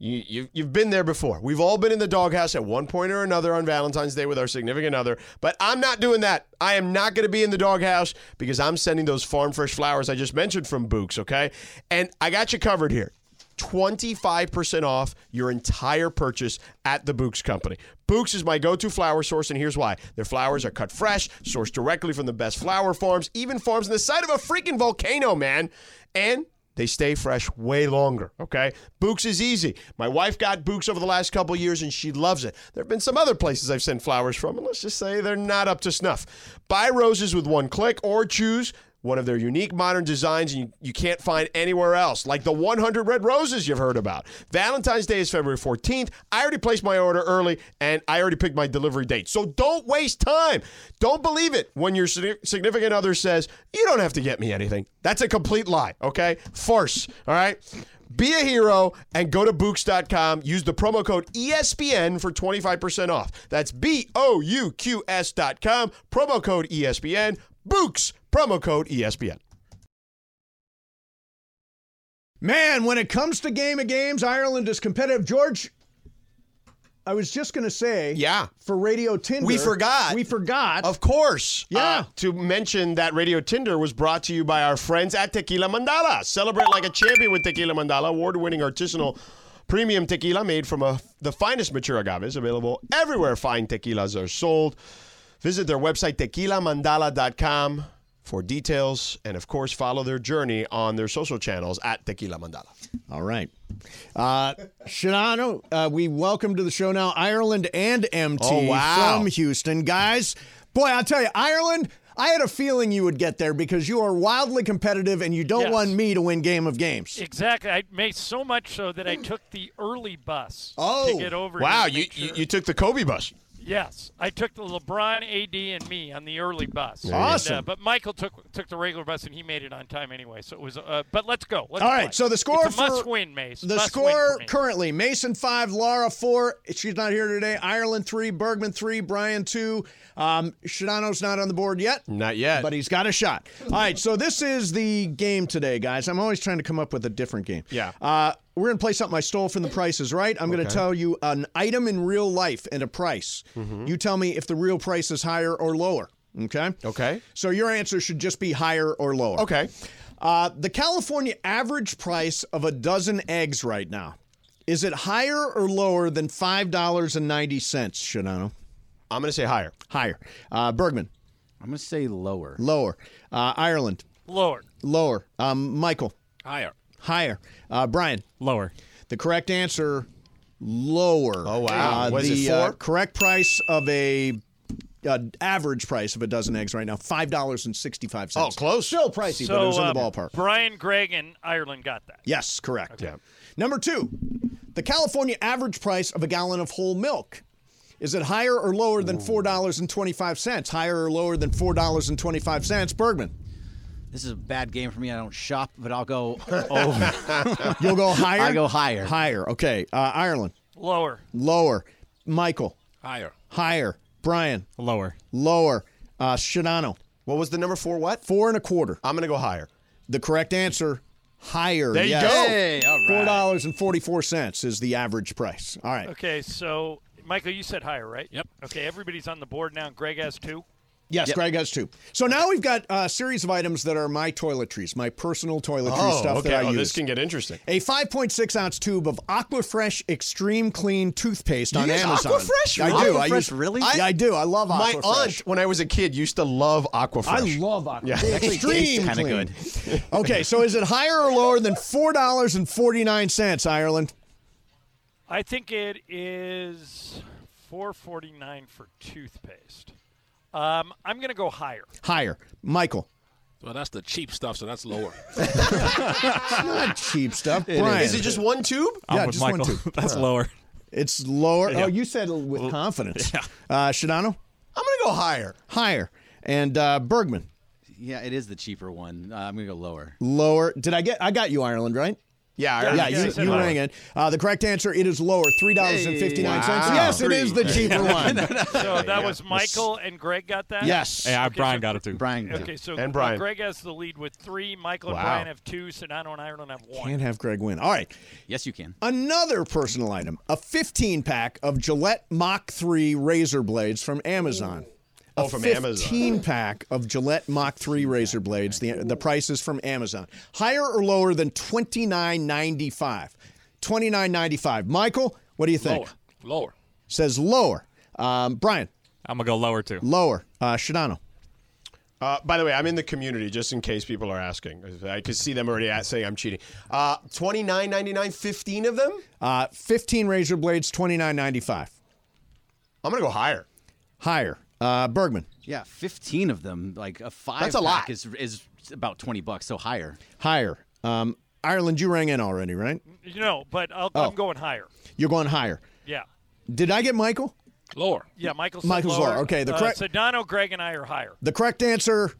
Speaker 1: You, you've, you've been there before. We've all been in the doghouse at one point or another on Valentine's Day with our significant other, but I'm not doing that. I am not going to be in the doghouse because I'm sending those farm fresh flowers I just mentioned from Books, okay? And I got you covered here. 25% off your entire purchase at the Books Company. Books is my go to flower source, and here's why. Their flowers are cut fresh, sourced directly from the best flower farms, even farms in the side of a freaking volcano, man. And they stay fresh way longer, okay? Books is easy. My wife got Books over the last couple years and she loves it. There have been some other places I've sent flowers from, and let's just say they're not up to snuff. Buy roses with one click or choose one of their unique modern designs you, you can't find anywhere else, like the 100 red roses you've heard about. Valentine's Day is February 14th. I already placed my order early and I already picked my delivery date. So don't waste time. Don't believe it when your sig- significant other says, You don't have to get me anything. That's a complete lie, okay? Farce, all right? Be a hero and go to Books.com. Use the promo code E ESPN for 25% off. That's B O U Q S.com. Promo code E ESPN. Books, promo code E ESPN.
Speaker 3: Man, when it comes to game of games, Ireland is competitive. George, I was just going to say,
Speaker 1: yeah,
Speaker 3: for Radio Tinder,
Speaker 1: We forgot.
Speaker 3: we forgot,
Speaker 1: Of course.
Speaker 3: Yeah.
Speaker 1: uh, to mention that Radio Tinder was brought to you by our friends at Tequila Mandala. Celebrate like a champion with Tequila Mandala, award winning artisanal premium tequila made from a, the finest mature agaves, available everywhere fine tequilas are sold. Visit their website, tequilamandala.com, for details. And of course, follow their journey on their social channels at Tequila Mandala.
Speaker 3: All right. Uh, Shinano, uh, we welcome to the show now Ireland and MT
Speaker 1: Oh, wow.
Speaker 3: from Houston. Guys, boy, I'll tell you, Ireland, I had a feeling you would get there because you are wildly competitive and you don't
Speaker 19: Yes.
Speaker 3: want me to win game of games.
Speaker 19: Exactly. I made so much so that I
Speaker 3: Hmm.
Speaker 19: took the early bus
Speaker 3: Oh,
Speaker 19: to get over.
Speaker 1: wow.
Speaker 19: here.
Speaker 1: You, you, you took the Kobe bus.
Speaker 19: Yes, I took the LeBron, AD, and me on the early bus.
Speaker 1: There you go. Awesome.
Speaker 19: And, uh, but Michael took took the regular bus, and he made it on time anyway. So it was. Uh, but let's go. Let's
Speaker 3: All
Speaker 19: play.
Speaker 3: right, so the score
Speaker 19: it's a
Speaker 3: for
Speaker 19: must win, Mace.
Speaker 3: The
Speaker 19: Must win for
Speaker 3: score
Speaker 19: me.
Speaker 3: currently: Mason five, Laura four. She's not here today. Ireland three, Bergman three, Brian two. Um, Shadano's not on the board yet.
Speaker 1: Not yet.
Speaker 3: But he's got a shot. All right, so this is the game today, guys. I'm always trying to come up with a different game.
Speaker 1: Yeah.
Speaker 3: Uh, we're gonna play something I stole from the prices, right? I'm gonna
Speaker 1: Okay.
Speaker 3: tell you an item in real life and a price.
Speaker 1: Mm-hmm.
Speaker 3: You tell me if the real price is higher or lower. Okay.
Speaker 1: Okay.
Speaker 3: So your answer should just be higher or lower.
Speaker 1: Okay.
Speaker 3: Uh, the California average price of a dozen eggs right now Is it higher or lower than five dollars and ninety cents, Shinano?
Speaker 1: I'm going to say higher.
Speaker 3: Higher. Uh, Bergman.
Speaker 2: I'm going to say lower.
Speaker 3: Lower. Uh, Ireland.
Speaker 19: Lower.
Speaker 3: Lower. Um, Michael.
Speaker 19: Higher.
Speaker 3: Higher. Uh, Brian.
Speaker 18: Lower.
Speaker 3: The correct answer. Lower.
Speaker 1: Oh wow!
Speaker 3: Uh,
Speaker 1: Was
Speaker 3: the
Speaker 1: it
Speaker 3: uh,
Speaker 1: four?
Speaker 3: correct price of a uh, average price of a dozen eggs right now five dollars and sixty five cents.
Speaker 1: Oh, close.
Speaker 3: Still pricey, but it was in the
Speaker 19: uh,
Speaker 3: ballpark.
Speaker 19: Brian Gregg and Ireland got that.
Speaker 3: Yes, correct. Number two, the California average price of a gallon of whole milk. Is it higher or lower than four dollars and twenty five cents? Higher or lower than four dollars and twenty five cents? Bergman.
Speaker 2: This is a bad game for me. I don't shop, but I'll go over.
Speaker 3: You'll go higher?
Speaker 2: I go higher.
Speaker 3: Higher. Okay. Uh, Ireland.
Speaker 19: Lower.
Speaker 3: Lower. Michael.
Speaker 19: Higher.
Speaker 3: Higher. Brian.
Speaker 18: Lower.
Speaker 3: Lower. Uh, Shinano.
Speaker 1: What was the number four? What?
Speaker 3: Four and a quarter.
Speaker 1: I'm going to go higher.
Speaker 3: The correct answer. Higher.
Speaker 1: There you
Speaker 3: yes.
Speaker 1: go.
Speaker 2: Hey, all right.
Speaker 3: Four dollars and forty four cents is the average price. All right.
Speaker 19: Okay, so Michael, you said higher, right? Yep. Okay, everybody's on the board now. Greg has two.
Speaker 3: Yes, Greg has two. So now we've got a series of items that are my toiletries, my personal toiletry
Speaker 1: Oh,
Speaker 3: stuff
Speaker 1: okay.
Speaker 3: that I
Speaker 1: oh,
Speaker 3: use.
Speaker 1: this can get interesting.
Speaker 3: a 5.6 ounce tube of Aquafresh Extreme Clean toothpaste
Speaker 1: You
Speaker 3: on
Speaker 1: use
Speaker 3: Amazon.
Speaker 1: Aquafresh?
Speaker 3: I do. I
Speaker 1: Aquafresh,
Speaker 3: use
Speaker 1: really?
Speaker 3: I, yeah, I do. I love
Speaker 1: My
Speaker 3: Aquafresh.
Speaker 1: aunt, when I was a kid, used to love Aquafresh.
Speaker 3: I love Aquafresh.
Speaker 1: Yeah.
Speaker 3: They
Speaker 1: Actually
Speaker 3: Extreme
Speaker 1: taste kinda
Speaker 3: clean.
Speaker 1: good.
Speaker 3: okay, so is it higher or lower than four dollars and forty nine cents, Ireland?
Speaker 19: I think it is four forty nine for toothpaste. Um, I'm gonna go higher.
Speaker 3: Higher, Michael.
Speaker 20: Well, that's the cheap stuff, so that's lower.
Speaker 3: It's not cheap stuff,
Speaker 20: It
Speaker 3: Brian.
Speaker 20: is. Is it just
Speaker 1: one tube?
Speaker 3: yeah,
Speaker 18: I'm with
Speaker 3: just one
Speaker 18: Michael.
Speaker 3: tube.
Speaker 18: That's lower.
Speaker 3: It's lower.
Speaker 18: Yeah.
Speaker 3: Oh, you said with confidence. Uh, Shadano?
Speaker 1: I'm going to go higher.
Speaker 3: Higher. And uh, Bergman,
Speaker 2: Yeah, it is the cheaper one. Uh, I'm going to go lower.
Speaker 3: lower. Did I get? I got you, Ireland, right?
Speaker 1: Yeah,
Speaker 3: Yeah,
Speaker 1: Ireland. Yeah, I
Speaker 3: you,
Speaker 1: said
Speaker 3: you
Speaker 1: lower.
Speaker 3: rang it. Uh, the correct answer, it is lower, $3.59.
Speaker 1: Wow.
Speaker 3: Yes, it is the
Speaker 1: Three.
Speaker 3: cheaper one.
Speaker 19: So that was Michael and Greg got that.
Speaker 3: Yes.
Speaker 18: Hey, I,
Speaker 19: Okay,
Speaker 18: Brian
Speaker 19: so-
Speaker 18: got it too.
Speaker 2: Brian.
Speaker 19: Okay, so
Speaker 1: And Brian.
Speaker 19: Greg has the lead with three. Michael
Speaker 1: Wow.
Speaker 19: and Brian have two. Sonano and Ireland have one.
Speaker 3: Can't have Greg win. All right.
Speaker 2: Yes, you can.
Speaker 3: Another personal item, a 15 pack of Gillette Mach 3 razor blades from Amazon.
Speaker 1: Oh,
Speaker 3: a
Speaker 1: from
Speaker 3: 15
Speaker 1: Amazon.
Speaker 3: pack of Gillette Mach 3 razor blades. The, the price is from Amazon. Higher or lower than twenty nine ninety five? Twenty nine ninety five. Michael, what do you think?
Speaker 20: Lower. Lower.
Speaker 3: Says lower. Um, Brian,
Speaker 18: I'm gonna go lower too.
Speaker 3: lower. Uh, Shadano.
Speaker 1: Uh, by the way, I'm in the community just in case people are asking. I could see them already at, saying I'm cheating. Uh, 29.99, 15 of them.
Speaker 3: Uh, 15 razor blades, twenty nine ninety five.
Speaker 1: I'm gonna go higher.
Speaker 3: Higher. Uh, Bergman.
Speaker 2: Yeah, 15 of them. Like a five
Speaker 1: That's a
Speaker 2: pack
Speaker 1: lot.
Speaker 2: Is, is about 20 bucks, so higher.
Speaker 3: Higher. Um, Ireland, you rang in already, right?
Speaker 19: You know, but I'll,
Speaker 3: Oh.
Speaker 19: I'm going higher.
Speaker 3: You're going higher.
Speaker 19: Yeah.
Speaker 3: Did I get Michael?
Speaker 20: Lower.
Speaker 19: Yeah, Michael's said
Speaker 3: Michael's
Speaker 19: lower.
Speaker 3: lower. Okay, the
Speaker 19: uh,
Speaker 3: correct-
Speaker 19: Sedano, Greg, and I are higher.
Speaker 3: The correct answer,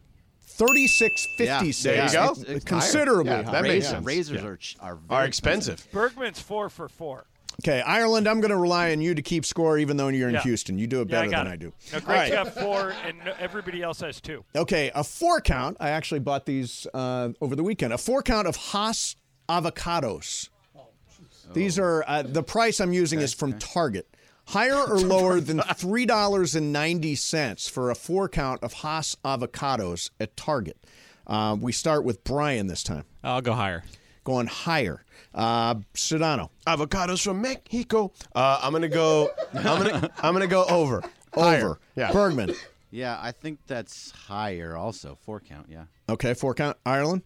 Speaker 3: thirty-six fifty-six.
Speaker 1: There you go.
Speaker 3: It's Considerably
Speaker 1: Yeah,
Speaker 3: higher.
Speaker 1: that makes
Speaker 2: Razor-
Speaker 1: sense.
Speaker 2: Razors are ch- are,
Speaker 1: Are
Speaker 2: very
Speaker 1: expensive.
Speaker 19: Bergman's four for four.
Speaker 3: Okay, Ireland, I'm going to rely on you to keep score, even though you're in
Speaker 19: Yeah.
Speaker 3: Houston. You do it
Speaker 19: Yeah,
Speaker 3: better
Speaker 19: got
Speaker 3: than
Speaker 19: it.
Speaker 3: I do.
Speaker 19: No,
Speaker 3: All
Speaker 19: Greg's
Speaker 3: right.
Speaker 19: got four, and no- everybody else has two.
Speaker 3: Okay, a four count. I actually bought these uh, over the weekend. A four count of Haas avocados. These are uh, the price I'm using is from Target. Higher or lower than three dollars and ninety cents for a four count of Haas avocados at Target. Uh, we start with Brian this time,
Speaker 18: I'll go higher.
Speaker 3: going higher. Uh, Sedano.
Speaker 1: Avocados from Mexico. Uh, I'm gonna go. I'm gonna. I'm gonna go over.
Speaker 3: Over.
Speaker 1: Yeah.
Speaker 3: Bergman.
Speaker 2: Yeah, I think that's higher also. Four count, yeah.
Speaker 3: Okay, four count. Ireland.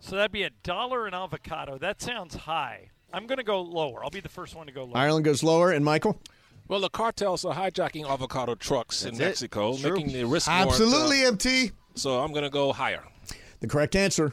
Speaker 19: So that'd be a dollar an avocado. That sounds high. I'm going to go lower. I'll be the first one to go lower.
Speaker 3: Ireland goes lower. And Michael.
Speaker 20: Well, the cartels are hijacking avocado trucks in Mexico, making the risk more. uh,
Speaker 17: Absolutely, MT.
Speaker 20: so I'm going to go higher.
Speaker 3: The correct answer.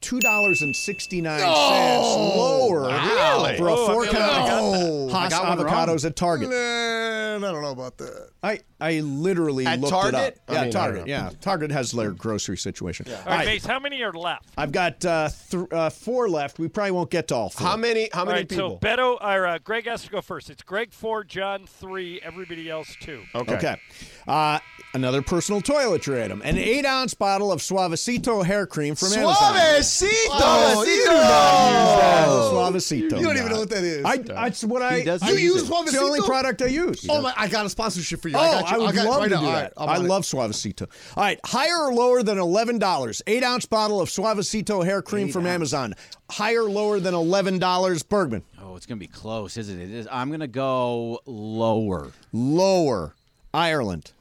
Speaker 3: Two dollars and sixty nine cents
Speaker 20: No!
Speaker 17: Oh,
Speaker 3: lower
Speaker 1: Oh, Wow. Really?
Speaker 3: for a
Speaker 1: Oh, I
Speaker 3: four
Speaker 20: feel like I
Speaker 3: count
Speaker 20: got
Speaker 17: that.
Speaker 3: Haas
Speaker 2: I got one
Speaker 3: avocados at Target.
Speaker 17: Man, I don't know about that.
Speaker 3: I, I literally
Speaker 1: At
Speaker 3: looked
Speaker 1: Target?
Speaker 3: it up.
Speaker 1: I
Speaker 3: Yeah,
Speaker 1: mean, I
Speaker 3: Target.
Speaker 1: don't know.
Speaker 3: Yeah, Target has their grocery situation. All
Speaker 19: All right,
Speaker 3: right,
Speaker 19: Mace, how many are left?
Speaker 3: I've got uh, th- uh, four left. We probably won't get to all four.
Speaker 1: How many? How
Speaker 19: All
Speaker 1: many
Speaker 19: right,
Speaker 1: people?
Speaker 19: so Beto or uh, Greg has to go first. It's Greg four, John three, everybody else two.
Speaker 1: okay.
Speaker 3: Okay. Uh, another personal toiletry item, an eight ounce bottle of Suavecito hair cream from Amazon.
Speaker 17: Suavecito!
Speaker 3: Oh, you do not use that. Suavecito.
Speaker 17: You don't even know what that is.
Speaker 3: I, that's what I.
Speaker 17: He does
Speaker 3: I
Speaker 17: You use
Speaker 3: it. It's the
Speaker 17: Suavecito?
Speaker 3: only product I use.
Speaker 17: Oh my! I got a sponsorship for you.
Speaker 3: Oh,
Speaker 17: I
Speaker 3: I,
Speaker 17: got you.
Speaker 3: would
Speaker 17: got,
Speaker 3: love
Speaker 17: right
Speaker 3: to
Speaker 17: now.
Speaker 3: do
Speaker 17: All
Speaker 3: that.
Speaker 17: right, I'm
Speaker 3: I
Speaker 17: on it.
Speaker 3: love Suavecito. All right, higher or lower than eleven dollars? Eight ounce bottle of Suavecito hair cream
Speaker 2: Eight
Speaker 3: from
Speaker 2: ounce.
Speaker 3: Amazon. Higher, lower than eleven dollars? Bergman.
Speaker 2: Oh, it's gonna be close, isn't it? it is, I'm gonna go lower.
Speaker 3: Lower. Ireland.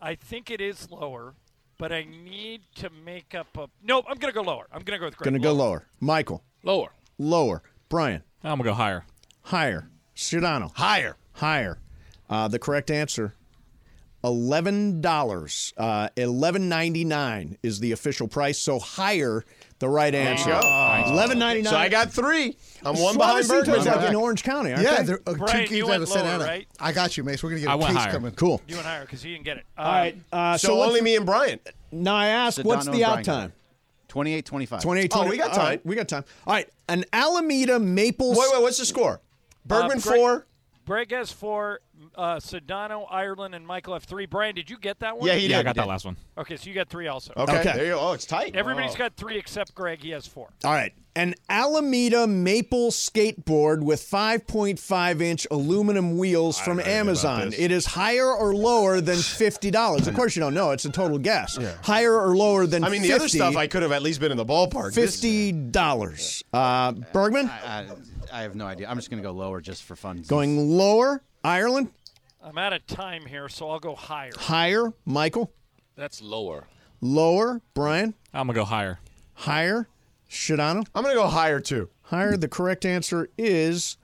Speaker 19: I think it is lower, but I need to make up a. Nope, I'm going to go lower. I'm going to go with Greg.
Speaker 3: Going to go lower. Michael.
Speaker 19: Lower.
Speaker 3: Lower. Brian.
Speaker 18: I'm gonna go higher.
Speaker 3: Higher. Sedano.
Speaker 18: Higher.
Speaker 3: Higher. Uh, the correct answer. Eleven dollars. Uh, Eleven ninety nine is the official price. So higher. The right
Speaker 1: There you
Speaker 3: answer.
Speaker 1: go. Nice.
Speaker 3: Eleven ninety nine.
Speaker 1: So I got three. I'm one behind
Speaker 3: Suavecito's
Speaker 1: Bergman.
Speaker 3: up in Orange County. Aren't
Speaker 17: yeah,
Speaker 3: they?
Speaker 17: they're uh, two
Speaker 19: Brian,
Speaker 17: kids
Speaker 19: you
Speaker 17: out
Speaker 19: went
Speaker 17: of
Speaker 19: lower,
Speaker 17: Santa Ana.
Speaker 19: right?
Speaker 17: I got you, Mace. We're gonna get
Speaker 3: I
Speaker 17: a
Speaker 3: went
Speaker 17: case
Speaker 3: higher.
Speaker 17: coming.
Speaker 3: Cool.
Speaker 19: You went higher because you didn't get it. Um,
Speaker 3: All right. Uh, so, only
Speaker 1: me and Brian.
Speaker 3: Now I ask, what's
Speaker 2: Sedano
Speaker 3: the out
Speaker 2: and Brian got
Speaker 3: time?
Speaker 2: it. 28 25.
Speaker 3: 28 20. All right, we got time. All right. An Alameda Maple.
Speaker 19: Wait, wait,
Speaker 1: what's the score?
Speaker 19: Uh, Greg- Greg has four. Uh, Sedano, Ireland, and Michael have three. Brian, did you get that one?
Speaker 1: Yeah, he Yeah, I did. got that
Speaker 18: last one.
Speaker 19: Okay, so you got three also.
Speaker 3: Okay, Okay. there you
Speaker 1: go. Oh, it's tight.
Speaker 19: Everybody's
Speaker 3: Oh.
Speaker 19: got three except Greg. He has four.
Speaker 3: All right. An Alameda Maple skateboard with 5.5 inch aluminum wheels from Amazon.
Speaker 1: this.
Speaker 3: It is higher or lower than $50. Of course, you don't know. It's a total guess. Higher or lower than
Speaker 1: I mean,
Speaker 3: 50,
Speaker 1: the other stuff I could have at least been in the ballpark. This-
Speaker 3: $50. Uh, Bergman,
Speaker 2: I, I have no idea. I'm just gonna go lower just for fun.
Speaker 3: going lower. Ireland,
Speaker 19: I'm out of time here, so I'll go higher.
Speaker 3: higher. Michael,
Speaker 20: That's lower.
Speaker 3: lower. Brian,
Speaker 18: I'm gonna go higher.
Speaker 3: higher. Shadano?
Speaker 1: I'm going to go higher too.
Speaker 3: Higher. The correct answer is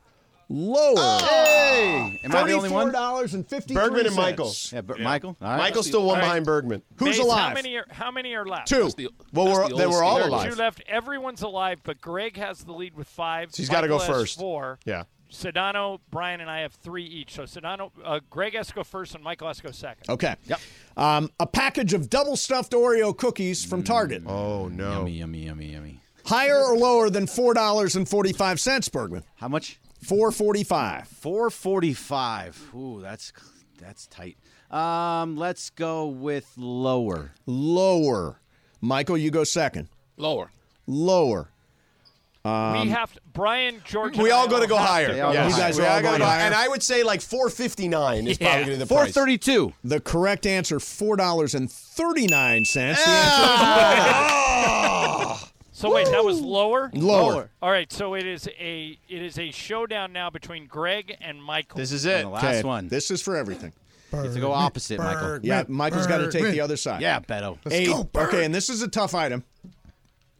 Speaker 3: lower.
Speaker 1: Oh!
Speaker 2: Hey!
Speaker 1: Am I the only one?
Speaker 3: dollars and fifty.
Speaker 1: Bergman and Michael.
Speaker 2: Yeah, but Michael. All right.
Speaker 1: Michael's still one
Speaker 2: All right.
Speaker 1: behind Bergman.
Speaker 19: Mace, How many are, how many are left?
Speaker 1: Two. That's the- Well, that's we're- the they old were all
Speaker 19: There are
Speaker 1: alive.
Speaker 19: Two left. Everyone's alive, but Greg has the lead with five.
Speaker 1: So he's gotta go
Speaker 19: Michael has
Speaker 1: first.
Speaker 19: Four.
Speaker 1: Yeah.
Speaker 19: Sedano, Brian, and I have three each. So Sedano, uh, Greg has to go first, and Michael has to go second.
Speaker 3: Okay. Yep. Um, a package of double stuffed Oreo cookies from Target.
Speaker 1: Oh no.
Speaker 2: Yummy, yummy, yummy, yummy.
Speaker 3: Higher or lower than four dollars and forty five cents, Bergman?
Speaker 2: How much?
Speaker 3: Four forty five.
Speaker 2: 445. Ooh, that's that's tight. Um, let's go with lower.
Speaker 3: Lower. Michael, you go second.
Speaker 20: Lower.
Speaker 3: Lower.
Speaker 19: we
Speaker 3: Um,
Speaker 19: have to, Brian, George.
Speaker 1: We
Speaker 19: and
Speaker 1: all
Speaker 19: I
Speaker 1: got to go
Speaker 19: have
Speaker 1: higher.
Speaker 3: Yeah, you guys are all
Speaker 1: gotta
Speaker 3: going higher.
Speaker 1: And I would say like 459 is probably going to be the price.
Speaker 3: 432. The correct answer, $4.39. The
Speaker 19: So wait, that was lower.
Speaker 3: Lower. Lower.
Speaker 19: All right, so it is a it is a showdown now between Greg and Michael.
Speaker 1: This is it.
Speaker 3: Okay, This is for everything.
Speaker 2: You have to go opposite, Michael.
Speaker 3: Yeah, Michael's got to take the other side.
Speaker 2: Yeah, Beto.
Speaker 3: A- okay, and this is a tough item.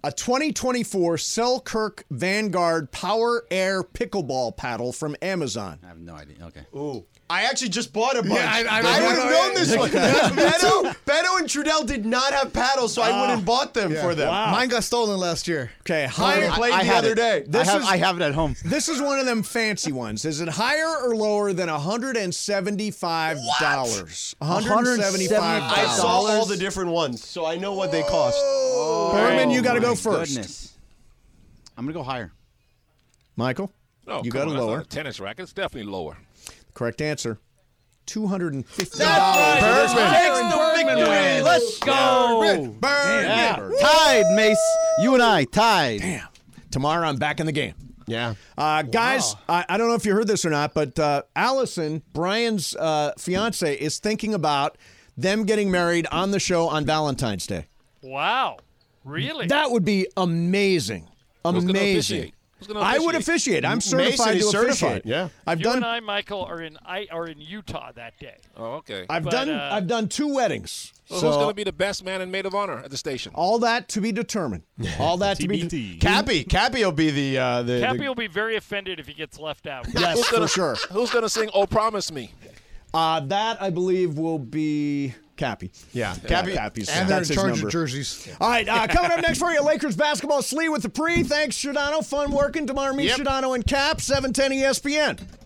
Speaker 3: A 2024 Selkirk Vanguard Power Air Pickleball Paddle from Amazon.
Speaker 2: I have no idea. Okay.
Speaker 1: Ooh. I actually just bought a bunch.
Speaker 3: Yeah, I- I-
Speaker 1: would have
Speaker 3: Yeah.
Speaker 1: known this
Speaker 3: Yeah.
Speaker 1: one.
Speaker 3: Yeah.
Speaker 1: Beto, Beto and Trudell did not have paddles, so I wouldn't bought them
Speaker 17: Yeah.
Speaker 1: for them.
Speaker 17: Mine got stolen last year.
Speaker 3: Okay,
Speaker 1: higher- I played the
Speaker 2: have
Speaker 1: other
Speaker 2: it.
Speaker 1: day.
Speaker 2: I
Speaker 3: This
Speaker 2: have,
Speaker 3: is-
Speaker 2: I have it at home.
Speaker 3: This is one of them fancy ones. Is it higher or lower than $175? $175.
Speaker 1: I saw all the different ones, so I know what they cost.
Speaker 3: Berman, you got to
Speaker 2: Oh my
Speaker 3: go first.
Speaker 2: Goodness. I'm gonna go higher.
Speaker 3: Michael,
Speaker 20: No,
Speaker 3: you
Speaker 20: come on,
Speaker 3: got to
Speaker 20: that's not
Speaker 3: lower.
Speaker 20: a tennis racket. It's definitely lower.
Speaker 3: Correct answer. Two hundred and fifty
Speaker 20: right,
Speaker 3: dollars.
Speaker 20: Bergman. Bergman wins.
Speaker 2: Let's go.
Speaker 3: Bergman.
Speaker 2: Tied, Mace. You and I tied.
Speaker 3: Damn. Tomorrow I'm back in the game.
Speaker 1: Yeah.
Speaker 3: Uh, guys, I, I don't know if you heard this or not, but uh, Allison, Brian's uh, fiance, is thinking about them getting married on the show on Valentine's Day.
Speaker 19: Wow, really?
Speaker 3: That would be amazing.
Speaker 20: Who's gonna
Speaker 3: Amazing.
Speaker 20: officiate? Who's gonna
Speaker 3: I would
Speaker 20: officiate?
Speaker 3: officiate. I'm
Speaker 20: Mason
Speaker 3: certified
Speaker 20: is
Speaker 3: to officiate.
Speaker 20: certified, yeah.
Speaker 3: I've
Speaker 19: you
Speaker 3: done.
Speaker 19: and I, Michael, are in I are in Utah that day.
Speaker 20: Oh, okay.
Speaker 3: I've
Speaker 19: but,
Speaker 3: done.
Speaker 19: uh,
Speaker 3: I've done two weddings.
Speaker 20: Well,
Speaker 3: so
Speaker 20: who's going to be the best man and maid of honor at the station?
Speaker 3: all that to be determined. All that to be.
Speaker 1: Cappy, Cappy will be the uh, the,
Speaker 19: Cappy
Speaker 1: the
Speaker 19: will be very offended if he gets left out.
Speaker 3: Yes,
Speaker 20: Who's gonna-
Speaker 3: for sure.
Speaker 20: Who's going to sing "Oh Promise Me"?
Speaker 3: Uh, that I believe will be Cappy.
Speaker 1: Yeah,
Speaker 3: Cappy. Cappy's
Speaker 17: and they're in
Speaker 3: that's his
Speaker 17: charge
Speaker 3: number.
Speaker 17: of jerseys.
Speaker 3: All right, uh, coming up next for you, Lakers basketball sleeve with the pre. Thanks, Shadano. Fun working tomorrow. Meet
Speaker 1: Yep.
Speaker 3: E Shadano and Cap, 710 ESPN.